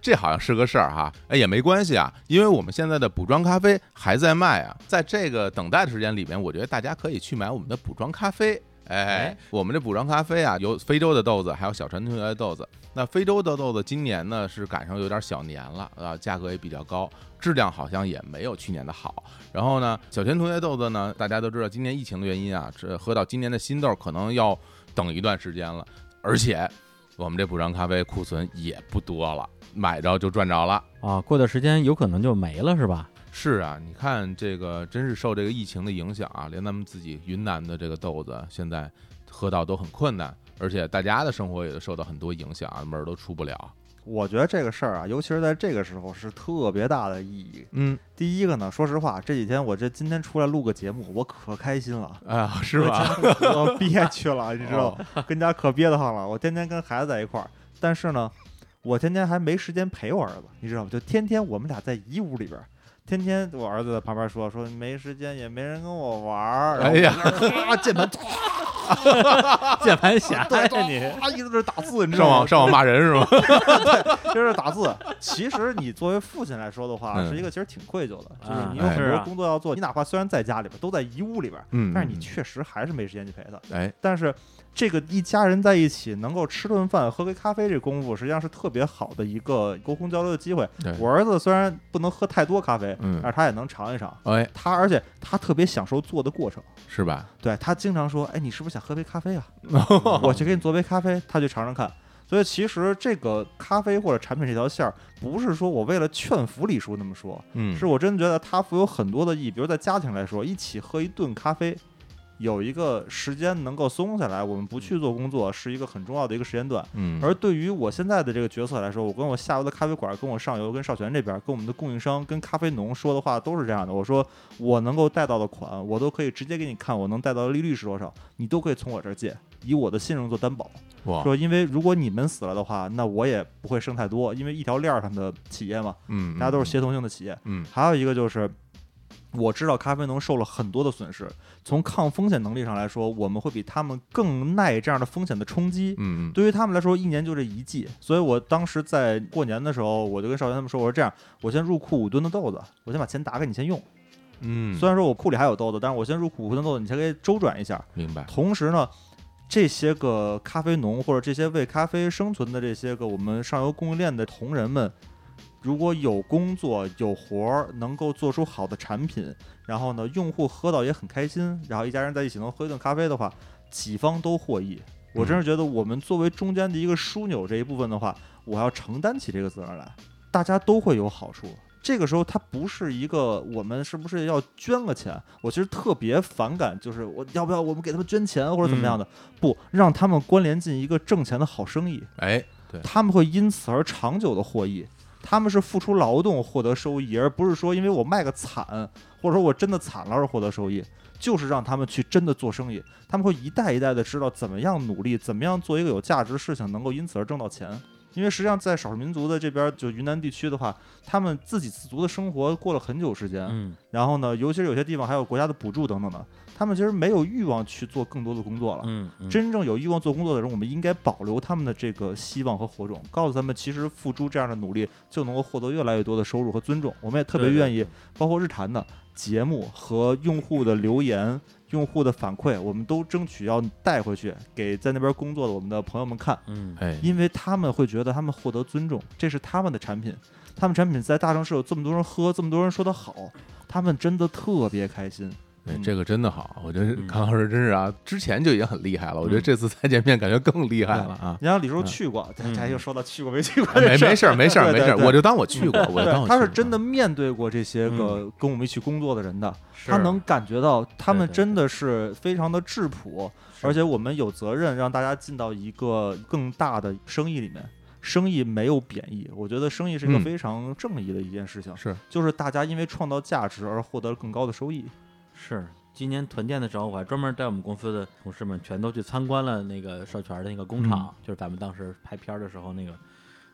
Speaker 2: 这好像是个事儿哈，哎也没关系啊，因为我们现在的补装咖啡还在卖啊，在这个等待的时间里面，我觉得大家可以去买我们的补装咖啡。哎
Speaker 3: 哎，
Speaker 2: 我们这补装咖啡啊，有非洲的豆子，还有小陈同学的豆子。那非洲的豆子今年呢是赶上有点小年了啊，价格也比较高，质量好像也没有去年的好。然后呢，小陈同学豆子呢，大家都知道今年疫情的原因啊，这喝到今年的新豆可能要等一段时间了，而且我们这补装咖啡库存也不多了。买着就赚着了。
Speaker 3: 啊，过段时间有可能就没了，是吧？
Speaker 2: 是啊，你看这个，真是受这个疫情的影响啊，连咱们自己云南的这个豆子，现在喝到都很困难，而且大家的生活也都受到很多影响啊，门儿都出不了。
Speaker 4: 我觉得这个事儿啊，尤其是在这个时候是特别大的意义。
Speaker 2: 嗯，，
Speaker 4: 第一个呢，说实话，这几天我这今天出来录个节目，我可开心了
Speaker 2: 哎呀，是吧？ 哦
Speaker 4: 我憋屈了， 你知道吗？跟家可憋得慌了。我天天跟孩子在一块儿，但是呢，我天天还没时间陪我儿子，你知道吗？就天天我们俩在一屋里边儿。天天我儿子在旁边说说没时间也没人跟我玩儿，然后
Speaker 2: 哎呀，
Speaker 4: 啪键盘
Speaker 3: 键盘侠
Speaker 4: 对，
Speaker 3: 呀你，
Speaker 4: 啪一直在这打字，你知
Speaker 2: 上
Speaker 4: 道吗
Speaker 2: 网？上网骂哎人是吗？
Speaker 4: 就是打字。其实你作为父亲来说的话，
Speaker 2: 嗯
Speaker 4: 是一个其实挺愧疚的，就是
Speaker 3: 啊
Speaker 4: 你有很
Speaker 3: 是
Speaker 4: 多
Speaker 3: 啊
Speaker 4: 工作要做，你哪怕虽然在家里边，都在一屋里边，
Speaker 2: 嗯
Speaker 4: 但是你确实还是没时间去陪他。
Speaker 2: 哎，
Speaker 4: 但是这个一家人在一起能够吃顿饭、喝杯咖啡，这功夫实际上是特别好的一个沟通交流的机会
Speaker 2: 对。
Speaker 4: 我儿子虽然不能喝太多咖啡，
Speaker 2: 嗯
Speaker 4: 但是他也能尝一尝。
Speaker 2: 哎，
Speaker 4: 他而且他特别享受做的过程，
Speaker 2: 是吧？
Speaker 4: 对他经常说：“哎，你是不是想喝杯咖啡啊？ 我去给你做杯咖啡，他去尝尝看。”所以其实这个咖啡或者产品这条线儿，不是说我为了劝服李叔那么说，
Speaker 2: 嗯，
Speaker 4: 是我真觉得它富有很多的意义。比如在家庭来说，一起喝一顿咖啡，有一个时间能够松下来，我们不去做工作，是一个很重要的一个时间段。
Speaker 2: 嗯，
Speaker 4: 而对于我现在的这个角色来说，我跟我下游的咖啡馆、跟我上游、跟少泉这边、跟我们的供应商、跟咖啡农说的话都是这样的。我说我能够贷到的款，我都可以直接给你看，我能贷到的利率是多少，你都可以从我这儿借，以我的信用做担保。
Speaker 2: 哇，
Speaker 4: 说因为如果你们死了的话，那我也不会剩太多，因为一条链儿上的企业嘛，
Speaker 2: 嗯，
Speaker 4: 大家都是
Speaker 2: 嗯
Speaker 4: 协同性的企业。
Speaker 2: 嗯
Speaker 4: 还有一个就是，我知道咖啡农受了很多的损失，从抗风险能力上来说，我们会比他们更耐这样的风险的冲击。
Speaker 2: 嗯嗯
Speaker 4: 对于他们来说，一年就这一季，所以我当时在过年的时候，我就跟少元他们说，我说这样，我先入库五吨的豆子，我先把钱打给你先用。
Speaker 2: 嗯，
Speaker 4: 虽然说我库里还有豆子，但是我先入库五吨豆子，你先给周转一下。
Speaker 2: 明白。
Speaker 4: 同时呢，这些个咖啡农或者这些为咖啡生存的这些个我们上游供应链的同仁们，如果有工作有活儿，能够做出好的产品，然后呢，用户喝到也很开心，然后一家人在一起能喝一顿咖啡的话，几方都获益。我真是觉得我们作为中间的一个枢纽这一部分的话，我要承担起这个责任来，大家都会有好处。这个时候，它不是一个我们是不是要捐个钱？我其实特别反感，就是我要不要我们给他们捐钱或者怎么样的？不让他们关联进一个挣钱的好生意，
Speaker 2: 哎，
Speaker 4: 他们会因此而长久的获益。他们是付出劳动获得收益，而不是说因为我卖个惨，或者说我真的惨了而获得收益。就是让他们去真的做生意，他们会一代一代的知道怎么样努力，怎么样做一个有价值的事情，能够因此而挣到钱。因为实际上在少数民族的这边，就云南地区的话，他们自给自足的生活过了很久时间。
Speaker 3: 嗯
Speaker 4: 然后呢，尤其是有些地方还有国家的补助等等的，他们其实没有欲望去做更多的工作了。
Speaker 3: 嗯，嗯
Speaker 4: 真正有欲望做工作的人，我们应该保留他们的这个希望和火种，告诉他们，其实付出这样的努力就能够获得越来越多的收入和尊重。我们也特别
Speaker 3: 对对
Speaker 4: 愿意，包括日坛的节目和用户的留言、用户的反馈，我们都争取要带回去给在那边工作的我们的朋友们看，
Speaker 3: 嗯
Speaker 2: 哎，
Speaker 4: 因为他们会觉得他们获得尊重，这是他们的产品，他们产品在大城市有这么多人喝，这么多人说它好，他们真的特别开心。
Speaker 2: 哎
Speaker 4: 嗯
Speaker 2: 这个真的好，我觉得
Speaker 3: 嗯
Speaker 2: 康老师真是啊，之前就已经很厉害了，我觉得
Speaker 3: 嗯
Speaker 2: 这次再见面感觉更厉害了啊。
Speaker 4: 你像李叔
Speaker 2: 嗯
Speaker 4: 去过，他
Speaker 3: 嗯
Speaker 4: 他又说到去过没去过
Speaker 2: 哎
Speaker 4: 这
Speaker 2: 没
Speaker 4: 事儿
Speaker 2: 没事儿没事儿没
Speaker 4: 对对
Speaker 2: 事儿，
Speaker 4: 对
Speaker 2: 我就当我去过，我就当我去
Speaker 4: 对，他是
Speaker 2: 过
Speaker 4: 真的面对过这些个跟我们一起工作的人的，他能感觉到他们
Speaker 3: 对对
Speaker 4: 真的是非常的质朴，
Speaker 3: 是
Speaker 4: 而且我们有责任让大家进到一个更大的生意里面。生意没有贬义，我觉得生意是一个
Speaker 2: 嗯
Speaker 4: 非常正义的一件事情，
Speaker 2: 是嗯
Speaker 4: 就是大家因为创造价值而获得更高的收益。
Speaker 3: 是。今年团建的时候，我还专门带我们公司的同事们全都去参观了那个少泉的那个工厂，就是咱们当时拍片儿的时候那个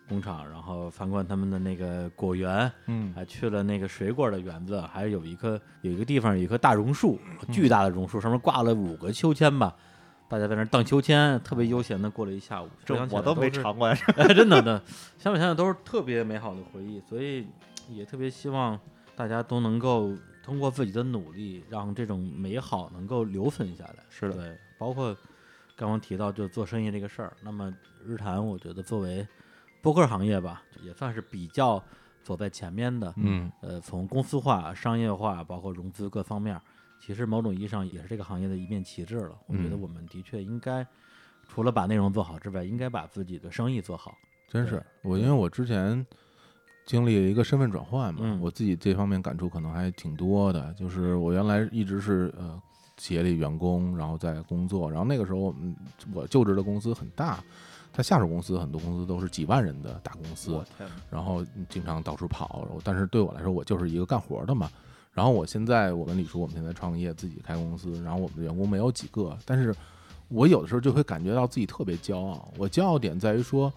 Speaker 3: 工厂，然后参观他们的那个果园，
Speaker 4: 嗯，
Speaker 3: 还去了那个水果的园子，还有一棵有一个地方有一棵大榕树，
Speaker 4: 嗯
Speaker 3: 巨大的榕树，上面挂了五个秋千吧，大家在那儿荡秋千，特别悠闲的过了一下午。
Speaker 4: 这
Speaker 3: 回想起
Speaker 4: 我
Speaker 3: 来
Speaker 4: 都没
Speaker 3: 是
Speaker 4: 尝过呀。
Speaker 3: 哎， 真的的，想想想想都是特别美好的回忆，所以也特别希望大家都能够通过自己的努力，让这种美好能够留存下来。
Speaker 4: 是的
Speaker 3: 对，包括刚刚提到就做生意这个事儿，那么日坛我觉得作为播客行业吧，也算是比较走在前面的，
Speaker 2: 嗯
Speaker 3: 呃，从公司化、商业化，包括融资各方面儿，其实某种意义上也是这个行业的一面旗帜了。我觉得
Speaker 2: 嗯
Speaker 3: 我们的确应该，除了把内容做好之外，应该把自己的生意做好。
Speaker 2: 真
Speaker 3: 对
Speaker 2: 是我，因为我之前经历了一个身份转换嘛，
Speaker 3: 嗯
Speaker 2: 我自己这方面感触可能还挺多的。就是我原来一直是呃企业里员工，然后在工作，然后那个时候我们我就职的公司很大，它下属公司很多公司都是几万人的大公司，
Speaker 4: 天哪，
Speaker 2: 然后经常到处跑。然后但是对我来说，我就是一个干活的嘛。然后我现在我跟李叔，我们现在创业，自己开公司，然后我们的员工没有几个，但是我有的时候就会感觉到自己特别骄傲。我骄傲点在于说，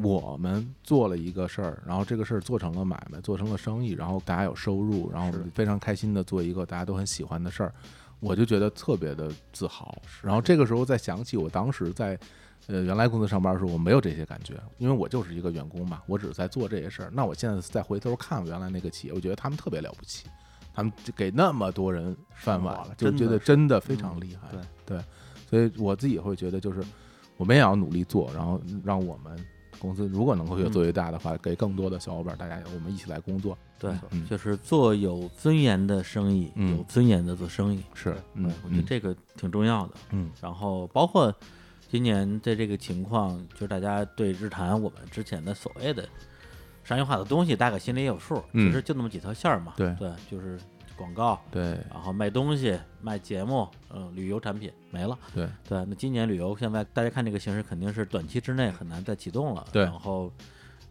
Speaker 2: 我们做了一个事儿，然后这个事儿做成了买卖，做成了生意，然后大家有收入，然后我
Speaker 4: 是
Speaker 2: 们非常开心的做一个大家都很喜欢的事儿，我就觉得特别的自豪。然后这个时候再想起我当时在。呃，原来公司上班的时候我没有这些感觉，因为我就是一个员工嘛，我只是在做这些事儿。那我现在再回头看原来那个企业，我觉得他们特别了不起，他们就给那么多人饭碗
Speaker 4: 哇
Speaker 2: 了，就
Speaker 4: 真
Speaker 2: 觉得
Speaker 4: 的是嗯
Speaker 2: 真的非常厉害。
Speaker 4: 对
Speaker 2: 对，所以我自己也会觉得，就是我们也要努力做，然后让我们公司如果能够越
Speaker 3: 嗯
Speaker 2: 做越大的话，给更多的小伙伴，大家我们一起来工作。
Speaker 3: 对，
Speaker 2: 嗯
Speaker 3: 就是做有尊严的生意，
Speaker 2: 嗯
Speaker 3: 有尊严的做生意。
Speaker 2: 是，
Speaker 3: 对
Speaker 2: 嗯，
Speaker 3: 哎我觉得这个挺重要的。
Speaker 2: 嗯
Speaker 3: 然后包括今年的这个情况，就是大家对日坛我们之前的所谓的商业化的东西，大概心里也有数，
Speaker 2: 嗯
Speaker 3: 其实就那么几条线儿嘛。
Speaker 2: 对
Speaker 3: 对，就是广告，
Speaker 2: 对
Speaker 3: 然后卖东西、卖节目，嗯、旅游产品没了。
Speaker 2: 对
Speaker 3: 对，那今年旅游现在大家看这个形势，肯定是短期之内很难再启动了。
Speaker 2: 对
Speaker 3: 然后，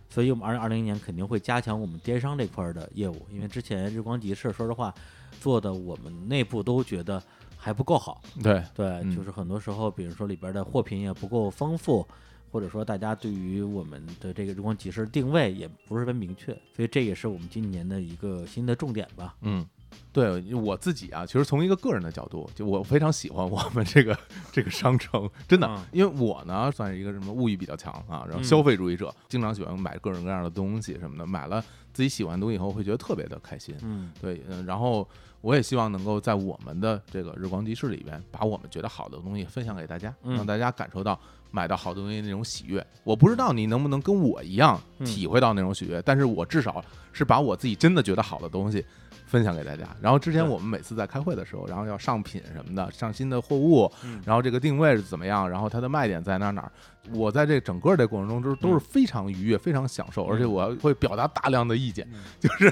Speaker 3: 所以我们二零二零年肯定会加强我们电商这块儿的业务，因为之前日光集市说实话做的我们内部都觉得还不够好。
Speaker 2: 对
Speaker 3: 对，
Speaker 2: 嗯
Speaker 3: 就是很多时候，比如说里边的货品也不够丰富。或者说，大家对于我们的这个日光集市定位也不是很明确，所以这也是我们今年的一个新的重点吧。
Speaker 2: 嗯。对我自己啊，其实从一个个人的角度，就我非常喜欢我们这个这个商城，真的，啊
Speaker 3: 嗯
Speaker 2: 因为我呢算是一个什么物欲比较强啊，然后
Speaker 3: 嗯
Speaker 2: 消费主义者，经常喜欢买各种各样的东西什么的，买了自己喜欢的东西以后，会觉得特别的开心。
Speaker 3: 嗯，
Speaker 2: 对，嗯，然后我也希望能够在我们的这个日光集市里边，把我们觉得好的东西分享给大家，
Speaker 3: 嗯
Speaker 2: 让大家感受到买到好东西那种喜悦。我不知道你能不能跟我一样
Speaker 3: 嗯
Speaker 2: 体会到那种喜悦，但是我至少是把我自己真的觉得好的东西。分享给大家。然后之前
Speaker 3: 对
Speaker 2: 我们每次在开会的时候，然后要上品什么的，上新的货物
Speaker 4: 嗯，
Speaker 2: 然后这个定位是怎么样，然后它的卖点在哪儿哪儿。我在这整个这过程中，就是都是非常愉悦、非常享受，而且我会表达大量的意见， 就是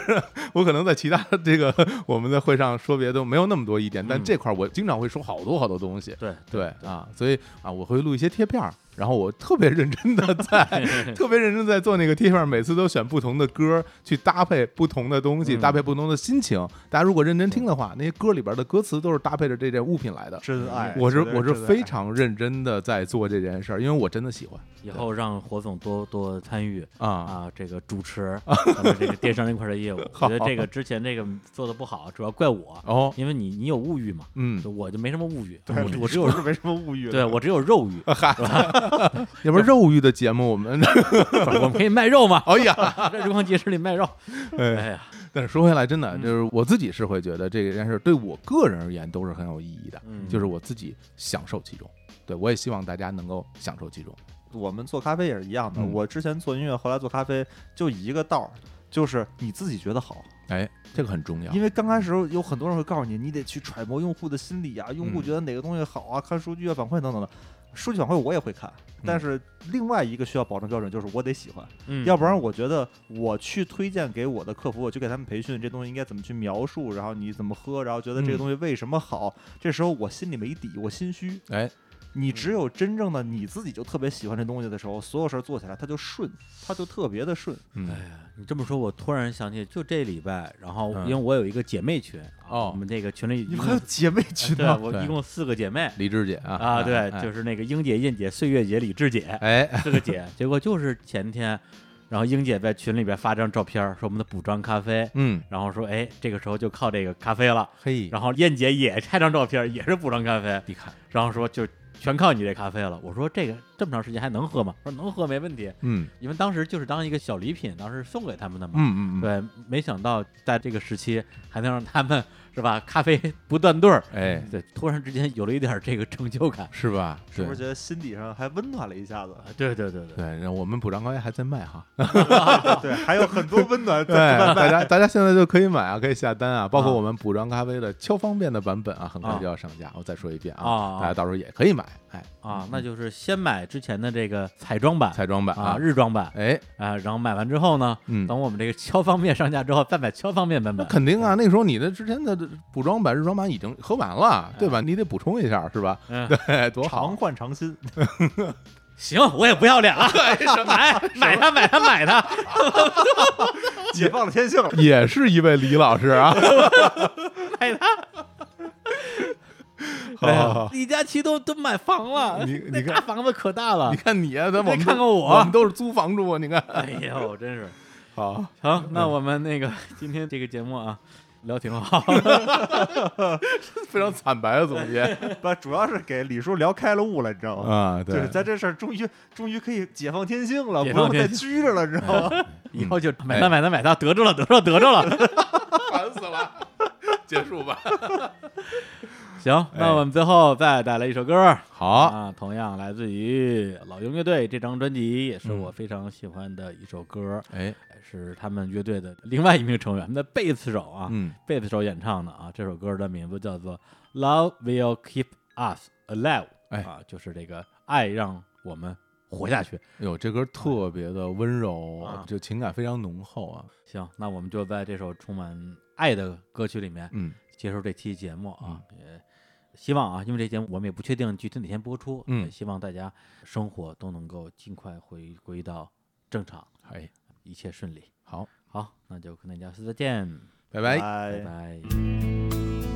Speaker 2: 我可能在其他的这个我们的会上说别的没有那么多意见，但
Speaker 3: 嗯
Speaker 2: 这块儿我经常会说好多好多东西。
Speaker 3: 对
Speaker 2: 对啊，所以啊，我会录一些贴片儿，然后我特别认真的在 特别认真地在做那个贴片，每次都选不同的歌去搭配不同的东西，
Speaker 3: 嗯
Speaker 2: 搭配不同的心情。大家如果认真听的话，那些歌里边的歌词都是搭配着这件物品来的。
Speaker 4: 真爱，
Speaker 2: 我是
Speaker 4: 绝对
Speaker 2: 我是
Speaker 4: 真爱
Speaker 2: 非常认真的在做这件事儿，因为我真的喜欢
Speaker 3: 以后让火总多多参与
Speaker 2: 啊。
Speaker 3: 啊，这个主持咱们这个电商那块儿的业务，我觉得这个之前这个做的不好，主要怪我，
Speaker 2: 哦，
Speaker 3: 因为你你有物欲嘛，
Speaker 2: 嗯，
Speaker 3: 我就没什么物欲，
Speaker 4: 对
Speaker 3: 我
Speaker 4: 我
Speaker 3: 我只
Speaker 4: 只
Speaker 3: 有
Speaker 4: 有是没什么物欲的，
Speaker 3: 对我只有肉欲，
Speaker 2: 要不然肉欲的节目我们，，
Speaker 3: 我们可以卖肉嘛
Speaker 2: 哎呀，
Speaker 3: 在荣光集市里卖肉，
Speaker 2: 哎
Speaker 3: 哎嗯呀，
Speaker 2: 但是说回来，真的就是我自己是会觉得这件事对我个人而言都是很有意义的，
Speaker 3: 嗯
Speaker 2: 就是我自己享受其中。对我也希望大家能够享受其中。
Speaker 4: 我们做咖啡也是一样的。
Speaker 2: 嗯
Speaker 4: 我之前做音乐，后来做咖啡，就一个道儿，就是你自己觉得好。
Speaker 2: 哎，这个很重要
Speaker 4: 因。为刚开始有很多人会告诉你，你得去揣摩用户的心理
Speaker 2: 嗯
Speaker 4: 啊，用户觉得哪个东西好啊，看数据啊、反馈等等的。数据反馈我也会看，但是另外一个需要保证标准就是我得喜欢，
Speaker 3: 嗯
Speaker 4: 要不然我觉得我去推荐给我的客服，我去给他们培训这东西应该怎么去描述，然后你怎么喝，然后觉得这个
Speaker 2: 嗯
Speaker 4: 东西为什么好，这时候我心里没底，我心虚。
Speaker 2: 哎，
Speaker 4: 你只有真正的你自己就特别喜欢这东西的时候，所有事儿做起来它就顺，它就特别的顺。
Speaker 2: 嗯
Speaker 3: 哎呀，你这么说，我突然想起，就这礼拜，然后
Speaker 2: 嗯
Speaker 3: 因为我有一个姐妹群啊，
Speaker 2: 哦
Speaker 3: 我们那个群里一共
Speaker 4: 姐妹群
Speaker 3: 哎对，我
Speaker 2: 对
Speaker 3: 一共四个姐妹
Speaker 2: 李志姐啊，
Speaker 3: 啊，对，
Speaker 2: 哎
Speaker 3: 就是那个英姐、燕姐、岁月姐、李智姐
Speaker 2: 哎，
Speaker 3: 四个姐，结果就是前天，然后英姐在群里边发张照片，说我们的补妆咖啡。
Speaker 2: 嗯，
Speaker 3: 然后说，哎，这个时候就靠这个咖啡了。
Speaker 2: 嘿，
Speaker 3: 然后燕姐也拍张照片，也是补妆咖啡。
Speaker 2: 你看，
Speaker 3: 然后说，就全靠你这咖啡了。我说这个这么长时间还能喝吗？她说能喝没问题，
Speaker 2: 嗯
Speaker 3: 因为当时就是当一个小礼品，当时送给他们的嘛。
Speaker 2: 嗯嗯嗯，
Speaker 3: 对，没想到在这个时期还能让他们是吧，咖啡不断对儿，
Speaker 2: 哎，
Speaker 3: 对，突然之间有了一点儿这个成就感。
Speaker 2: 是吧？
Speaker 4: 是
Speaker 2: 对
Speaker 4: 不是觉得心底上还温暖了一下 子？
Speaker 3: 对对对对，
Speaker 2: 对，然后我们补偿高压还在卖哈，
Speaker 4: 对，还有很多温暖
Speaker 2: 对，
Speaker 4: 在
Speaker 2: 大家大家现在就可以买啊，可以下单啊，包括
Speaker 3: 啊
Speaker 2: 我们补妆咖啡的超方便的版本啊，很快就要上架。我再说一遍
Speaker 3: 啊
Speaker 2: 啊，大家到时候也可以买，哎，
Speaker 3: 啊，那就是先买之前的这个彩妆版
Speaker 2: 彩妆版
Speaker 3: 啊，日装版
Speaker 2: 哎，
Speaker 3: 啊，然后买完之后呢，
Speaker 2: 嗯，
Speaker 3: 等我们这个敲方面上架之后，再买敲方面版本。
Speaker 2: 肯定啊，那时候你的之前的补妆版、日妆版已经喝完了，对
Speaker 3: 哎
Speaker 2: 吧？你得补充一下，是吧？
Speaker 3: 嗯，
Speaker 2: 哎，多
Speaker 4: 常
Speaker 2: 好！
Speaker 4: 换常新，
Speaker 3: 行，我也不要脸了，买买它买它买它，
Speaker 4: 解放了天性了。
Speaker 2: 也是一位李老师 啊，
Speaker 3: 买它。
Speaker 2: 好
Speaker 3: 哎
Speaker 2: 好好，
Speaker 3: 李佳琦都都买房了，
Speaker 2: 你
Speaker 3: 那
Speaker 2: 你看
Speaker 3: 大房子可大了
Speaker 2: 你。看你，啊咱我们都
Speaker 3: 啊看看我
Speaker 2: 我们都是租房住，啊你看，
Speaker 3: 哎呦，真是。
Speaker 2: 好，
Speaker 3: 好，那我们那个今天这个节目啊，聊挺好。
Speaker 2: 嗯非常惨白的啊总结
Speaker 4: 不，主要是给李叔聊开了悟了，你知道吗？
Speaker 2: 啊，
Speaker 4: 就是在这事儿终于终于可以解放天性了，不
Speaker 3: 解放
Speaker 4: 用再
Speaker 3: 天
Speaker 4: 拘着了，你知道 吗？
Speaker 2: 嗯
Speaker 3: 以后
Speaker 2: 哎
Speaker 3: 就买它买它买它，得着了得着了得着了。
Speaker 2: 烦死了，结束吧。
Speaker 3: 行，
Speaker 2: 哎
Speaker 3: 那我们最后再带来一首歌
Speaker 2: 好，
Speaker 3: 啊，同样来自于老鹰乐队这张专辑，也是
Speaker 2: 嗯
Speaker 3: 我非常喜欢的一首歌，
Speaker 2: 哎，
Speaker 3: 是他们乐队的另外一名成员，他们的贝斯手啊，
Speaker 2: 嗯，
Speaker 3: 贝斯手演唱的啊。这首歌的名字叫做《Love Will Keep Us Alive》，
Speaker 2: 哎
Speaker 3: 啊，就是这个爱让我们活下去。
Speaker 2: 哟，这歌特别的温柔
Speaker 3: 啊，
Speaker 2: 就情感非常浓厚啊，
Speaker 3: 行，那我们就在这首充满爱的歌曲里面
Speaker 2: 嗯，
Speaker 3: 接受这期节目啊，也希望啊，因为这节目我们也不确定具体哪天播出，
Speaker 2: 嗯
Speaker 3: 也希望大家生活都能够尽快回归到正常，
Speaker 2: 哎，
Speaker 3: 一切顺利。
Speaker 2: 好，哎
Speaker 3: 好，那就跟大家说再见，
Speaker 2: 拜拜。
Speaker 3: 拜
Speaker 4: 拜
Speaker 3: 拜。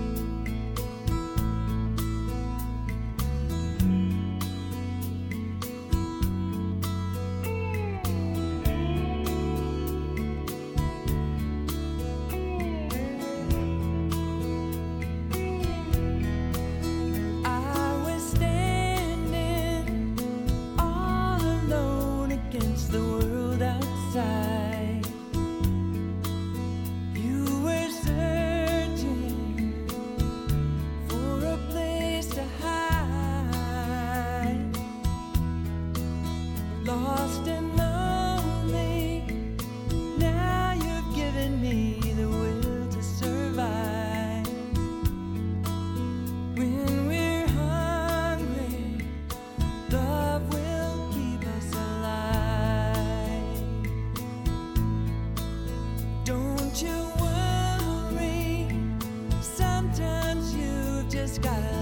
Speaker 5: I was standing all alone against the world outside. You were searching for a place to hide, lost and lonely. Now you've given me the will to survive. When we're hungry, love will keep us alive. Don't you worry, sometimes you've just gotta